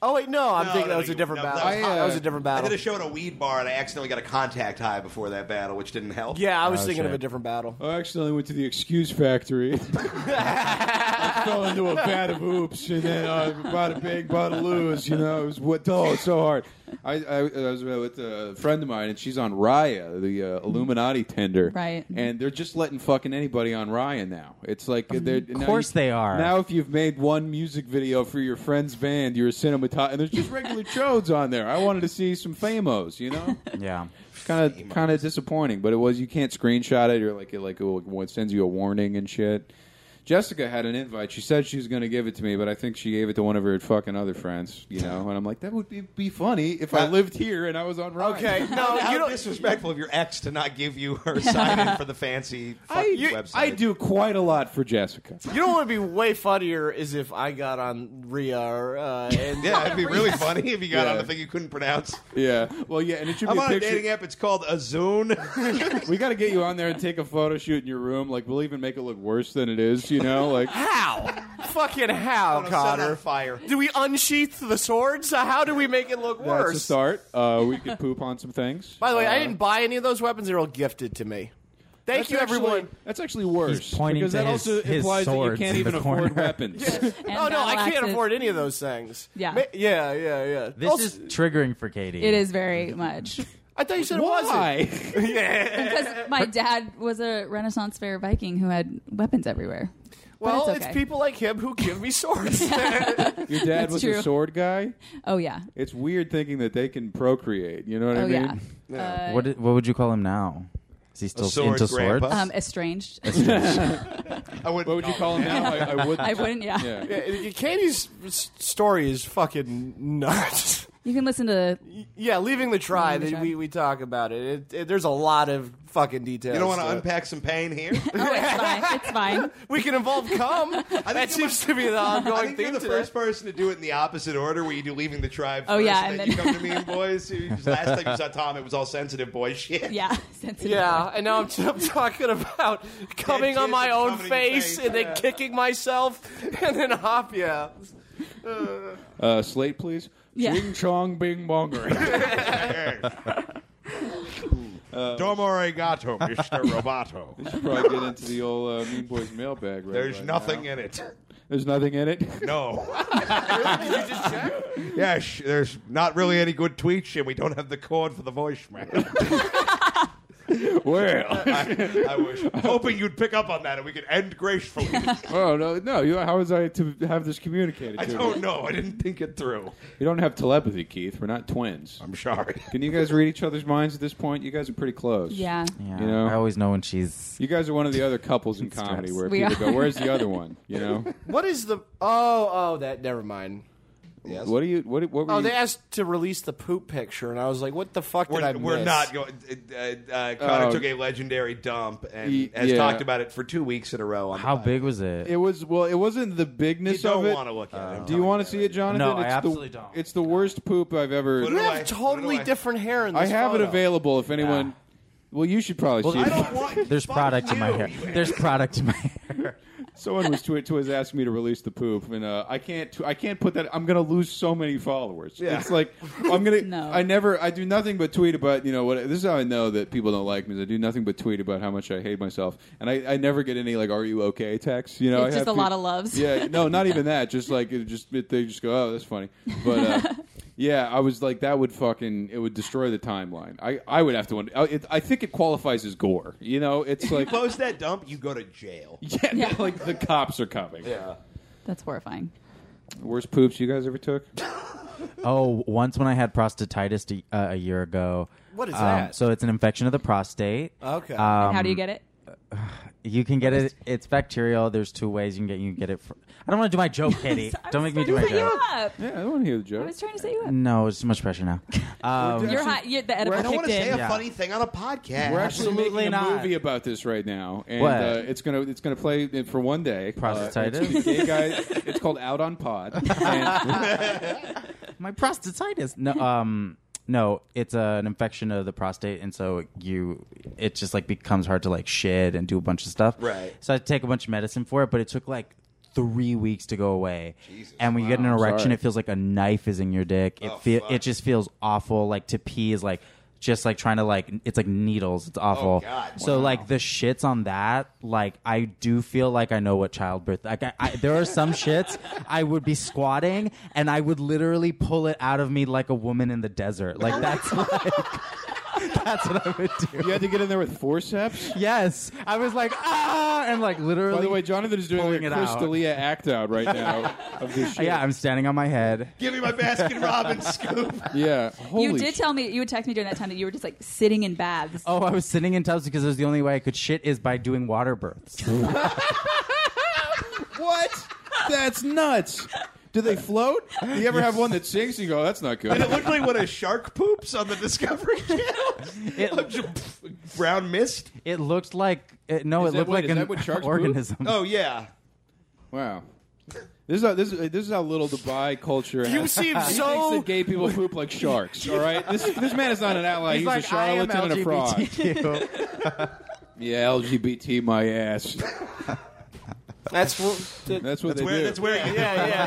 C: Oh wait, no, I'm
A: No,
C: thinking
A: no,
C: that was a
A: you-
C: different
A: no,
C: battle.
A: that
C: That
A: was-
C: was,
B: I, uh,
C: a different
A: I
C: battle.
A: did a show at a weed bar, and I accidentally got a contact high before that battle, which didn't help.
C: yeah, I was
E: Oh,
C: thinking of
E: shit.
C: a different battle.
B: I accidentally went to the excuse factory. I fell into a vat of oops, and then uh, bought a big bottle of loose. You know, it was what? Oh, it's so hard. I, I, I was with a friend of mine, and she's on Raya, the uh, Illuminati tender.
F: Right.
B: And they're just letting fucking anybody on Raya now. It's like of
E: course they are.
B: Now, if you've made one music video for your friend's band, you're a cinematographer, and there's just regular chodes on there. I wanted to see some famos, you know
E: Yeah,
B: kind of kind of disappointing, but it was you can't screenshot it or like it like it, will- it sends you a warning and shit. Jessica had an invite. She said she was going to give it to me, but I think she gave it to one of her fucking other friends, you know. And I'm like, that would be, be funny if I lived here and I was on Ryan.
C: Okay, no,
A: How
C: you don't.
A: disrespectful of your ex to not give you her sign in for the fancy
B: I,
A: fucking
B: you-
A: website.
B: I do quite a lot for Jessica.
C: You know what would be way funnier is if I got on Rhea or, uh, and
A: Yeah, it'd be really funny if you got on
B: Yeah.
A: the thing you couldn't pronounce.
B: Yeah. Well, yeah, and it should
A: I'm
B: be
A: on
B: a
A: a
B: picture.
A: dating app. It's called Azoon.
B: We got to get you on there and take a photo shoot in your room. Like, we'll even make it look worse than it is. you know? Like,
C: How? Fucking how, Connor?
A: fire.
C: Do we unsheath the swords? Uh, How do we make it look
B: that's a
C: worse?
B: start. Uh, we could poop on some things.
C: By the way, I
B: Uh,
C: didn't buy any of those weapons. They were all gifted to me. Thank
B: that's
C: you,
B: actually-
C: everyone.
B: That's actually worse.
E: He's pointing
B: because
E: to
B: that
E: his-
B: also
E: his
B: implies that you
E: swords
B: can't
E: in the
B: even afford
E: corner.
B: weapons.
F: And
C: Oh no, I
F: battle
C: can't
F: axes.
C: afford any of those things.
F: Yeah.
C: Ma- yeah, yeah, yeah.
E: This
C: Also-
E: is triggering for Katie.
F: It is very much
C: I thought you said it
B: Why?
F: because my dad was a Renaissance fair Viking who had weapons everywhere.
C: wasn't. Well,
F: it's
C: it's,
F: okay.
C: people like him who give me swords.
B: Your dad was
F: true.
B: a sword guy.
F: Oh yeah,
B: It's weird thinking that they can procreate. You know what I
F: oh
B: mean?
F: yeah. Uh,
E: What, i- what would you call him now? Is he still
A: sword
E: into
A: grandpa.
E: swords?
F: um, estranged.
A: I would,
B: What would you call him now? I, I wouldn't.
F: I wouldn't. Yeah.
B: Yeah.
C: Yeah, Katie's s- story is fucking nuts.
F: you can listen to. oh,
C: Yeah, leaving the tribe.
F: Leaving the
C: We,
F: tribe.
C: we talk about it. it, it there's a lot of fucking details.
A: You don't want
C: to
A: to
C: it.
A: unpack some pain here?
F: Oh, it's fine. It's fine.
C: We can involve cum. that seems to be the
A: I
C: ongoing
A: think you're
C: theme.
A: the
C: today.
A: first person to do it in the opposite order, where you do leaving the tribe.
F: Oh,
A: first,
F: yeah,
A: and
F: and
A: then you
F: then-
A: come to me and boys. You- 'cause Last time you saw Tom, it was all sensitive boy shit.
F: Yeah. Sensitive.
C: Yeah, and now I'm, I'm talking about coming on
A: kids
C: my
A: and
C: own
A: coming in your
C: face
A: face,
C: and then
A: yeah.
C: kicking myself and then hop. Yeah,
B: Uh, slate, please.
F: Yeah.
B: Ching chong bing bongering.
A: Um, Domo arigato, Mr. Roboto.
B: Probably get into the old uh, Mean Boys mailbag. Right
A: There's
B: right
A: nothing
B: Now.
A: in it.
B: There's nothing in it.
A: No.
C: you just check.
A: Yeah, sh- there's not really any good tweets, and we don't have the cord for the voicemail.
B: well,
A: I, I was hoping you'd pick up on that, and we could end gracefully.
B: oh no, no. You, how was I to have this communicated?
A: I
B: to me?
A: don't know. I didn't think it through.
B: You don't have telepathy, Keith. We're not twins.
A: I'm sorry.
B: Can you guys read each other's minds at this point? You guys are pretty close.
F: Yeah.
E: yeah,
B: you know?
E: I always know when she's.
B: You guys are one of the other couples in comedy
E: Stress.
B: where
F: We
B: people
F: are.
B: go, "Where's the other one?" You know.
C: What is the? Oh, oh, that. Never mind.
A: Yes.
B: What do you? What? What were
C: Oh,
B: you?
C: they asked to release the poop picture, and I was like, "What the fuck did
A: We're,
C: I miss?"
A: we're not going. Uh, uh, Connor
B: Oh.
A: took a legendary dump and
B: Ye-
A: has
B: yeah.
A: talked about it for two weeks in a row. On
E: How
A: the podcast.
E: big was it?
B: it was well. It wasn't the
A: You
B: bigness of
A: don't
B: it.
A: want to look at it.
B: Do you want to see it, Jonathan?
E: No, I
B: it's
E: absolutely
B: the,
E: don't.
B: It's the worst poop I've ever.
A: Put
C: You
A: it
C: have
A: away.
C: totally
A: Put it away.
C: different hair in this
B: I have it
C: photo.
B: available if anyone. Well, you should probably
E: Well,
B: see
A: I
B: it.
A: don't want.
E: There's
A: fuck
E: product in my
A: you.
E: hair. There's product in my hair.
B: Someone was tw- tw- was asking me to release the poop, and uh, I can't. Tw- I can't put that. I'm gonna lose so many followers.
A: Yeah.
B: It's like I'm gonna.
F: No.
B: I never. I do nothing but tweet about you know what. This is how I know that people don't like me. Is I do nothing but tweet about how much I hate myself, and I, I never get any like "Are you okay?" texts. You know,
F: It's
B: I
F: just
B: have
F: a lot
B: peop-
F: of loves.
B: Yeah, no, not even that. Just like it just it, they just go, "Oh, that's funny," but. Uh, Yeah, I was like, that would fucking it would destroy the timeline. I, I would have to. wonder- I, it, I think it qualifies as gore. You know, it's like
A: Post that dump, you go to jail.
B: yeah,
F: Yeah.
B: like the cops are coming.
A: Yeah.
F: That's horrifying.
B: Worst poops you guys ever took?
E: Oh, once when I had prostatitis a- uh, a year ago.
C: What is
E: um,
C: that?
E: So it's an infection of the prostate.
A: Uh,
C: Okay.
E: Um,
F: And how do you get it?
E: You can get it. It's bacterial. There's two ways you can get. You can get it. Fr- I don't want to do my joke, Katie. don't make me do my
F: Set you
E: joke.
F: up.
B: Yeah, I don't want to hear the
F: I
B: joke.
F: was trying to set you up.
E: No, it's too much pressure now. Um,
F: You're hot. You're, the edible
A: I don't want
F: kicked
A: to say
F: in.
A: a
E: Yeah.
A: funny thing on a podcast.
B: We're actually
E: Absolutely
B: making a
E: not.
B: movie about this right now, and
E: What?
B: Uh, it's gonna it's gonna play it for one day.
E: Prostatitis?
B: Uh, it's, gay guy- it's called Out on Pod. And
E: my prostatitis. No, um, no, it's uh, an infection of the prostate, and so you, it just like becomes hard to like shit and do a bunch of stuff.
A: Right.
E: So I take a bunch of medicine for it, but it took like three weeks to go away.
A: Jesus,
E: and when you get an erection,
B: Sorry.
E: it feels like a knife is in your dick. It
A: Oh,
E: feel
A: fuck.
E: it just feels awful. Like to pee is like. Just like trying to like, it's like needles. It's awful.
A: God.
E: So like the shits on that, like I do feel like I know what childbirth. Like I, I, there are some shits I would be squatting and I would literally pull it out of me like a woman in the desert. Like that's like that's what I would do.
B: you had to get in there with forceps.
E: Yes, I was like ah, and like literally.
B: By the way, Jonathan is doing
E: Pulling
B: a
E: it
B: Chris
E: out.
B: D'Elia act out right now of this shit.
E: yeah, I'm standing on my head.
A: Give me my Baskin Robbins scoop.
B: Yeah. Holy
F: You did
B: sh-
F: tell me you would text me during that time that you were just like sitting in baths.
E: Oh, I was sitting in tubs because it was the only way I could shit is by doing water births.
B: what? That's nuts. Do they float? Do you ever have one that sinks? and You go, that's
A: And
B: not
A: it
B: good.
A: looked like when a shark poops on the Discovery Channel.
E: It,
A: Brown mist.
E: it looked like it, no,
B: Is
E: it
B: that-
E: looked
B: wait,
E: like
B: is
E: an
B: that what sharks poop?
E: organism.
A: Oh yeah.
B: Wow. This is how this is, this is how little Dubai culture.
C: You
B: has-
C: seem
B: He
C: so-
B: thinks that gay people poop like sharks. All right, this this man is not an ally. He's, a charlatan and a fraud.
E: LGBTQ.
B: Yeah, LGBT my ass.
C: That's what.
B: That's what
A: That's
B: they
A: where,
B: do.
A: that's where you
C: yeah,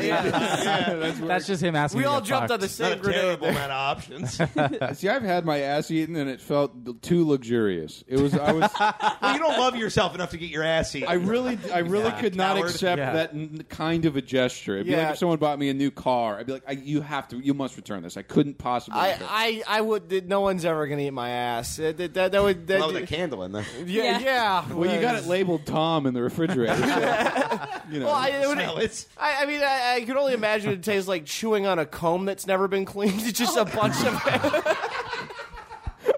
C: yeah, yeah.
B: that's where-
E: That's just him asking.
C: We
E: to
C: all
E: get
C: jumped
E: fucked.
C: on the
A: not a
C: same grenade.
A: terrible amount of options. well,
B: See, I've had my ass eaten and it felt too luxurious. It was I was
A: you don't love yourself enough to get your ass eaten.
B: I really I really could not
A: Coward.
B: accept
E: Yeah.
B: that n- kind of a gesture. It'd be
C: Yeah.
B: like if someone bought me a new car. I'd be like, I, you have to, you must return this. I couldn't possibly. return it.
C: I, I, I would. No one's ever gonna eat my ass. Uh, That, that, that would. That,
A: love that candle in there.
C: yeah, yeah.
F: Yeah.
B: well, you got it
C: Well,
B: labeled Tom in the refrigerator. you know,
C: Well, I, it would,
A: Smell it.
C: I, I mean, I, I could only imagine it tastes like chewing on a comb that's never been cleaned. It's
B: Oh.
C: just a bunch of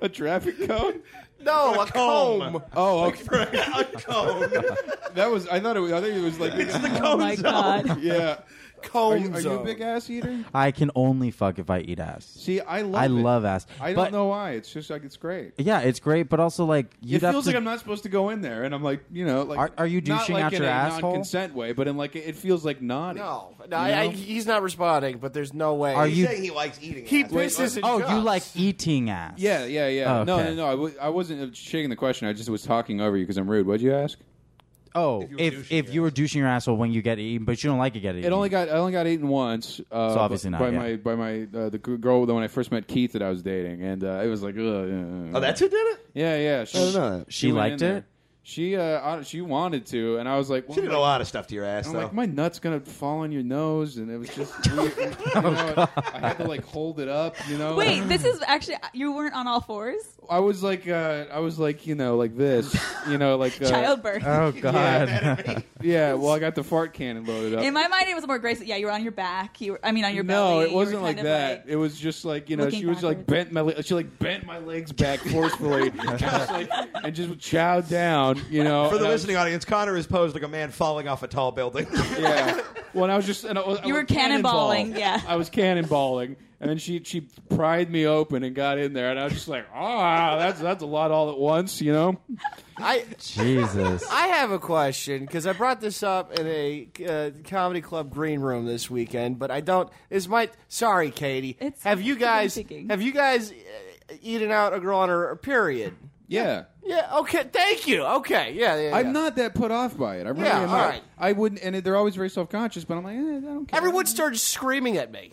B: a traffic cone.
C: no, a comb.
B: Oh, okay.
A: a cone.
B: that was. I thought it was. I think it was like.
F: Oh my god.
B: yeah. Are you,
C: Comb.
B: are you a big ass eater?
E: I can only fuck if I eat ass.
B: See, I love.
E: I
B: it.
E: love ass.
B: I don't
E: But-
B: know why. It's just like it's great.
E: Yeah, it's great, but also like you
B: it feels like I'm not supposed to go in there, and I'm like, you know, like
E: Are- are you
B: not
E: douching
B: like
E: out
B: in
E: your
B: a
E: asshole?
B: Non-consent way, but in like it feels like naughty.
C: No, no I, I,
B: know?
C: he's not responding. But there's no way.
E: Are
A: He's
E: you-
A: saying he likes eating.
C: He
A: ass.
C: pisses and
E: Oh, you
C: jumps.
E: like eating ass?
B: Yeah, yeah, yeah.
E: Oh,
B: No,
E: okay.
B: no, no. I w- I wasn't uh, shaking the question. I just was talking over you because I'm rude. What'd you ask?
E: Oh,
A: you were
E: if
A: douching
E: if
A: your
E: you were douching your asshole when you get eaten, but you don't like it get eaten.
B: It only got I only got eaten once. Uh,
E: So obviously not,
B: by
E: yeah.
B: my by my uh, the g- girl that when I first met Keith that I was dating, and uh, it was like, ugh, uh,
A: Oh, that's who did it.
B: yeah, yeah. She,
E: She
B: went
E: liked
B: in there.
E: it?
B: She uh, I- she wanted to, and I was like, well,
A: She did a lot of stuff to your ass,
B: I'm
A: though.
B: like, my nut's gonna fall on your nose, and it was just weird. You know, I had to like hold it up, you know.
F: Wait, this is actually you weren't on all fours.
B: I was like, uh, I was like, you know, like this, you know, like uh,
F: Childbirth.
E: Oh god.
B: Yeah, well, I got the fart cannon loaded up.
F: In my mind, it was more graceful. Yeah, you were on your back. You were, I mean, on your belly.
B: no, it
F: You were
B: wasn't
F: kind
B: like
F: of
B: that.
F: like-
B: it was just like you know,
F: looking
B: she was like
F: backwards.
B: bent my le- she like bent my legs back forcefully, and, just, like, and just chowed down. You know,
A: For the
B: and I was-
A: listening audience, Connor is posed like a man falling off a tall building.
B: Yeah. Well, and I was just and I was, I
F: You
B: was
F: were cannonballing, yeah.
B: I was cannonballing, and then she she pried me open and got in there, and I was just like, ah, that's that's a lot all at once, you know.
C: I,
E: Jesus.
C: I have a question because I brought this up in a uh, comedy club green room this weekend, but I don't. This might. Sorry, Katie.
F: It's-
C: have you
F: it's what I'm
C: guys
F: thinking.
C: have you guys uh, eaten out a girl on her period?
B: Yeah.
C: Yeah. Okay. Thank you. Okay. Yeah. yeah, yeah.
B: I'm not that put off by it. I really
C: Yeah,
B: am
C: all
B: not.
C: right.
B: I wouldn't, and they're always very self conscious. But I'm like, eh, I don't care.
C: Everyone started screaming at me.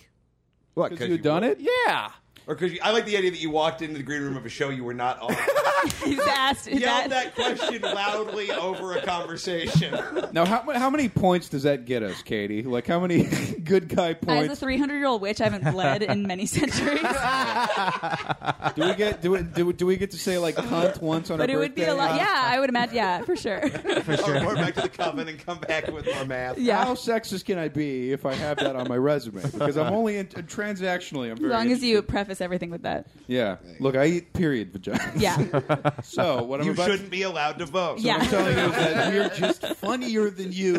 A: what?
B: because you done it.
C: Yeah.
A: Or because I like the idea that you walked into the green room of a show you were not on.
F: He's asked
A: Yelled that
F: that.
A: question loudly over a conversation.
B: Now, how, mu- how many points does that get us, Katie? Like, how many good guy
F: As a
B: points
F: 300 year old witch, I haven't bled in many centuries,
B: do we get? Do we, do, we- do we get to say like cunt once on
F: but
B: a
F: it would be a lot. Yeah, I would imagine. Yeah, for sure.
A: I'll report back to the coven and come back with more math.
F: Yeah,
B: How sexist can I be if I have that on my resume? Because I'm only in, transactionally. I'm
F: as
B: very
F: long as you
B: interested.
F: preface everything with that.
B: Yeah. Look, I eat period vagina.
F: Yeah,
B: So what I'm
A: You
B: about
A: shouldn't be allowed to vote.
F: yeah.
B: to tell you is that we're just funnier than you.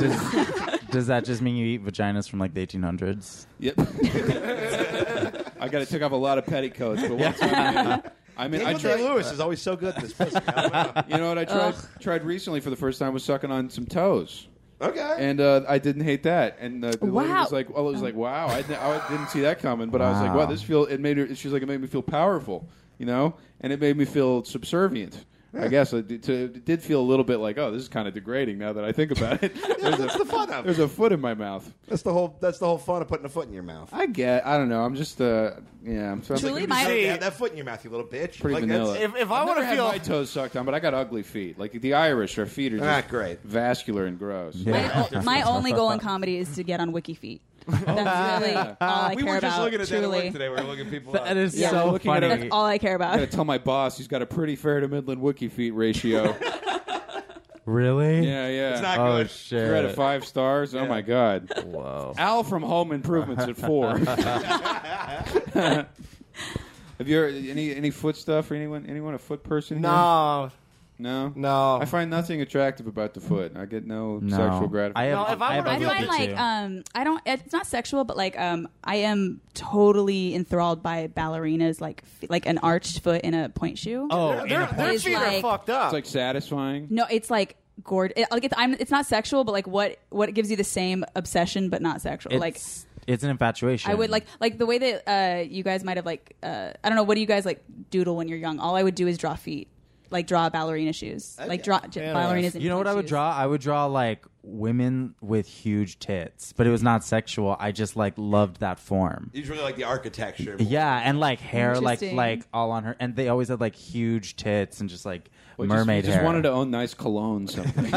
E: Does that just mean you eat vaginas from like the 1800s?
B: Yep. I got to take off a lot of petticoats, but once I'm in, I'm in. I
A: Daniel
B: tried.
A: Day-Lewis is always so good at this pussy. I
B: You know what I tried? Tried recently for the first time was sucking on some toes.
A: don't know. Okay.
B: and uh, I didn't hate that. And uh, the lady
F: Wow.
B: was like, "Well, it was like, wow, I, didn't- I didn't see that coming." But I was like,
E: Wow.
B: "Wow, this feel it made her." She's like, "It made me feel powerful," you know, and it made me feel subservient. I guess it did, to- it did feel a little bit like, "Oh, this is kind of degrading." Now that I think about it, there's,
A: that's
B: a,
A: the fun of
B: there's
A: it.
B: a foot in my mouth.
A: That's the whole. That's the whole fun of putting a foot in your mouth.
B: I get. I don't know. I'm just. Uh, yeah. I'm sounds
F: Julie,
B: like
F: my-
A: So,
C: See-
A: have that foot in your mouth, you little bitch. that's-
B: Pretty vanilla.
C: If, if I
B: I've
C: want
B: never
C: to
B: had
C: feel
B: my toes sucked on, but I got ugly feet. Like the Irish, our feet are just
C: Ah,
A: Not great.
B: vascular and gross.
F: My, my only goal in comedy is to get on Wiki Feet. That's really all I
A: we
F: care
A: were
F: about.
A: just looking at that at work
F: truly.
A: today. We were looking people up.
E: That is
F: Yeah.
E: so
B: Looking at
E: funny.
B: it-
F: That's all I care
B: I gotta
F: about.
B: tell my boss he's got a pretty fair to Midland Wiki feet ratio.
E: Really?
B: Yeah, yeah.
A: It's not
E: Oh
A: good.
E: shit.
B: You're at a five stars. Oh my god.
E: Whoa.
B: Al from Home Improvements at four. Have you ever, any any foot stuff or anyone anyone a foot person? here?
C: no,
B: no,
C: no.
B: I find nothing attractive about the foot. I get no,
E: No.
B: sexual
E: I
B: gratification.
E: have,
C: No, if I
E: I have
C: were-
E: a
F: I
E: guilty
F: find like
E: too.
F: um I don't it's not sexual but like um I am totally enthralled by ballerinas like f- like an arched foot in a point shoe.
E: oh, in
C: their,
E: a
C: their
F: It's
C: feet are
F: like-
C: fucked up.
B: It's like satisfying.
F: No, it's like gorgeous. I'll get. The, I'm. It's not sexual, but like what what gives you the same obsession but not sexual.
E: it's,
F: like
E: it's an infatuation.
F: I would like like the way that uh you guys might have like uh I don't know what do you guys like doodle when you're young. All I would do is draw feet, like draw ballerina shoes, like draw j- ballerinas. in
E: You know what I would
F: shoes.
E: draw? I would draw like women with huge tits, but it was not sexual. I just like loved that form.
A: You just really like the architecture.
E: Yeah, and like hair, like
F: Interesting.
E: like all on her, and they always had like huge tits and just like
B: Well, just-
E: mermaid
B: just,
E: hair.
B: wanted to own nice cologne something.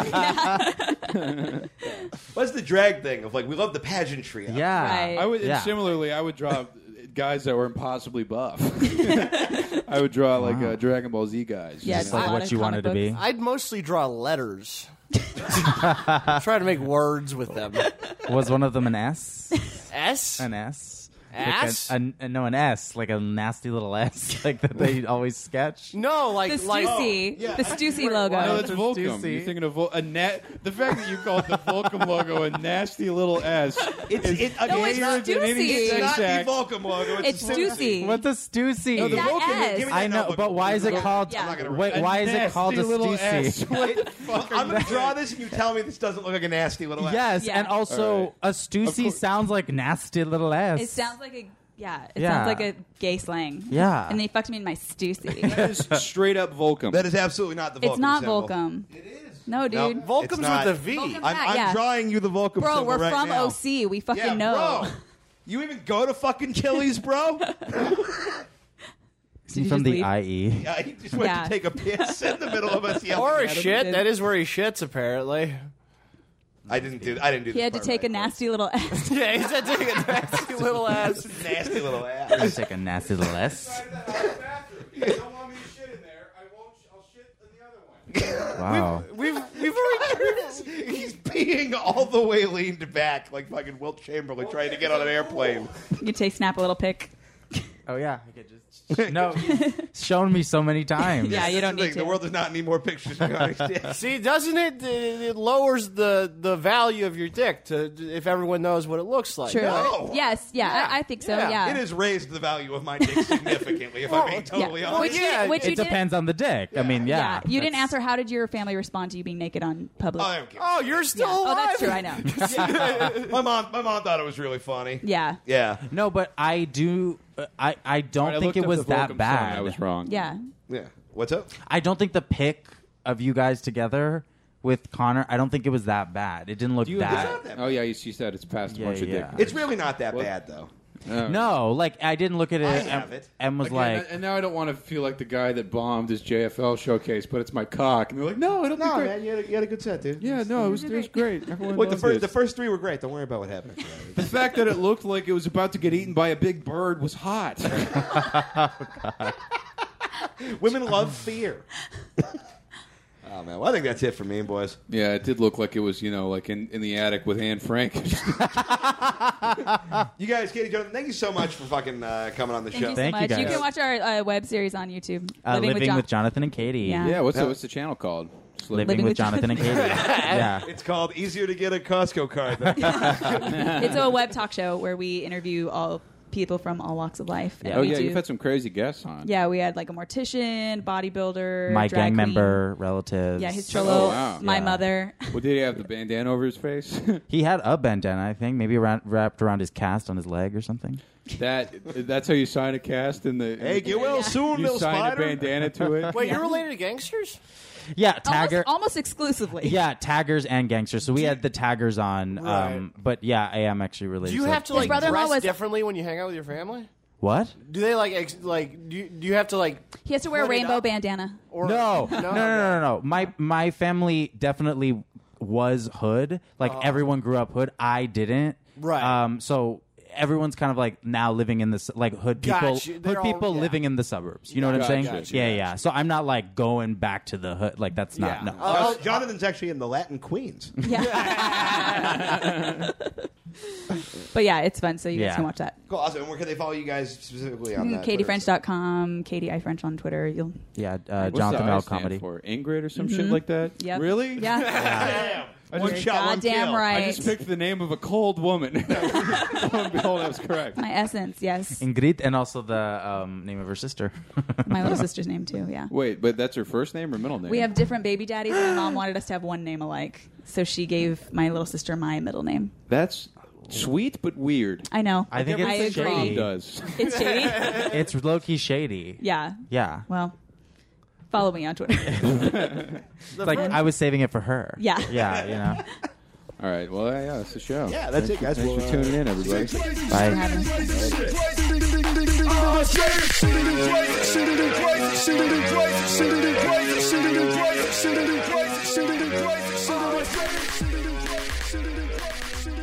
A: What's the drag thing of like we love the pageantry? of it.
E: yeah,
F: Right.
B: I would and
E: Yeah.
B: similarly. I would draw guys that were impossibly buff. I would draw like uh, Dragon Ball Z guys.
F: Yeah,
E: just like
F: A lot
E: what
F: of
E: you wanted to
F: comic
E: be.
F: books.
C: I'd mostly draw letters. Try to make words with them.
E: Was one of them an S?
C: S.
E: An S?
C: Ass?
E: Like a- a- no, an S, like a nasty little S, like that they always sketch.
C: No, like
F: the
C: like
F: Stussy,
A: yeah,
F: the
A: I-
F: Stussy
A: wait,
F: logo.
B: No,
E: why?
B: "Oh, that's
E: Mr.
B: Volcom.
E: Stussy.
B: You're thinking of Vol- a nat- the fact that you called the Volcom logo a nasty little S.
A: It's it,
F: No, it's
A: again,
F: not
B: than any
F: Stussy.
A: it's
B: sex
A: not
B: act.
A: the Vulcan logo. It's,
F: it's
A: the Stussy.
F: Stussy.
E: What the Stussy?
B: No, the
F: That
B: Vulcan-
F: S.
A: Give me that
E: I know,
A: notebook.
E: but why is it
A: Yeah.
E: called?
F: I'm not
A: gonna
E: Wait,
B: A
E: why is it
B: nasty
E: called a
B: little S.
E: Stussy?
B: What the fuck?
A: I'm gonna draw this, and you tell me this doesn't look like a nasty little. ass.
E: Yes,
F: Yeah.
E: and also
B: Alright.
E: a
B: Of
E: Stussy
B: course.
E: sounds like nasty little S.
F: It sounds like a yeah. It
E: Yeah.
F: sounds like a gay slang.
E: Yeah.
F: And they fucked me in my Stussy.
B: That is straight up Volcom.
A: that is absolutely not the. Vulcan
F: it's not
A: symbol.
F: Volcom.
A: It is.
F: No, dude.
A: No.
C: Vulcans
A: It's not.
C: with a V.
F: Vulcan-
A: I'm, I'm
F: Yeah.
A: drawing you the Vulcan
F: Bro,
A: symbol
F: we're
A: right
F: from
A: now.
F: OC. We fucking
A: Yeah,
F: know.
A: bro. You even go to fucking Chili's, bro?
F: Did you
E: from
F: just
E: the E.
F: leave?
E: IE.
A: yeah, he just went
F: Yeah.
A: to take a piss in the middle of us yelling.
C: Or a
A: at him.
C: shit. That is where he shits, apparently.
A: I didn't do. I didn't do.
F: He
A: this
F: had to
A: part
F: take
A: right.
F: a nasty little ass.
C: Yeah, he's a dick- a nasty little ass.
A: nasty little ass.
E: It's like a nasty little S. Wow.
C: We've we've already
A: He's peeing all the way leaned back, like fucking Wilt Chamberlain trying to get on an airplane.
F: you take snap a little pic.
E: Oh yeah, I could just no. he's Shown me so many times.
F: Yeah, Ah, you don't
A: the,
F: need
A: thing, the
F: to.
A: world does not need more pictures. regarding dicks.
C: see, doesn't it? It it lowers the the value of your dick to if everyone knows what it looks like.
F: True.
C: right?
A: No.
F: Yes. Yeah.
C: Yeah.
F: I, I think so.
C: Yeah.
F: Yeah.
A: oh.
F: Oh,
A: it has raised the value of my dick significantly. If I'm being totally
F: Yeah.
A: honest,
F: Which,
C: Yeah,
F: you, which
E: it
F: you
E: depends on the dick. I mean,
F: Did,
E: yeah.
F: You didn't
E: That's-
F: answer. How did your family respond to you being naked on public?
A: I don't care.
C: Oh, you're still
F: Yeah. Oh,
C: alive.
F: that's true. I know.
A: my mom, my mom thought it was really funny.
F: Yeah.
A: Yeah,
E: No, but I do. uh, I I don't
B: All right, I
E: think
B: looked
E: it
B: up
E: was
B: the Volcom
E: that
B: song.
E: bad.
B: I was wrong.
F: Yeah.
A: yeah. What's up?
E: I don't think the pick of you guys together with Connor. I don't think it was that bad. It didn't look bad.
B: Oh yeah, you, you said it's past a
E: Yeah,
B: bunch of
E: yeah.
B: dick.
A: It's really not that bad though.
E: No, like I didn't look at it.
A: I
E: and,
A: have it.
E: and was
B: Again,
E: like,
B: and now I don't want to feel like the guy that bombed his JFL showcase, but it's my cock, and they're like, "No, it'll be great."
A: you had, a, you had a good set, dude.
B: Yeah, no, it was, it was great. Everyone
A: Look, the
B: loved
A: first,
B: it.
A: the first three were great. Don't worry about what happened.
B: The fact that it looked like it was about to get eaten by a big bird was hot.
A: Women love fear. oh man, well I think that's it for me, boys.
B: yeah, it did look like it was, you know, like in, in the attic with Anne Frank.
A: You guys, Katie, Jonathan, thank you so much for fucking uh, coming on the
F: Thank
A: show.
F: you so
E: Thank you
F: much.
E: guys.
F: can watch our uh, web series on YouTube.
E: uh, living, with,
F: John-
E: Jonathan and Katie.
F: Yeah.
B: yeah, what's the, what's the channel called? Just
E: Living,
B: look-
E: with, Jonathan and Katie. yeah.
A: It's called easier to get a Costco card. than-
F: it's a web talk show where we interview all people from all walks of life. And
E: Yeah.
B: Oh
F: we
B: yeah,
F: do-
B: you've had some crazy guests on.
F: Yeah, we had like a mortician, bodybuilder,
E: My
F: drag
E: gang
F: queen.
E: member, relatives.
F: Yeah, his cholo,
B: Oh, wow.
F: my
E: Yeah.
F: mother.
B: Well, did he have the bandana over his face?
E: He had a bandana, I think, maybe around, wrapped around his cast on his leg or something.
B: that that's how you sign a cast in the. in
A: hey,
B: the-
A: get well soon,
B: you
A: little
B: sign
A: spider.
B: a bandana to it.
C: Wait, you're related to gangsters?
E: Yeah,
F: Almost,
E: Tagger.
F: almost exclusively.
E: Yeah, taggers and gangsters. So we had the taggers on. Um,
C: Right.
E: but yeah, I am actually related.
C: Do you
E: to
C: have to like
F: brother-in-law
C: dress
F: was-
C: differently when you hang out with your family?
E: what?
C: Do they like ex- like do you, do you have to like
F: He has to wear a
C: Put it
F: rainbow
C: up.
F: bandana.
C: or
E: No, no, no, no, no, no. My my family definitely was hood. Like
B: Uh-huh.
E: everyone grew up hood. I didn't.
C: Right.
E: Um. So everyone's kind of like now living in this like hood people.
C: Gotcha.
E: Hood
C: They're all-
E: people
C: yeah.
E: living in the suburbs. You know what I'm
B: Gotcha,
E: saying?
B: gotcha,
E: yeah,
B: gotcha.
E: yeah. So I'm not like going back to the hood. Like that's not
C: Yeah.
E: no.
C: Oh,
A: Uh, Jonathan's actually in the Latin Queens.
F: Yeah. but yeah, it's fun, so you
E: Yeah.
F: guys can watch that.
A: cool. Awesome. And where can they follow you guys specifically
F: Mm,
A: on that? Twitter stuff?
F: KatieFrench.com, Katie I French on Twitter. You'll
E: Yeah. Uh,
B: What's
E: Jonathan
B: the I
E: Bell
B: stand
E: comedy.
B: for Ingrid or some shit like that.
F: Yep.
B: Really?
F: Yeah.
A: One
F: You're
A: shot, one
F: goddamn
A: kill.
F: right.
B: I just picked the name of a cold woman. Lo and behold, I was correct.
F: My essence, yes.
E: Ingrid and also the um, name of her sister.
F: My little sister's name too, yeah.
B: Wait, but that's her first name or middle name?
F: We have different baby daddies, and my mom wanted us to have one name alike. So she gave my little sister my middle name.
B: that's sweet but weird.
F: I know.
E: I think
F: I
E: it's
F: agree.
B: Mom
E: shady.
B: does.
F: It's shady.
E: it's low key shady.
F: yeah.
E: Yeah.
F: Well, follow me on Twitter.
E: like I was saving it for her.
F: Yeah.
E: Yeah, you know.
B: All right. Well, yeah, that's the show.
A: Yeah, that's it, guys.
B: Thanks
A: We'll,
B: for
A: uh,
B: tuning in, everybody.
E: Bye.
G: Shooting